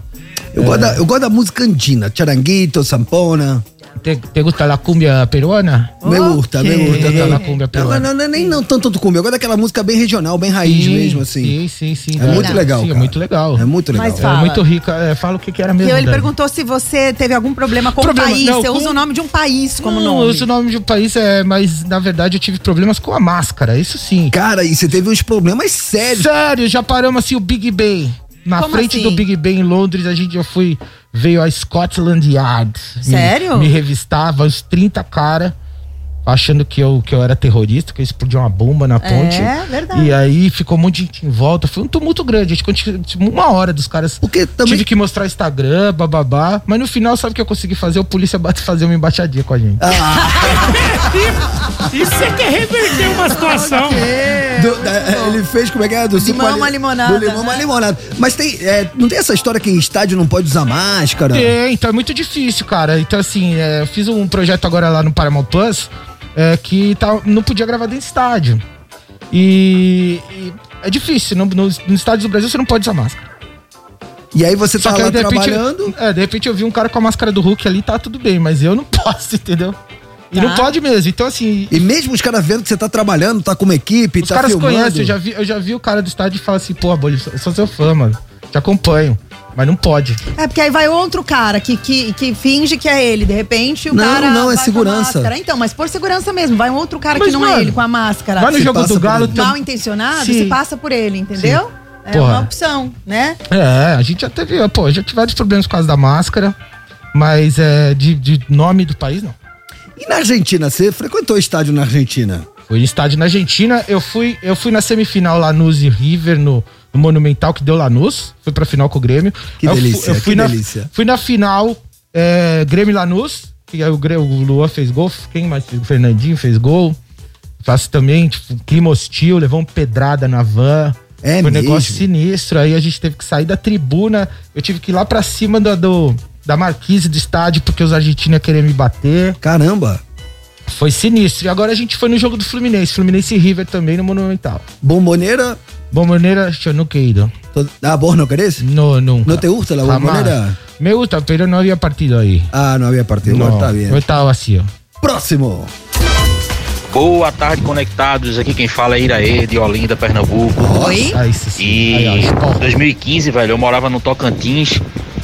Speaker 13: É.
Speaker 1: Eu, gosto da, eu gosto da música andina, charanguito, sampona.
Speaker 13: Te, te gusta la cumbia peruana?
Speaker 1: Me gusta, me
Speaker 13: Ok.
Speaker 1: gusta.
Speaker 13: La cumbia
Speaker 1: tá não,
Speaker 13: peruana.
Speaker 1: não, não, nem não tanto do cumbia, eu gosto daquela música bem regional, bem raiz
Speaker 13: Sim,
Speaker 1: mesmo, assim.
Speaker 13: Sim, sim, sim.
Speaker 1: É muito legal,
Speaker 13: Sim, é
Speaker 1: cara.
Speaker 13: muito legal.
Speaker 1: É muito legal.
Speaker 5: Mas fala.
Speaker 13: É muito rica. É, fala o que, que era mesmo.
Speaker 5: E ele
Speaker 13: Dani.
Speaker 5: perguntou se você teve algum problema com
Speaker 13: Problema,
Speaker 5: o país.
Speaker 13: não,
Speaker 5: você
Speaker 13: com-
Speaker 5: usa o nome de um país como
Speaker 13: Não,
Speaker 5: nome.
Speaker 13: eu uso o nome de um país, é, mas na verdade eu tive problemas com a máscara, isso sim.
Speaker 1: Cara, e você teve uns problemas sérios.
Speaker 13: Sério, já paramos assim o Big Ben. Na
Speaker 5: Como
Speaker 13: frente
Speaker 5: assim?
Speaker 13: do Big Ben em Londres, a gente já foi. Veio a Scotland Yard. Me-
Speaker 5: Sério?
Speaker 13: Me, revistava, uns 30 cara, achando que eu, que eu era terrorista, que eu explodi uma bomba na
Speaker 5: É,
Speaker 13: ponte.
Speaker 5: verdade.
Speaker 13: E aí ficou um monte de gente em volta. Foi um tumulto grande. A gente continu- tipo, uma hora dos caras. Tive que mostrar Instagram, bababá. Mas no final, sabe o que eu consegui fazer? O polícia bate- fazer uma embaixadinha com a gente.
Speaker 4: Isso é que é reverter uma situação.
Speaker 1: Do- da- ele fez, como é que é? Do suco
Speaker 5: É, Limão,
Speaker 1: ali-
Speaker 5: uma limonada. né?
Speaker 1: Do limão, uma limonada. Mas tem, é, não tem essa história que em estádio não pode usar máscara?
Speaker 13: Tem, então é muito difícil, cara. Então, assim, é, eu fiz um projeto agora lá no Paramount Plus é, que tá, não podia gravar dentro de estádio. E, e é difícil. No, no, no estádio do Brasil você não pode usar máscara.
Speaker 1: E aí você tá lá
Speaker 13: de repente,
Speaker 1: trabalhando?
Speaker 13: É, de repente eu vi um cara com a máscara do Hulk ali, tá tudo bem, mas eu não posso, entendeu? E
Speaker 1: Tá.
Speaker 13: não pode mesmo. Então, assim.
Speaker 1: E mesmo os caras vendo que você tá trabalhando, tá com uma equipe,
Speaker 13: Os
Speaker 1: tá
Speaker 13: caras
Speaker 1: filmando.
Speaker 13: conhecem, eu já, vi, eu já vi o cara do estádio e fala assim, pô, Bolívia, eu sou seu fã, mano. Te acompanho. Mas não pode.
Speaker 5: É, porque aí vai outro cara que, que, que finge que é ele. De repente, o
Speaker 13: Não,
Speaker 5: cara.
Speaker 13: não, é
Speaker 5: vai com a
Speaker 13: segurança.
Speaker 5: máscara. Então, mas por segurança mesmo. Vai um outro cara
Speaker 13: Mas,
Speaker 5: que não
Speaker 13: mano,
Speaker 5: é ele com a máscara.
Speaker 13: vai no
Speaker 5: Se
Speaker 13: jogo
Speaker 5: passa
Speaker 13: do
Speaker 5: por
Speaker 13: Galo,
Speaker 5: ele.
Speaker 13: tem-
Speaker 5: Mal intencionado,
Speaker 13: Sim.
Speaker 5: se passa por ele, entendeu? É
Speaker 13: Porra.
Speaker 5: uma opção, né?
Speaker 13: É, a gente já teve, pô, já tivemos problemas por causa da máscara, mas é de, de nome do país, não.
Speaker 1: E na Argentina, você frequentou estádio na Argentina?
Speaker 13: Fui no estádio na Argentina, eu fui, eu fui na semifinal Lanús e River no, no Monumental que deu Lanús, fui pra final com o Grêmio.
Speaker 1: Que
Speaker 13: Aí eu fu-
Speaker 1: delícia,
Speaker 13: eu fui
Speaker 1: que
Speaker 13: na,
Speaker 1: delícia.
Speaker 13: Fui na final é, Grêmio e Lanús, que aí o, Gre- o Luan fez gol, quem mais? fez? O Fernandinho fez gol. Faço também, tipo, clima hostil, levou uma pedrada na van.
Speaker 1: É
Speaker 13: Foi um
Speaker 1: mesmo?
Speaker 13: negócio sinistro. Aí a gente teve que sair da tribuna. Eu tive que ir lá pra cima da, do, da marquise do estádio, porque os argentinos queriam me bater.
Speaker 1: Caramba!
Speaker 13: Foi sinistro. E agora a gente foi no jogo do Fluminense. Fluminense e River também no Monumental.
Speaker 1: Bomboneira?
Speaker 13: Bomboneira, eu nunca he ido.
Speaker 1: Ah, vos no querés?
Speaker 13: No, nunca.
Speaker 1: ¿No te gusta la
Speaker 13: Jamás.
Speaker 1: bombonera?
Speaker 13: Me gusta, pero no había partido ahí.
Speaker 1: Ah, no había partido.
Speaker 13: No,
Speaker 1: Bueno, está bien.
Speaker 13: eu estava vacío.
Speaker 1: Próximo.
Speaker 18: Boa tarde, conectados. Aqui quem fala é Iraê, de Olinda, Pernambuco.
Speaker 13: Oi?
Speaker 18: E em 2015, velho, eu morava no Tocantins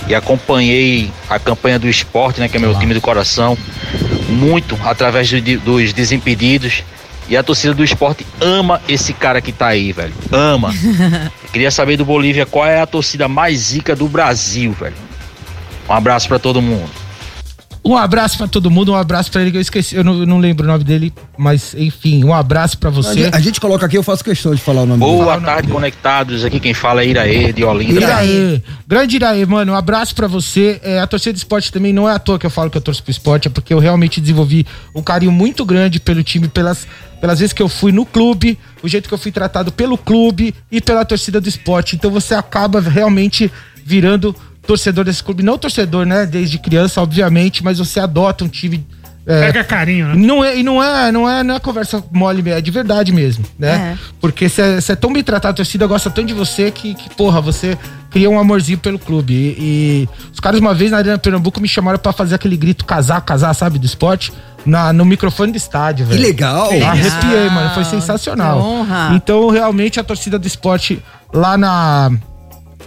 Speaker 18: e acompanhei a campanha do esporte, né, que é meu time do coração, muito através do- de- dos desimpedidos. E a torcida do esporte ama esse cara que tá aí, velho. Ama. Queria saber do Bolívia qual é a torcida mais zica do Brasil, velho. Um abraço pra todo mundo.
Speaker 13: Um abraço pra todo mundo, um abraço pra ele que eu esqueci, eu não, eu não lembro o nome dele, mas enfim, um abraço pra você.
Speaker 1: A gente coloca aqui, eu faço questão de falar o nome
Speaker 18: Boa tarde, conectados. Aqui quem fala é Iraê, de Olinda.
Speaker 13: Iraê. Grande Iraê, mano, um abraço pra você. É, a torcida do esporte também não é à toa que eu falo que eu torço pro esporte, é porque eu realmente desenvolvi um carinho muito grande pelo time, pelas, pelas vezes que eu fui no clube, o jeito que eu fui tratado pelo clube e pela torcida do esporte. Então você acaba realmente virando torcedor desse clube. Não torcedor, né? Desde criança, obviamente, mas você adota um time. é,
Speaker 4: Pega carinho, né?
Speaker 13: não é, e não é, não é, não é conversa mole, é de verdade mesmo, né? Porque você é, cê é tão bem tratado, a torcida gosta tanto de você que, que, porra, você cria um amorzinho pelo clube. E, e os caras uma vez na Arena Pernambuco me chamaram pra fazer aquele grito casar, casar, sabe, do esporte. Na, no microfone do estádio, velho.
Speaker 1: Que legal!
Speaker 13: Eu Arrepiei,
Speaker 1: Legal.
Speaker 13: mano. Foi sensacional.
Speaker 1: Que honra.
Speaker 13: Então, realmente, a torcida do esporte lá na,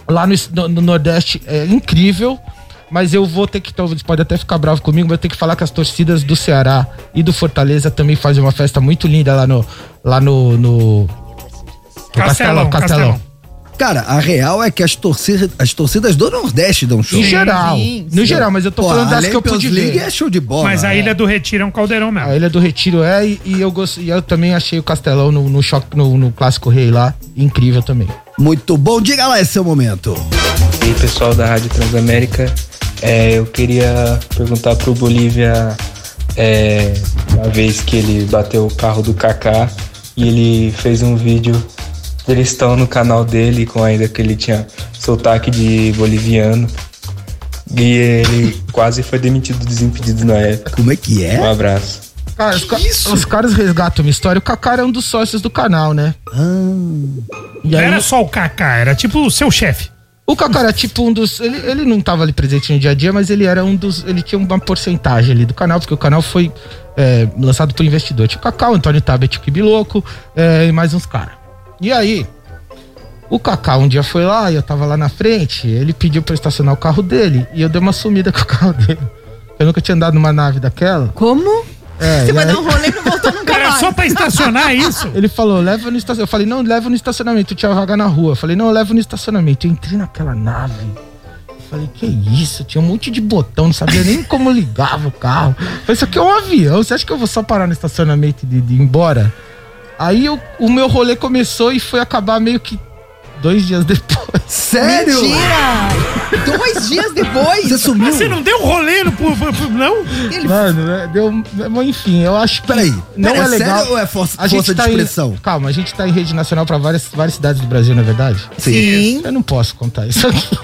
Speaker 13: lá no, no- no Nordeste é incrível. Mas eu vou ter que. Talvez pode até ficar bravo comigo, mas eu tenho que falar que as torcidas do Ceará e do Fortaleza também fazem uma festa muito linda lá no. Lá no. no no
Speaker 4: Castelão, Castelão.
Speaker 1: Cara, a real é que as torcidas, as torcidas do Nordeste dão show.
Speaker 13: Em geral. No geral, mas eu tô
Speaker 1: Pô,
Speaker 13: falando
Speaker 1: a
Speaker 13: das que eu
Speaker 1: Champions
Speaker 13: pude
Speaker 1: League
Speaker 13: ver.
Speaker 1: é show de bola.
Speaker 4: Mas a
Speaker 13: é.
Speaker 4: Ilha do Retiro é um caldeirão mesmo.
Speaker 13: A Ilha do Retiro é, e, e eu, gosto, e eu também achei o Castelão no, no, choque, no, no Clássico Rei lá incrível também.
Speaker 1: Muito bom, diga lá esse seu momento.
Speaker 19: E aí, pessoal da Rádio Transamérica, É, eu queria perguntar pro Bolívia é, uma vez que ele bateu o carro do Kaká e ele fez um vídeo. Eles estão no canal dele com ainda que ele tinha sotaque de boliviano. E ele quase foi demitido dos impedidos na época.
Speaker 1: Como é que é?
Speaker 19: Um abraço.
Speaker 13: Cara, os, ca- os caras resgatam uma história. O Kaká era um dos sócios do canal, né?
Speaker 4: Não Ah. era só o Kaká, era tipo o seu chefe.
Speaker 13: O Kaká era tipo um dos. Ele, ele não tava ali presente no dia a dia, mas ele era um dos. Ele tinha uma porcentagem ali do canal, porque o canal foi é, lançado por investidor. Tinha o Kaká, o Antônio Tabet, o Kibiloco é, e mais uns caras. E aí, o Kaká um dia foi lá, e eu tava lá na frente, ele pediu pra eu estacionar o carro dele, e eu dei uma sumida com o carro dele. Eu nunca tinha andado numa nave daquela.
Speaker 16: Como?
Speaker 13: É,
Speaker 4: Você
Speaker 13: e
Speaker 4: vai
Speaker 13: aí-
Speaker 4: dar um rolê e não voltou nunca Era mais. só pra estacionar isso?
Speaker 13: Ele falou, leva no estacionamento. Eu falei, não, leva no estacionamento. Tinha vaga na rua. Eu falei, não, leva no estacionamento. Eu entrei naquela nave. Eu falei, que isso? Tinha um monte de botão, não sabia nem como ligava o carro. Eu falei, isso aqui é um avião. Você acha que eu vou só parar no estacionamento e de, de ir embora? Aí eu- o meu rolê começou e foi acabar meio que dois dias depois.
Speaker 1: Sério?
Speaker 5: Mentira! Dois dias depois?
Speaker 1: Você sumiu?
Speaker 4: Mas você não deu rolê no pu- pu- pu- não?
Speaker 13: Mano, né, deu. Mas enfim, eu acho que. Peraí, não
Speaker 1: peraí,
Speaker 13: é
Speaker 1: é
Speaker 13: legal.
Speaker 1: sério ou é força-
Speaker 13: A gente
Speaker 1: força de
Speaker 13: tá em-
Speaker 1: expressão?
Speaker 13: calma, a gente tá em rede nacional pra várias, várias cidades do Brasil, não é verdade?
Speaker 5: Sim.
Speaker 13: Eu não posso contar isso aqui.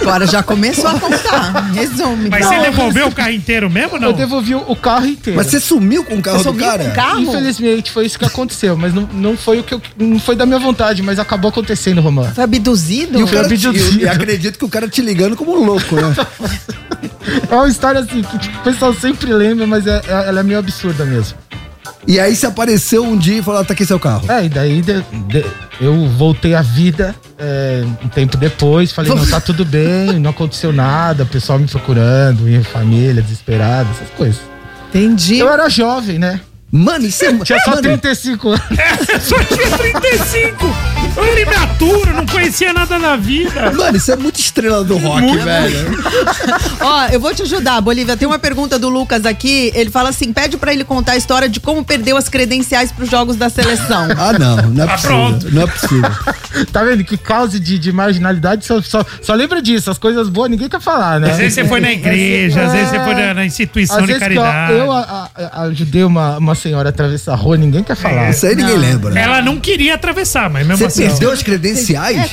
Speaker 5: Agora já começou a contar. Resume.
Speaker 4: Mas
Speaker 5: Não.
Speaker 4: você devolveu o carro inteiro mesmo ou não?
Speaker 13: Eu devolvi o o carro inteiro.
Speaker 4: Mas você
Speaker 1: sumiu com
Speaker 4: o carro Você do
Speaker 5: um
Speaker 4: sumiu cara? com o carro?
Speaker 13: Infelizmente, foi isso que aconteceu. Mas não, não foi o que eu, não foi da minha vontade, mas acabou acontecendo, Romano.
Speaker 5: Foi abduzido?
Speaker 13: E
Speaker 1: o
Speaker 13: foi
Speaker 1: cara te-
Speaker 13: abduzido.
Speaker 1: e acredito que o cara te ligando como um louco, né?
Speaker 13: É uma história assim que tipo, o pessoal sempre lembra, mas é- é- ela é meio absurda mesmo.
Speaker 1: E aí você apareceu um dia e falou, tá aqui seu carro.
Speaker 13: É, e daí de- de- eu voltei à vida é, um tempo depois, falei, não, tá tudo bem, não aconteceu nada, o pessoal me procurando, minha família desesperada, essas coisas.
Speaker 5: Entendi.
Speaker 13: Eu era jovem, né?
Speaker 1: Mano, isso é...
Speaker 13: Tinha só
Speaker 4: Mano.
Speaker 13: 35 anos.
Speaker 4: É, Só tinha 35! Eu era
Speaker 13: é
Speaker 4: imaturo, não conhecia nada na vida.
Speaker 1: Mano, isso é muito estrela do rock, velho.
Speaker 5: Ó, eu vou te ajudar, Bolívia. Tem uma pergunta do Lucas aqui. Ele fala assim: pede pra ele contar a história de como perdeu as credenciais pros jogos da seleção.
Speaker 1: Ah, não, não
Speaker 5: Tá
Speaker 2: Tá
Speaker 1: é possível.
Speaker 13: pronto.
Speaker 1: Não é possível.
Speaker 13: Tá vendo que causa de, de marginalidade só, só, só lembra disso. As coisas boas ninguém quer falar, né? É.
Speaker 4: Às vezes você foi na igreja, às vezes você foi na- na instituição
Speaker 13: Às
Speaker 4: de
Speaker 13: vezes que, ó,
Speaker 4: caridade.
Speaker 13: Eu, a- a- ajudei uma, uma senhora a atravessar a rua, ninguém quer falar.
Speaker 4: Não.
Speaker 1: né?
Speaker 4: Ela não queria atravessar, mas mesmo assim. ó. É,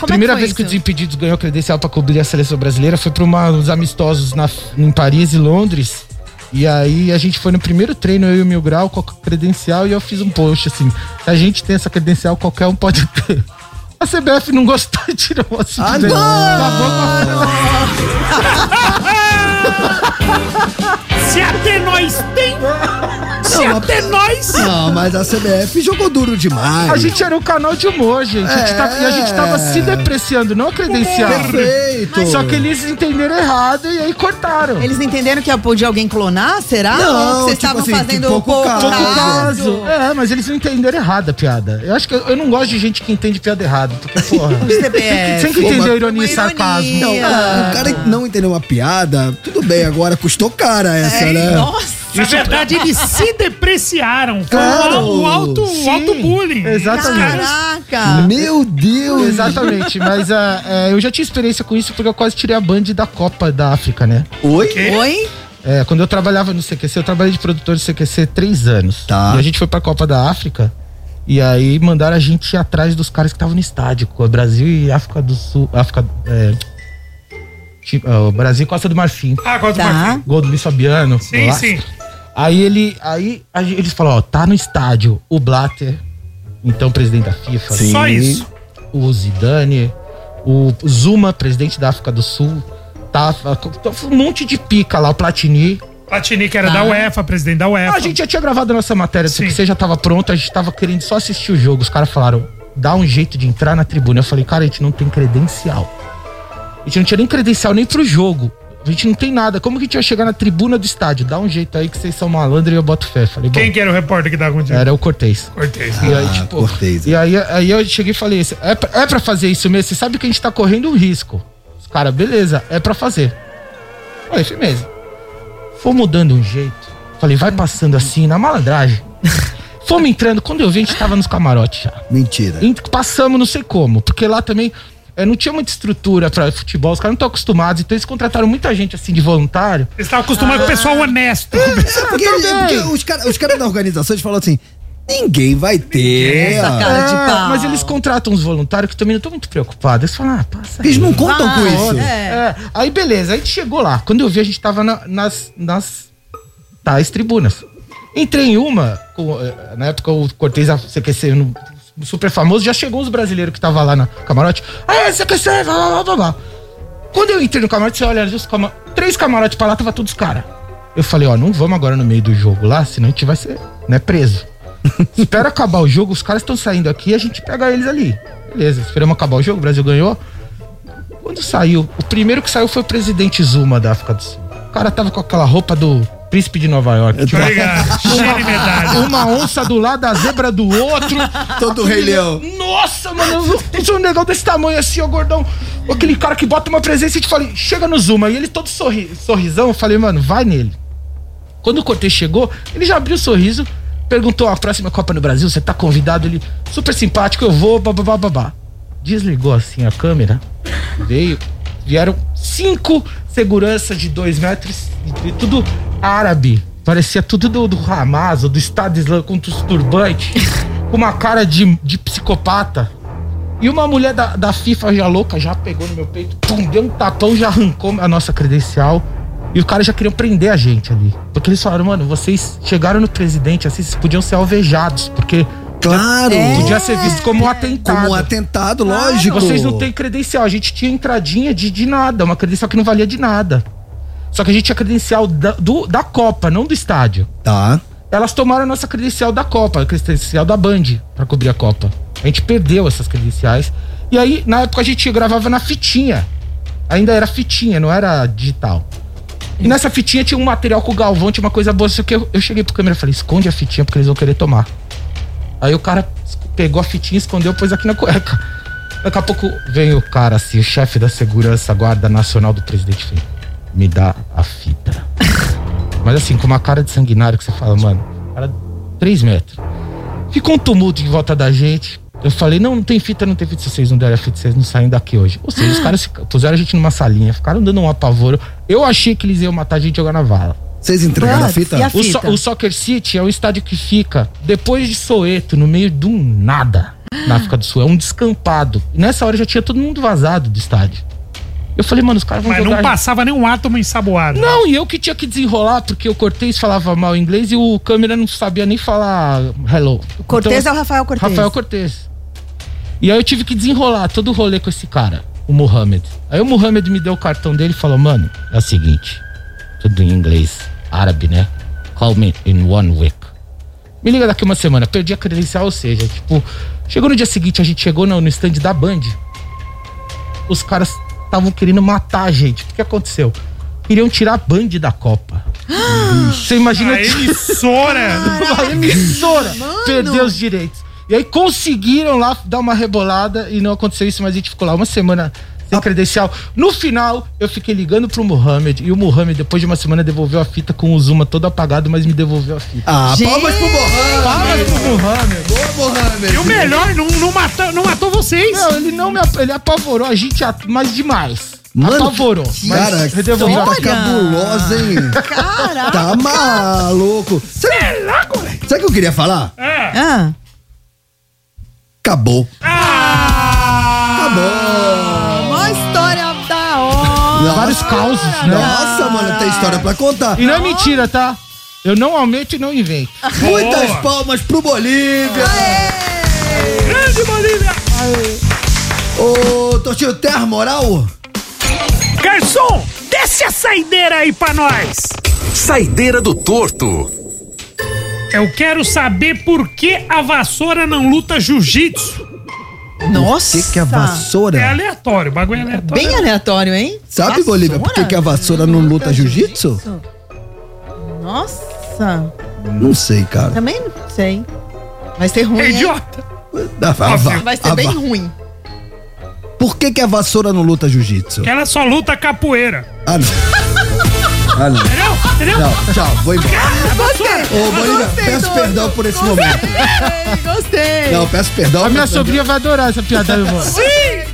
Speaker 13: Primeira vez É, que o Desimpedidos ganhou credencial pra cobrir a seleção brasileira foi pra uma- uns amistosos na- em Paris e Londres. E aí a gente foi no primeiro treino, eu e o Mil Grau, com a credencial, e eu fiz um post assim: se a gente tem essa credencial, qualquer um pode ter. A CBF não gostou e tirou assim.
Speaker 3: Ah,
Speaker 13: né?
Speaker 3: não!
Speaker 13: Acabou
Speaker 4: Se até nós tem! Se
Speaker 1: Não,
Speaker 4: até nós!
Speaker 1: Não, mas a CBF jogou duro demais.
Speaker 13: A gente era um canal de humor, gente. A gente tava- e a gente tava se
Speaker 3: É.
Speaker 13: depreciando, não a credencial.
Speaker 1: Perfeito.
Speaker 13: Só que eles entenderam errado e aí cortaram.
Speaker 5: Eles entenderam que podia alguém clonar? Será?
Speaker 13: Não,
Speaker 5: Ou Vocês
Speaker 13: tipo
Speaker 5: estavam
Speaker 13: assim,
Speaker 5: fazendo um
Speaker 13: pouco caso.
Speaker 5: caso?
Speaker 13: É, mas eles não entenderam errado a piada. Eu acho que eu, eu não gosto de gente que entende piada errada, porque, porra.
Speaker 5: CBF.
Speaker 13: Sempre
Speaker 1: Pô, mas-
Speaker 13: entendeu ironia e sarcasmo. é, um
Speaker 1: Não, o cara não entendeu uma piada, tudo bem, agora custou cara essa,
Speaker 4: É,
Speaker 1: né?
Speaker 13: é
Speaker 4: Na verdade, eles se depreciaram. Foi
Speaker 1: Claro.
Speaker 4: o alto, o alto bullying.
Speaker 13: Exatamente.
Speaker 5: Caraca!
Speaker 1: Meu Deus!
Speaker 13: Exatamente, mas ah, é, eu já tinha experiência com isso porque eu quase tirei a Band da Copa da África, né?
Speaker 1: Oi?
Speaker 5: Oi?
Speaker 13: É, quando eu trabalhava no CQC, eu trabalhei de produtor do CQC três anos. Tá. E a gente foi pra Copa da África. E aí mandaram a gente ir atrás dos caras que estavam no estádio. com o Brasil e África do Sul. África. É, ti- ah, o Brasil e Costa do Marfim.
Speaker 4: Ah, Costa do Tá. Marfim.
Speaker 13: Gol do Luiz Fabiano.
Speaker 4: Sim,
Speaker 13: golaço.
Speaker 4: sim.
Speaker 13: Aí ele. Aí a gente- eles falaram, ó, tá no estádio o Blatter, então presidente da FIFA.
Speaker 4: Sim. Só isso.
Speaker 13: O Zidane, o Zuma, presidente da África do Sul. Tá, um monte de pica lá, o Platini.
Speaker 4: Platini, que era
Speaker 13: Tá.
Speaker 4: da UEFA, presidente da UEFA.
Speaker 13: A gente já tinha gravado a nossa matéria, porque você já tava pronto, a gente tava querendo só assistir o jogo. Os caras falaram, dá um jeito de entrar na tribuna. Eu falei, cara, a gente não tem credencial. A gente não tinha nem credencial nem pro jogo. A gente não tem nada. Como que a gente ia chegar na tribuna do estádio? Dá um jeito aí que vocês são malandro e eu boto fé. Falei, bom,
Speaker 4: Quem que era o repórter que tava contigo?
Speaker 13: Era o Cortez.
Speaker 4: Cortez.
Speaker 13: E
Speaker 1: Ah,
Speaker 13: aí, tipo, E aí, aí eu cheguei e falei, é pra, é pra fazer isso mesmo? Você sabe que a gente tá correndo um risco. Os caras, beleza, é pra fazer. Falei, firmeza. Fomos dando um jeito. Falei, vai passando assim, na malandragem. Fomos entrando, quando eu vi, a gente tava nos camarotes já.
Speaker 1: Mentira.
Speaker 13: passamos não sei como, porque lá também é, não tinha muita estrutura pra futebol, os caras não estão acostumados, então eles contrataram muita gente assim de voluntário. Ah.
Speaker 4: Eles estavam acostumados com o pessoal honesto.
Speaker 1: É porque,
Speaker 13: tá
Speaker 1: porque os caras os cara da organização eles falam assim: ninguém vai ter. ó.
Speaker 13: É, Mas eles contratam uns voluntários que também não tô muito preocupado. Eles falam, ah, passa.
Speaker 1: Eles
Speaker 13: aí.
Speaker 1: não contam com isso.
Speaker 13: É. Aí beleza, aí a gente chegou lá. Quando eu vi, a gente tava na- nas, nas tais tribunas. Entrei em uma, com, eh, na época o Cortez a CQC no- super famoso, já chegou uns brasileiros que tava lá na camarote. Ah, CQC, blá blá blá blá blá. Quando eu entrei no camarote, você olha, os cama- três camarotes pra lá, tava todos os caras. Eu falei, ó, não vamos agora no meio do jogo lá, senão a gente vai ser né, preso. Espera acabar o jogo, os caras estão saindo aqui e a gente pega eles ali. Beleza, esperamos acabar o jogo, o Brasil ganhou. Quando saiu, o primeiro que saiu foi o presidente Zuma da África do Sul. O cara tava com aquela roupa do príncipe de Nova York. Tinha uma-
Speaker 3: ligado. Cheio de medalha.
Speaker 13: Uma onça do lado, a zebra do outro.
Speaker 1: Todo Rei Leão.
Speaker 13: Nossa, mano, eu tinha um negão desse tamanho assim, ó, gordão. Aquele cara que bota uma presença e te fala, chega no Zuma. E ele todo sorri- sorrisão, eu falei, mano, vai nele. Quando o Cortez chegou, ele já abriu o sorriso, perguntou: a próxima Copa no Brasil, você tá convidado? Ele, super simpático, eu vou, babá, babá. Desligou assim a câmera, veio, vieram cinco seguranças de dois metros, e tudo árabe. Parecia tudo do, do Hamas ou do Estado Islâmico, com os turbantes, com uma cara de, de psicopata. E uma mulher da, da FIFA já louca, já pegou no meu peito, pum, deu um tapão, já arrancou a nossa credencial. E os caras já queriam prender a gente ali. Porque eles falaram, mano, vocês chegaram no presidente assim, vocês podiam ser alvejados, porque.
Speaker 1: Claro!
Speaker 13: Podia ser visto como um atentado.
Speaker 1: Como um atentado, lógico.
Speaker 13: Vocês não têm credencial. A gente tinha entradinha de, de nada, uma credencial que não valia de nada. Só que a gente tinha credencial da, do- da Copa, não do estádio.
Speaker 1: Tá.
Speaker 13: Elas tomaram a nossa credencial da Copa, a credencial da Band, pra cobrir a Copa. A gente perdeu essas credenciais. E aí, na época, a gente gravava na fitinha. Ainda era fitinha, não era digital. E nessa fitinha tinha um material com o Galvão, tinha uma coisa boa. Só que eu, eu cheguei pro câmera e falei: esconde a fitinha porque eles vão querer tomar. Aí o cara pegou a fitinha, escondeu, pôs aqui na cueca. Daqui a pouco vem o cara assim, o chefe da segurança, guarda nacional do presidente. Falei, Me dá a fita. Mas assim, com uma cara de sanguinário que você fala, mano, cara, três metros. Ficou um tumulto em volta da gente. Eu falei, não, não tem fita, não tem fita. Se vocês não derem a fita, vocês não saem daqui hoje. Ou seja, os caras fica- puseram a gente numa salinha, ficaram dando um apavoro. Eu achei que eles iam matar a gente e jogar na vala.
Speaker 1: Vocês entregaram a Putz, fita? e a
Speaker 13: O,
Speaker 1: fita?
Speaker 13: so- o Soccer City é um estádio que fica depois de Soeto, no meio do nada, na África do Sul. É um descampado. E nessa hora já tinha todo mundo vazado do estádio. Eu falei, mano, os caras vão
Speaker 4: Mas não
Speaker 13: jogar-
Speaker 4: passava nenhum átomo ensaboado.
Speaker 13: não, e eu que tinha que desenrolar, porque o Cortez falava mal inglês e o câmera não sabia nem falar hello. O
Speaker 5: Cortez é o Rafael Cortez.
Speaker 13: Rafael Cortez. E aí eu tive que desenrolar todo o rolê com esse cara, o Mohamed. Aí o Mohamed me deu o cartão dele e falou, mano, é o seguinte, tudo em inglês, árabe, né? Call me in one week. Me liga daqui uma semana, perdi a credencial, ou seja, tipo, chegou no dia seguinte, a gente chegou no, no stand da Band, os caras estavam querendo matar a gente. O que aconteceu? Queriam tirar a Band da Copa. Você imagina
Speaker 4: A emissora.
Speaker 13: a emissora perdeu os direitos. E aí conseguiram lá dar uma rebolada e não aconteceu isso, mas a gente ficou lá uma semana
Speaker 1: Ah.
Speaker 13: sem credencial. No final, eu fiquei ligando pro Mohamed e o Mohamed, depois de uma semana, devolveu a fita com o Zuma todo apagado, mas me devolveu a fita.
Speaker 1: Ah, palmas pro
Speaker 13: Mohamed! Palmas pro Mohamed!
Speaker 4: E o melhor, não, não, matou, não matou vocês.
Speaker 13: Não, ele não me ap- ele apavorou a gente, a- mas demais. apavorou.
Speaker 1: que-
Speaker 13: mas
Speaker 1: Cara, que
Speaker 13: redevolveu a
Speaker 1: fita
Speaker 13: fita.
Speaker 1: cabulosa, hein?
Speaker 5: Caraca.
Speaker 1: Tá maluco. Sabe, sabe o que eu queria falar?
Speaker 5: Ah.
Speaker 1: Acabou.
Speaker 5: Uma história da hora.
Speaker 13: Vários causos, né?
Speaker 1: Nossa, mano, tem história pra contar.
Speaker 13: E não é mentira, tá? Eu não aumento e não invento.
Speaker 1: Muitas palmas pro Bolívia!
Speaker 4: Grande Bolívia!
Speaker 1: Ô, Tortinho, terra moral?
Speaker 4: Garçom, desce a saideira aí pra nós.
Speaker 2: Saideira do torto.
Speaker 4: Eu quero saber por que a vassoura não luta jiu-jitsu.
Speaker 1: Nossa! Por que, que a vassoura.
Speaker 4: É aleatório, o bagulho é aleatório.
Speaker 5: Bem aleatório, hein?
Speaker 1: Sabe, Bolívia, por que, que a vassoura não luta jiu-jitsu?
Speaker 5: Nossa.
Speaker 1: Não sei, cara.
Speaker 5: Também não sei. Vai ser ruim.
Speaker 4: É
Speaker 5: hein?
Speaker 4: idiota.
Speaker 1: A va- va-
Speaker 5: Tá Vai
Speaker 1: a
Speaker 5: ser bem
Speaker 1: va-
Speaker 5: ruim.
Speaker 1: ah, Por que, que a vassoura não luta jiu-jitsu?
Speaker 4: Que ela só luta capoeira.
Speaker 1: Ah, não. Ah, não.
Speaker 4: Entendeu?
Speaker 1: Não, tchau, vou embora. Ô, Bolívia, peço perdão por esse momento.
Speaker 5: Gostei.
Speaker 1: Não, peço perdão.
Speaker 13: A minha
Speaker 1: mas-
Speaker 13: sobrinha vai adorar essa piada, meu irmão.
Speaker 5: Sim!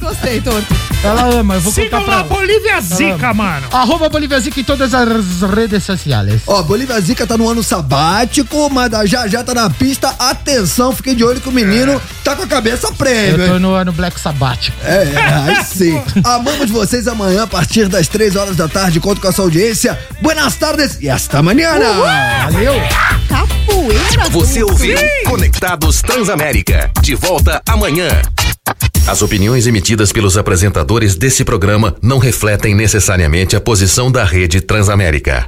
Speaker 5: Gostei, torto.
Speaker 13: Ela ama, eu vou
Speaker 4: Sigam
Speaker 13: contar pra
Speaker 4: lá,
Speaker 13: ela.
Speaker 4: Bolívia
Speaker 13: Ela
Speaker 4: Zica,
Speaker 13: ama.
Speaker 4: mano.
Speaker 13: Arroba Bolívia Zica em todas as redes sociais.
Speaker 1: Ó, Bolívia Zica tá no ano sabático, mas já já tá na pista. Atenção, fiquem de olho que o menino tá com a cabeça prêmio.
Speaker 13: Eu tô
Speaker 1: hein?
Speaker 13: no ano Black Sabbath.
Speaker 1: É, é, aí sim. Amamos vocês amanhã a partir das 3 horas da tarde. Conto com a sua audiência. Buenas tardes e hasta mañana.
Speaker 13: Valeu.
Speaker 5: Capoeira.
Speaker 2: Você
Speaker 5: Dudu.
Speaker 2: ouviu Conectados Transamérica. De volta amanhã. As opiniões emitidas pelos apresentadores desse programa não refletem necessariamente a posição da rede Transamérica.